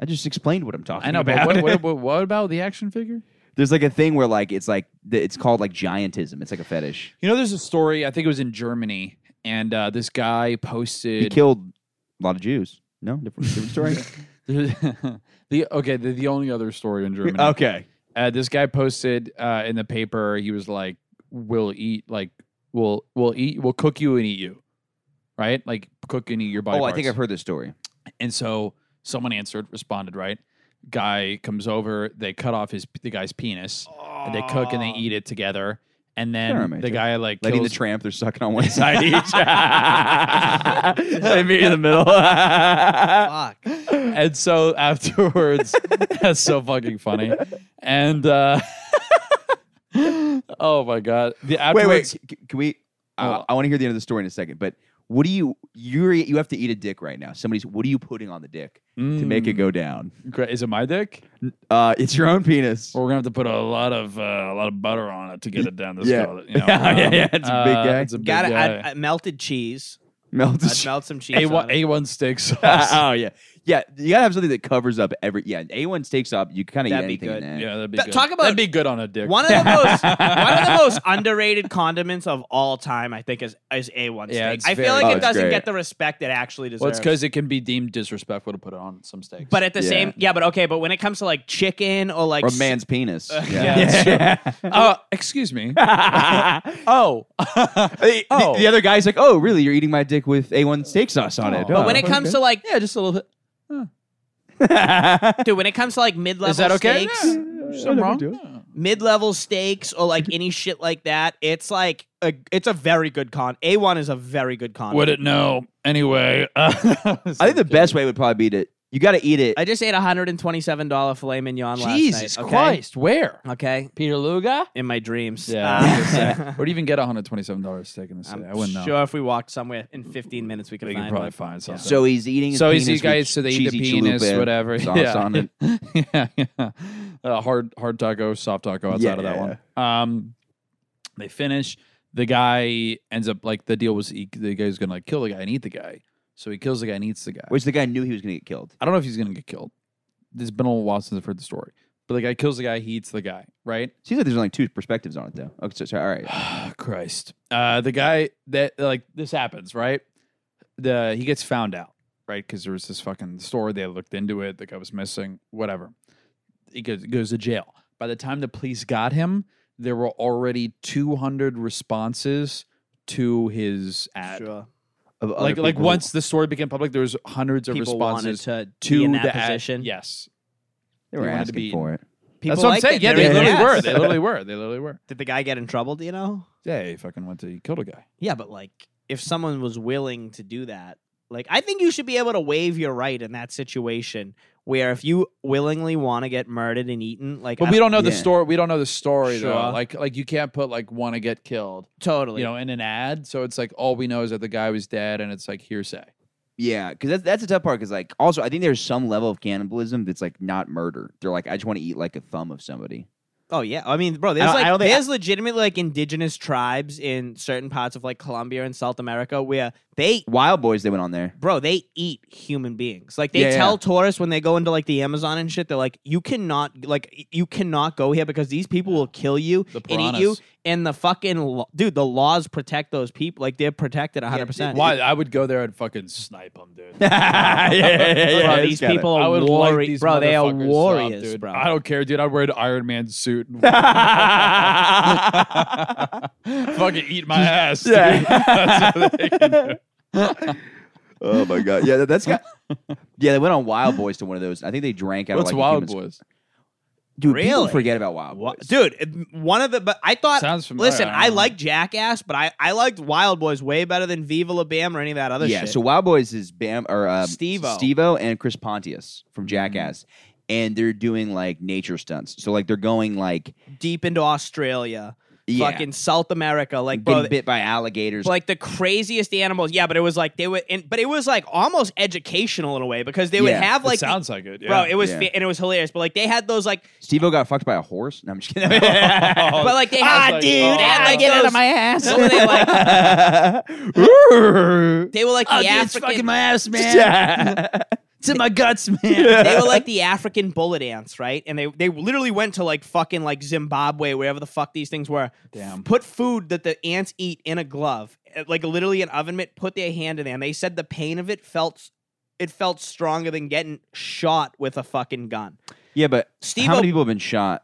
Speaker 6: I just explained what I'm talking
Speaker 8: I know,
Speaker 6: about.
Speaker 8: but what, what, what, what about the action figure?
Speaker 6: There's like a thing where like it's like th- it's called like giantism. It's like a fetish.
Speaker 8: You know, there's a story. I think it was in Germany, and uh, this guy
Speaker 6: He
Speaker 8: posted.
Speaker 6: killed a lot of Jews. No, different, different story.
Speaker 8: the okay, the, the only other story in Germany.
Speaker 6: okay.
Speaker 8: uh, this guy posted uh, in the paper. He was like, "We'll eat like we'll we'll eat we'll cook you and eat you, right? Like cook and eat your body."
Speaker 6: Oh, I think
Speaker 8: parts."
Speaker 6: I've heard this story.
Speaker 8: And so someone answered, responded, right? Guy comes over, they cut off his the guy's penis, and they cook and they eat it together. And
Speaker 6: Sure,
Speaker 8: then
Speaker 6: mate.
Speaker 8: the guy like
Speaker 6: Letting
Speaker 8: kills,
Speaker 6: the tramp, they're sucking on one side each. they meet in the middle.
Speaker 7: Fuck.
Speaker 8: and so afterwards, that's so fucking funny. And uh oh my god, the
Speaker 6: wait,
Speaker 8: afterwards,
Speaker 6: wait. c- c- Can we? Uh,
Speaker 8: Oh.
Speaker 6: I want to hear the end of the story in a second, but what do you you you have to eat a dick right now? Somebody's what are you putting on the dick to make it
Speaker 8: Hmm.
Speaker 6: go down?
Speaker 8: mm, Great. Is it my dick?
Speaker 6: Uh, it's your own penis.
Speaker 8: Well, we're gonna have to put a lot of uh, a lot of butter on it to get it down this
Speaker 6: Yeah.
Speaker 8: gullet, you know?
Speaker 6: Yeah, yeah, yeah, it's a big
Speaker 8: uh,
Speaker 6: guy.
Speaker 8: It's a big
Speaker 7: Got it.
Speaker 8: guy.
Speaker 7: I, I melted cheese.
Speaker 6: Melt the
Speaker 7: I'd melt some cheese.
Speaker 8: A
Speaker 7: on
Speaker 8: one
Speaker 7: it.
Speaker 8: A one steak sauce.
Speaker 6: oh yeah, yeah. You gotta have something that covers up every. Yeah, A one steaks up. You kind of eat
Speaker 7: That'd be
Speaker 6: anything.
Speaker 7: good.
Speaker 6: In that.
Speaker 8: yeah, that'd be
Speaker 7: Th-
Speaker 8: good.
Speaker 7: talk about-
Speaker 8: that'd be good on a dick.
Speaker 7: One of the most one of the most underrated condiments of all time, I think, is is A1
Speaker 8: Yeah,
Speaker 7: steak.
Speaker 8: it's
Speaker 7: I feel
Speaker 8: very-
Speaker 7: like
Speaker 6: Oh,
Speaker 7: it
Speaker 6: it's
Speaker 7: doesn't
Speaker 6: great.
Speaker 7: get the respect it actually deserves.
Speaker 8: well, it's because it can be deemed disrespectful to put it on some steaks.
Speaker 7: but at the
Speaker 6: Yeah.
Speaker 7: same yeah, but okay, but when it comes to like chicken or like
Speaker 6: Or
Speaker 7: s-
Speaker 6: man's penis.
Speaker 8: yeah, that's true. Uh, excuse me. oh,
Speaker 6: Oh. The, the other guy's like, "Oh, really? You're eating my dick with A1 steak sauce on it?"
Speaker 8: But
Speaker 6: Oh,
Speaker 7: when it comes to like
Speaker 8: yeah, just a little bit.
Speaker 7: dude, when it comes to like mid level
Speaker 8: Is that okay?
Speaker 7: steaks,
Speaker 8: Yeah. Something wrong?
Speaker 7: mid level steaks or
Speaker 8: Mm-hmm.
Speaker 7: like any shit like that, it's like a it's a very good con A1 is a very good con.
Speaker 8: Would it know anyway? uh, I
Speaker 6: I think the best way would probably be to you got to eat it.
Speaker 7: I just ate a hundred and twenty seven dollar filet mignon last night.
Speaker 8: Jesus
Speaker 7: okay?
Speaker 8: Christ, where?
Speaker 7: Okay.
Speaker 8: Peter Luga?
Speaker 7: In my dreams.
Speaker 8: Yeah,
Speaker 7: Uh,
Speaker 8: I'm just saying. where'd you even get a hundred twenty-seven dollars steak in the city?
Speaker 7: I'm
Speaker 8: I wouldn't know.
Speaker 7: sure if we walked somewhere in 15 minutes, we could
Speaker 8: We
Speaker 7: find
Speaker 8: could probably
Speaker 7: one.
Speaker 8: find something.
Speaker 6: so he's eating. His
Speaker 8: so he's
Speaker 6: penis
Speaker 8: these
Speaker 6: with
Speaker 8: guys, so they eat the
Speaker 6: cheesy
Speaker 8: penis,
Speaker 6: chalupa
Speaker 8: whatever.
Speaker 6: Sauce
Speaker 8: yeah.
Speaker 6: on it.
Speaker 8: yeah, yeah. Uh, hard, hard taco, soft taco outside
Speaker 6: Yeah,
Speaker 8: of that
Speaker 6: yeah,
Speaker 8: one. Um, they finish. The guy ends up like the deal was he, the guy's gonna like kill the guy and eat the guy. So he kills the guy and eats the guy.
Speaker 6: Which the guy knew he was going to get killed.
Speaker 8: I don't know if he's gonna get killed. It's been a little while since I've heard the story. But the guy kills the guy, he eats the guy, right?
Speaker 6: Seems like there's only two perspectives on it though. Okay, so, sorry. All right.
Speaker 8: Ah, Christ. Uh, the guy that like this happens, right? The he gets found out, right? Because there was this fucking store. They looked into it. The guy was missing. Whatever. He goes, goes to jail. By the time the police got him, there were already 200 responses to his ad.
Speaker 7: Sure.
Speaker 6: Of other
Speaker 8: Like like
Speaker 6: people-
Speaker 8: once the story became public, there was hundreds of
Speaker 7: People wanted
Speaker 8: responses
Speaker 7: to,
Speaker 8: to
Speaker 7: be in
Speaker 8: the
Speaker 7: that
Speaker 8: ad.
Speaker 7: position.
Speaker 8: Yes,
Speaker 6: they were
Speaker 8: wanted to
Speaker 6: asking
Speaker 8: be-
Speaker 6: for it.
Speaker 7: People
Speaker 8: that's what I'm
Speaker 7: liked
Speaker 8: saying.
Speaker 7: it.
Speaker 8: Yeah, they
Speaker 7: They're
Speaker 8: literally
Speaker 7: like,
Speaker 8: were.
Speaker 7: "Yes."
Speaker 8: They literally were. They literally were.
Speaker 7: Did the guy get in trouble? Do you know?
Speaker 8: Yeah, he fucking went to he killed a guy.
Speaker 7: Yeah, but like if someone was willing to do that, like I think you should be able to waive your right in that situation where if you willingly want to get murdered and eaten, like
Speaker 8: But
Speaker 7: I
Speaker 8: we don't know the
Speaker 6: yeah.
Speaker 8: story. We don't know the story though.
Speaker 7: Sure.
Speaker 8: Like like you can't put like want to get killed,
Speaker 7: totally.
Speaker 8: you know, in an ad. So it's like all we know is that the guy was dead, and it's like hearsay.
Speaker 6: Yeah, because that's that's a tough part. Because like, also, I think there's some level of cannibalism that's like not murder. They're like, I just want to eat like a thumb of somebody.
Speaker 7: Oh yeah, I mean, bro,
Speaker 6: I
Speaker 7: there's
Speaker 6: don't- I
Speaker 7: like
Speaker 6: don't think-
Speaker 7: there's legitimately like indigenous tribes in certain parts of like Colombia and South America where they
Speaker 6: Wild Boys, they went on there.
Speaker 7: bro, they eat human beings. Like they
Speaker 6: Yeah,
Speaker 7: tell
Speaker 6: yeah.
Speaker 7: tourists when they go into like the Amazon and shit, they're like, you cannot like y- you cannot go here because these people will kill you
Speaker 8: The
Speaker 7: and eat you.
Speaker 8: piranhas.
Speaker 7: And the fucking lo- dude, the laws protect those people. Like they're protected 100. percent
Speaker 8: Why I would go there and fucking snipe them, dude.
Speaker 6: yeah, yeah, yeah,
Speaker 7: bro,
Speaker 6: it's
Speaker 7: these
Speaker 6: gotta-
Speaker 7: people
Speaker 8: I
Speaker 7: are
Speaker 8: would
Speaker 7: warri-
Speaker 8: like these
Speaker 7: bro. They are
Speaker 8: motherfuckers up,
Speaker 7: warriors,
Speaker 8: dude.
Speaker 7: bro.
Speaker 8: I don't care, dude. I'd wear an Iron Man suit. And fucking eat my ass. dude. That's what they can do.
Speaker 6: Oh my god. Yeah, that- that's got. yeah, they went on Wild Boys to one of those. I think they drank out
Speaker 8: What's
Speaker 6: of like a
Speaker 8: Wild
Speaker 6: human's-
Speaker 8: Boys?
Speaker 6: Dude, people
Speaker 7: Really?
Speaker 6: forget about Wild Boys.
Speaker 7: Wa- Dude, it- one of the but I thought
Speaker 8: Sounds familiar.
Speaker 7: Listen,
Speaker 8: I
Speaker 7: I
Speaker 8: don't know.
Speaker 7: like Jackass, but I I liked Wild Boys way better than Viva La Bam or any of that other
Speaker 6: yeah,
Speaker 7: shit.
Speaker 6: so Wild Boys is Bam or um,
Speaker 7: Steve-O.
Speaker 6: Steve-O and Chris Pontius
Speaker 8: Mm-hmm.
Speaker 6: from Jackass, and they're doing like nature stunts. So like they're going like
Speaker 7: deep into Australia,
Speaker 6: yeah,
Speaker 7: fucking South America, like
Speaker 6: getting
Speaker 7: bro,
Speaker 6: bit by alligators.
Speaker 7: like the craziest animals. Yeah, but it was like they were, in, but it was like almost educational in a way because they would
Speaker 6: Yeah,
Speaker 7: have like
Speaker 8: it sounds like it. Yeah.
Speaker 7: bro, it was
Speaker 6: Yeah.
Speaker 7: fa- and it was hilarious. But like they had those like,
Speaker 6: Steve-O got fucked by a horse. No, I'm just kidding.
Speaker 7: but like they
Speaker 8: Ah,
Speaker 7: had
Speaker 8: dude, I
Speaker 7: like get out of my ass. they, like,
Speaker 8: Oh,
Speaker 7: they were like the African,
Speaker 6: ass, man. Yeah. it's in my guts, man.
Speaker 7: they were like the African bullet ants, right? And they they literally went to like fucking like Zimbabwe, wherever the fuck these things were.
Speaker 8: Damn.
Speaker 7: Put food that the ants eat in a glove, eh, like literally an oven mitt. Put their hand in there, and they said the pain of it felt it felt stronger than getting shot with a fucking gun.
Speaker 6: Yeah, but
Speaker 7: Steve-O-
Speaker 6: how many people have been shot?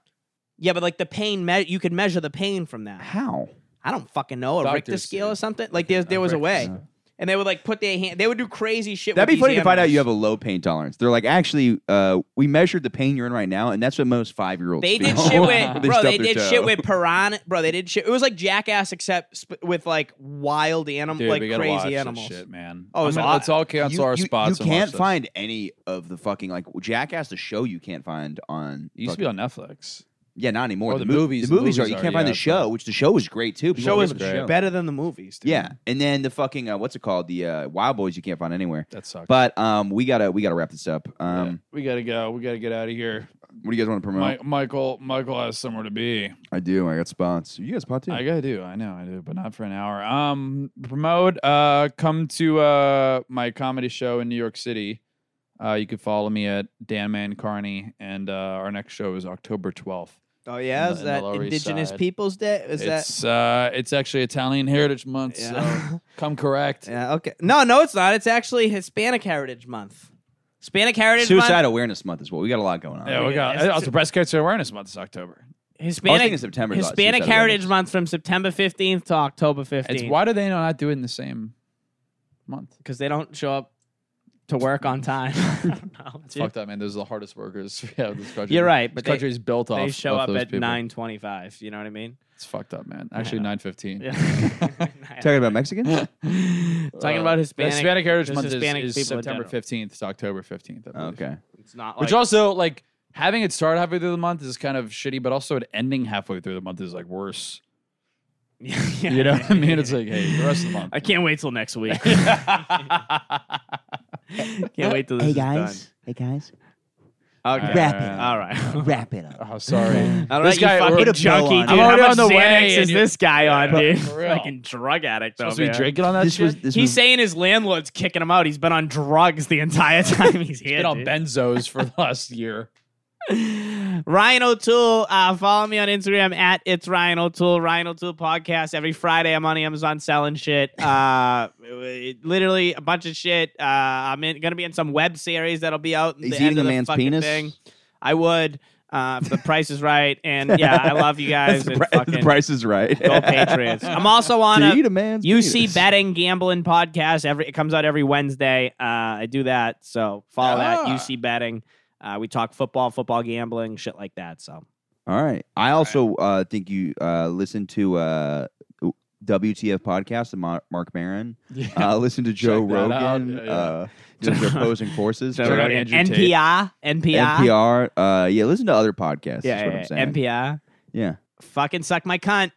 Speaker 7: Yeah, but like the pain, me- you could measure the pain from that.
Speaker 6: How?
Speaker 7: I don't fucking know a Richter
Speaker 8: Doctors
Speaker 7: scale
Speaker 8: say-
Speaker 7: or something. Like there, there was a way,
Speaker 6: Richter
Speaker 7: and they would like put their hand. They would do crazy shit.
Speaker 6: That'd
Speaker 7: with
Speaker 6: be funny
Speaker 7: these
Speaker 6: to find out
Speaker 7: animals.
Speaker 6: you have a low pain tolerance. They're like, actually, uh, we measured the pain you're in right now, and that's what most five year olds
Speaker 7: They
Speaker 6: feel.
Speaker 7: did shit with
Speaker 6: They
Speaker 7: bro. They
Speaker 6: stubbed their
Speaker 7: did shit
Speaker 6: toe.
Speaker 7: with piranha. Bro, they did shit. It was like Jackass, except sp- with like wild animal,
Speaker 8: Dude,
Speaker 7: like
Speaker 8: we gotta watch
Speaker 7: crazy
Speaker 8: this
Speaker 7: animals.
Speaker 8: shit, man.
Speaker 7: Oh,
Speaker 8: I'm
Speaker 7: it's
Speaker 8: gonna-
Speaker 7: hot.
Speaker 8: let's all cancel
Speaker 6: you,
Speaker 8: our
Speaker 6: you-
Speaker 8: spots.
Speaker 6: You
Speaker 8: and watch
Speaker 6: can't
Speaker 8: this.
Speaker 6: find any of the fucking like Jackass the show. You can't find on.
Speaker 8: It used to
Speaker 6: fucking-
Speaker 8: be on Netflix.
Speaker 6: Yeah, not anymore.
Speaker 8: Oh, the
Speaker 6: mov-
Speaker 8: movies-
Speaker 6: The
Speaker 8: movies
Speaker 6: movies, are. You
Speaker 8: are,
Speaker 6: can't find
Speaker 8: yeah,
Speaker 6: the show, which the show is great too. People
Speaker 7: show
Speaker 6: love
Speaker 7: is
Speaker 6: the show.
Speaker 7: better than the movies. Dude.
Speaker 6: Yeah, and then the fucking uh, what's it called? The uh, Wild Boys you can't find anywhere.
Speaker 8: That sucks.
Speaker 6: But um, we gotta we gotta wrap this up. Um,
Speaker 8: we gotta go. We gotta get out of here.
Speaker 6: what do you guys want to promote?
Speaker 8: Mi- Michael, Michael has somewhere to be.
Speaker 6: I do. I got spots. You guys spot too.
Speaker 8: I gotta do. I know I do, but not for an hour. Um, promote. Uh, come to uh my comedy show in New York City. Uh, you can follow me at Dan Man Carney, and uh, our next show is October twelfth.
Speaker 7: Oh yeah,
Speaker 8: In
Speaker 7: is
Speaker 8: the- in the
Speaker 7: that
Speaker 8: Lower East
Speaker 7: Indigenous
Speaker 8: Side.
Speaker 7: Peoples Day? Is that?
Speaker 8: It's uh, it's actually Italian Heritage Month.
Speaker 7: Yeah.
Speaker 8: So come correct.
Speaker 7: yeah. Okay. No, no, it's not. It's actually Hispanic Heritage Month. Hispanic Heritage
Speaker 6: Suicide
Speaker 7: Month.
Speaker 6: Awareness Month as well. We got a lot going on.
Speaker 8: Yeah, we got.
Speaker 7: It's-
Speaker 8: Also, Breast Cancer Awareness Month is October.
Speaker 6: I was thinking
Speaker 7: Hispanic
Speaker 6: September. is
Speaker 7: Hispanic
Speaker 6: Suicide
Speaker 7: Heritage
Speaker 6: Awareness.
Speaker 7: Month from September fifteenth to October
Speaker 8: It's
Speaker 7: fifteenth.
Speaker 8: why do they not do it in the same month?
Speaker 7: Because they don't show up to work on time. I don't know,
Speaker 8: It's
Speaker 7: dude.
Speaker 8: fucked up, man. Those are the hardest workers we have in this country.
Speaker 7: You're right,
Speaker 8: This
Speaker 7: but they-
Speaker 8: country's built off.
Speaker 7: They show
Speaker 8: of
Speaker 7: up
Speaker 8: those
Speaker 7: at
Speaker 8: people.
Speaker 7: nine twenty-five. You know what I mean?
Speaker 8: It's fucked up, man. Actually,
Speaker 7: know.
Speaker 8: nine fifteen.
Speaker 7: Yeah.
Speaker 6: Talking about Mexicans.
Speaker 7: Talking about Hispanic.
Speaker 8: Hispanic Heritage
Speaker 7: just
Speaker 8: Month
Speaker 7: Hispanic
Speaker 8: is, is
Speaker 7: people in
Speaker 8: September
Speaker 7: general.
Speaker 8: fifteenth to October fifteenth.
Speaker 6: Oh, okay.
Speaker 7: It's not like
Speaker 8: Which also like having it start halfway through the month is kind of shitty, but also it ending halfway through the month is like worse.
Speaker 7: Yeah, yeah,
Speaker 8: You know what I
Speaker 7: yeah,
Speaker 8: mean? It's
Speaker 7: yeah.
Speaker 8: like, hey, the rest of the month.
Speaker 7: I can't wait till next week. can't wait till this
Speaker 10: Hey
Speaker 7: is
Speaker 10: guys, hey guys,
Speaker 7: done. Okay.
Speaker 10: wrap it,
Speaker 7: All right.
Speaker 10: wrap it up.
Speaker 8: Oh, sorry.
Speaker 7: All right,
Speaker 8: This
Speaker 7: you
Speaker 8: guy- we're-
Speaker 7: fucking
Speaker 8: Put a
Speaker 7: junkie,
Speaker 10: on
Speaker 7: dude.
Speaker 10: it. I'm
Speaker 7: How
Speaker 8: already
Speaker 7: much
Speaker 8: on the
Speaker 7: Xanax
Speaker 8: way,
Speaker 7: is
Speaker 8: and you-
Speaker 7: this guy on, dude?
Speaker 8: for real.
Speaker 7: Fucking drug addict
Speaker 8: Supposed
Speaker 7: over
Speaker 8: to be
Speaker 7: here.
Speaker 8: drinking on that
Speaker 6: This
Speaker 8: shit.
Speaker 6: was this
Speaker 7: He's
Speaker 6: was
Speaker 7: saying his landlord's kicking him out. He's been on drugs the entire time he's here.
Speaker 8: been on
Speaker 7: dude.
Speaker 8: benzos for the last year.
Speaker 7: Ryan O'Toole. Uh, follow me on Instagram at it's Ryan O'Toole. Ryan O'Toole podcast every Friday. I'm on Amazon selling shit. Uh, it- literally a bunch of shit. Uh, I'm in, gonna be in some web series that'll be out.
Speaker 6: He's
Speaker 7: the end
Speaker 6: eating
Speaker 7: of
Speaker 6: a
Speaker 7: the
Speaker 6: man's
Speaker 7: fucking
Speaker 6: penis?
Speaker 7: Thing. I would. Uh, if the price is right, and yeah, I love you guys.
Speaker 6: the,
Speaker 7: and
Speaker 6: pri-
Speaker 7: fucking
Speaker 6: the Price is Right.
Speaker 7: go Patriots. I'm also on
Speaker 6: to
Speaker 7: a,
Speaker 6: eat a man's
Speaker 7: UC
Speaker 6: penis.
Speaker 7: betting gambling podcast. Every it comes out every Wednesday. Uh, I do that, so follow that
Speaker 8: Ah.
Speaker 7: UC betting. Uh, we talk football, football gambling, shit like that. So
Speaker 6: All right. I also uh, think you uh, listen to uh, WTF podcast, the Mar- Mark Maron. Uh, listen to Joe
Speaker 8: Check that out.
Speaker 6: Rogan.
Speaker 8: Yeah, yeah.
Speaker 6: Uh, listen to opposing forces.
Speaker 8: Check out Andrew Tate.
Speaker 7: NPR, NPR,
Speaker 6: NPR. Uh, yeah, listen to other podcasts.
Speaker 7: yeah,
Speaker 6: is what
Speaker 7: yeah,
Speaker 6: I'm
Speaker 7: yeah,
Speaker 6: saying.
Speaker 7: NPR.
Speaker 6: yeah.
Speaker 7: Fucking suck my cunt.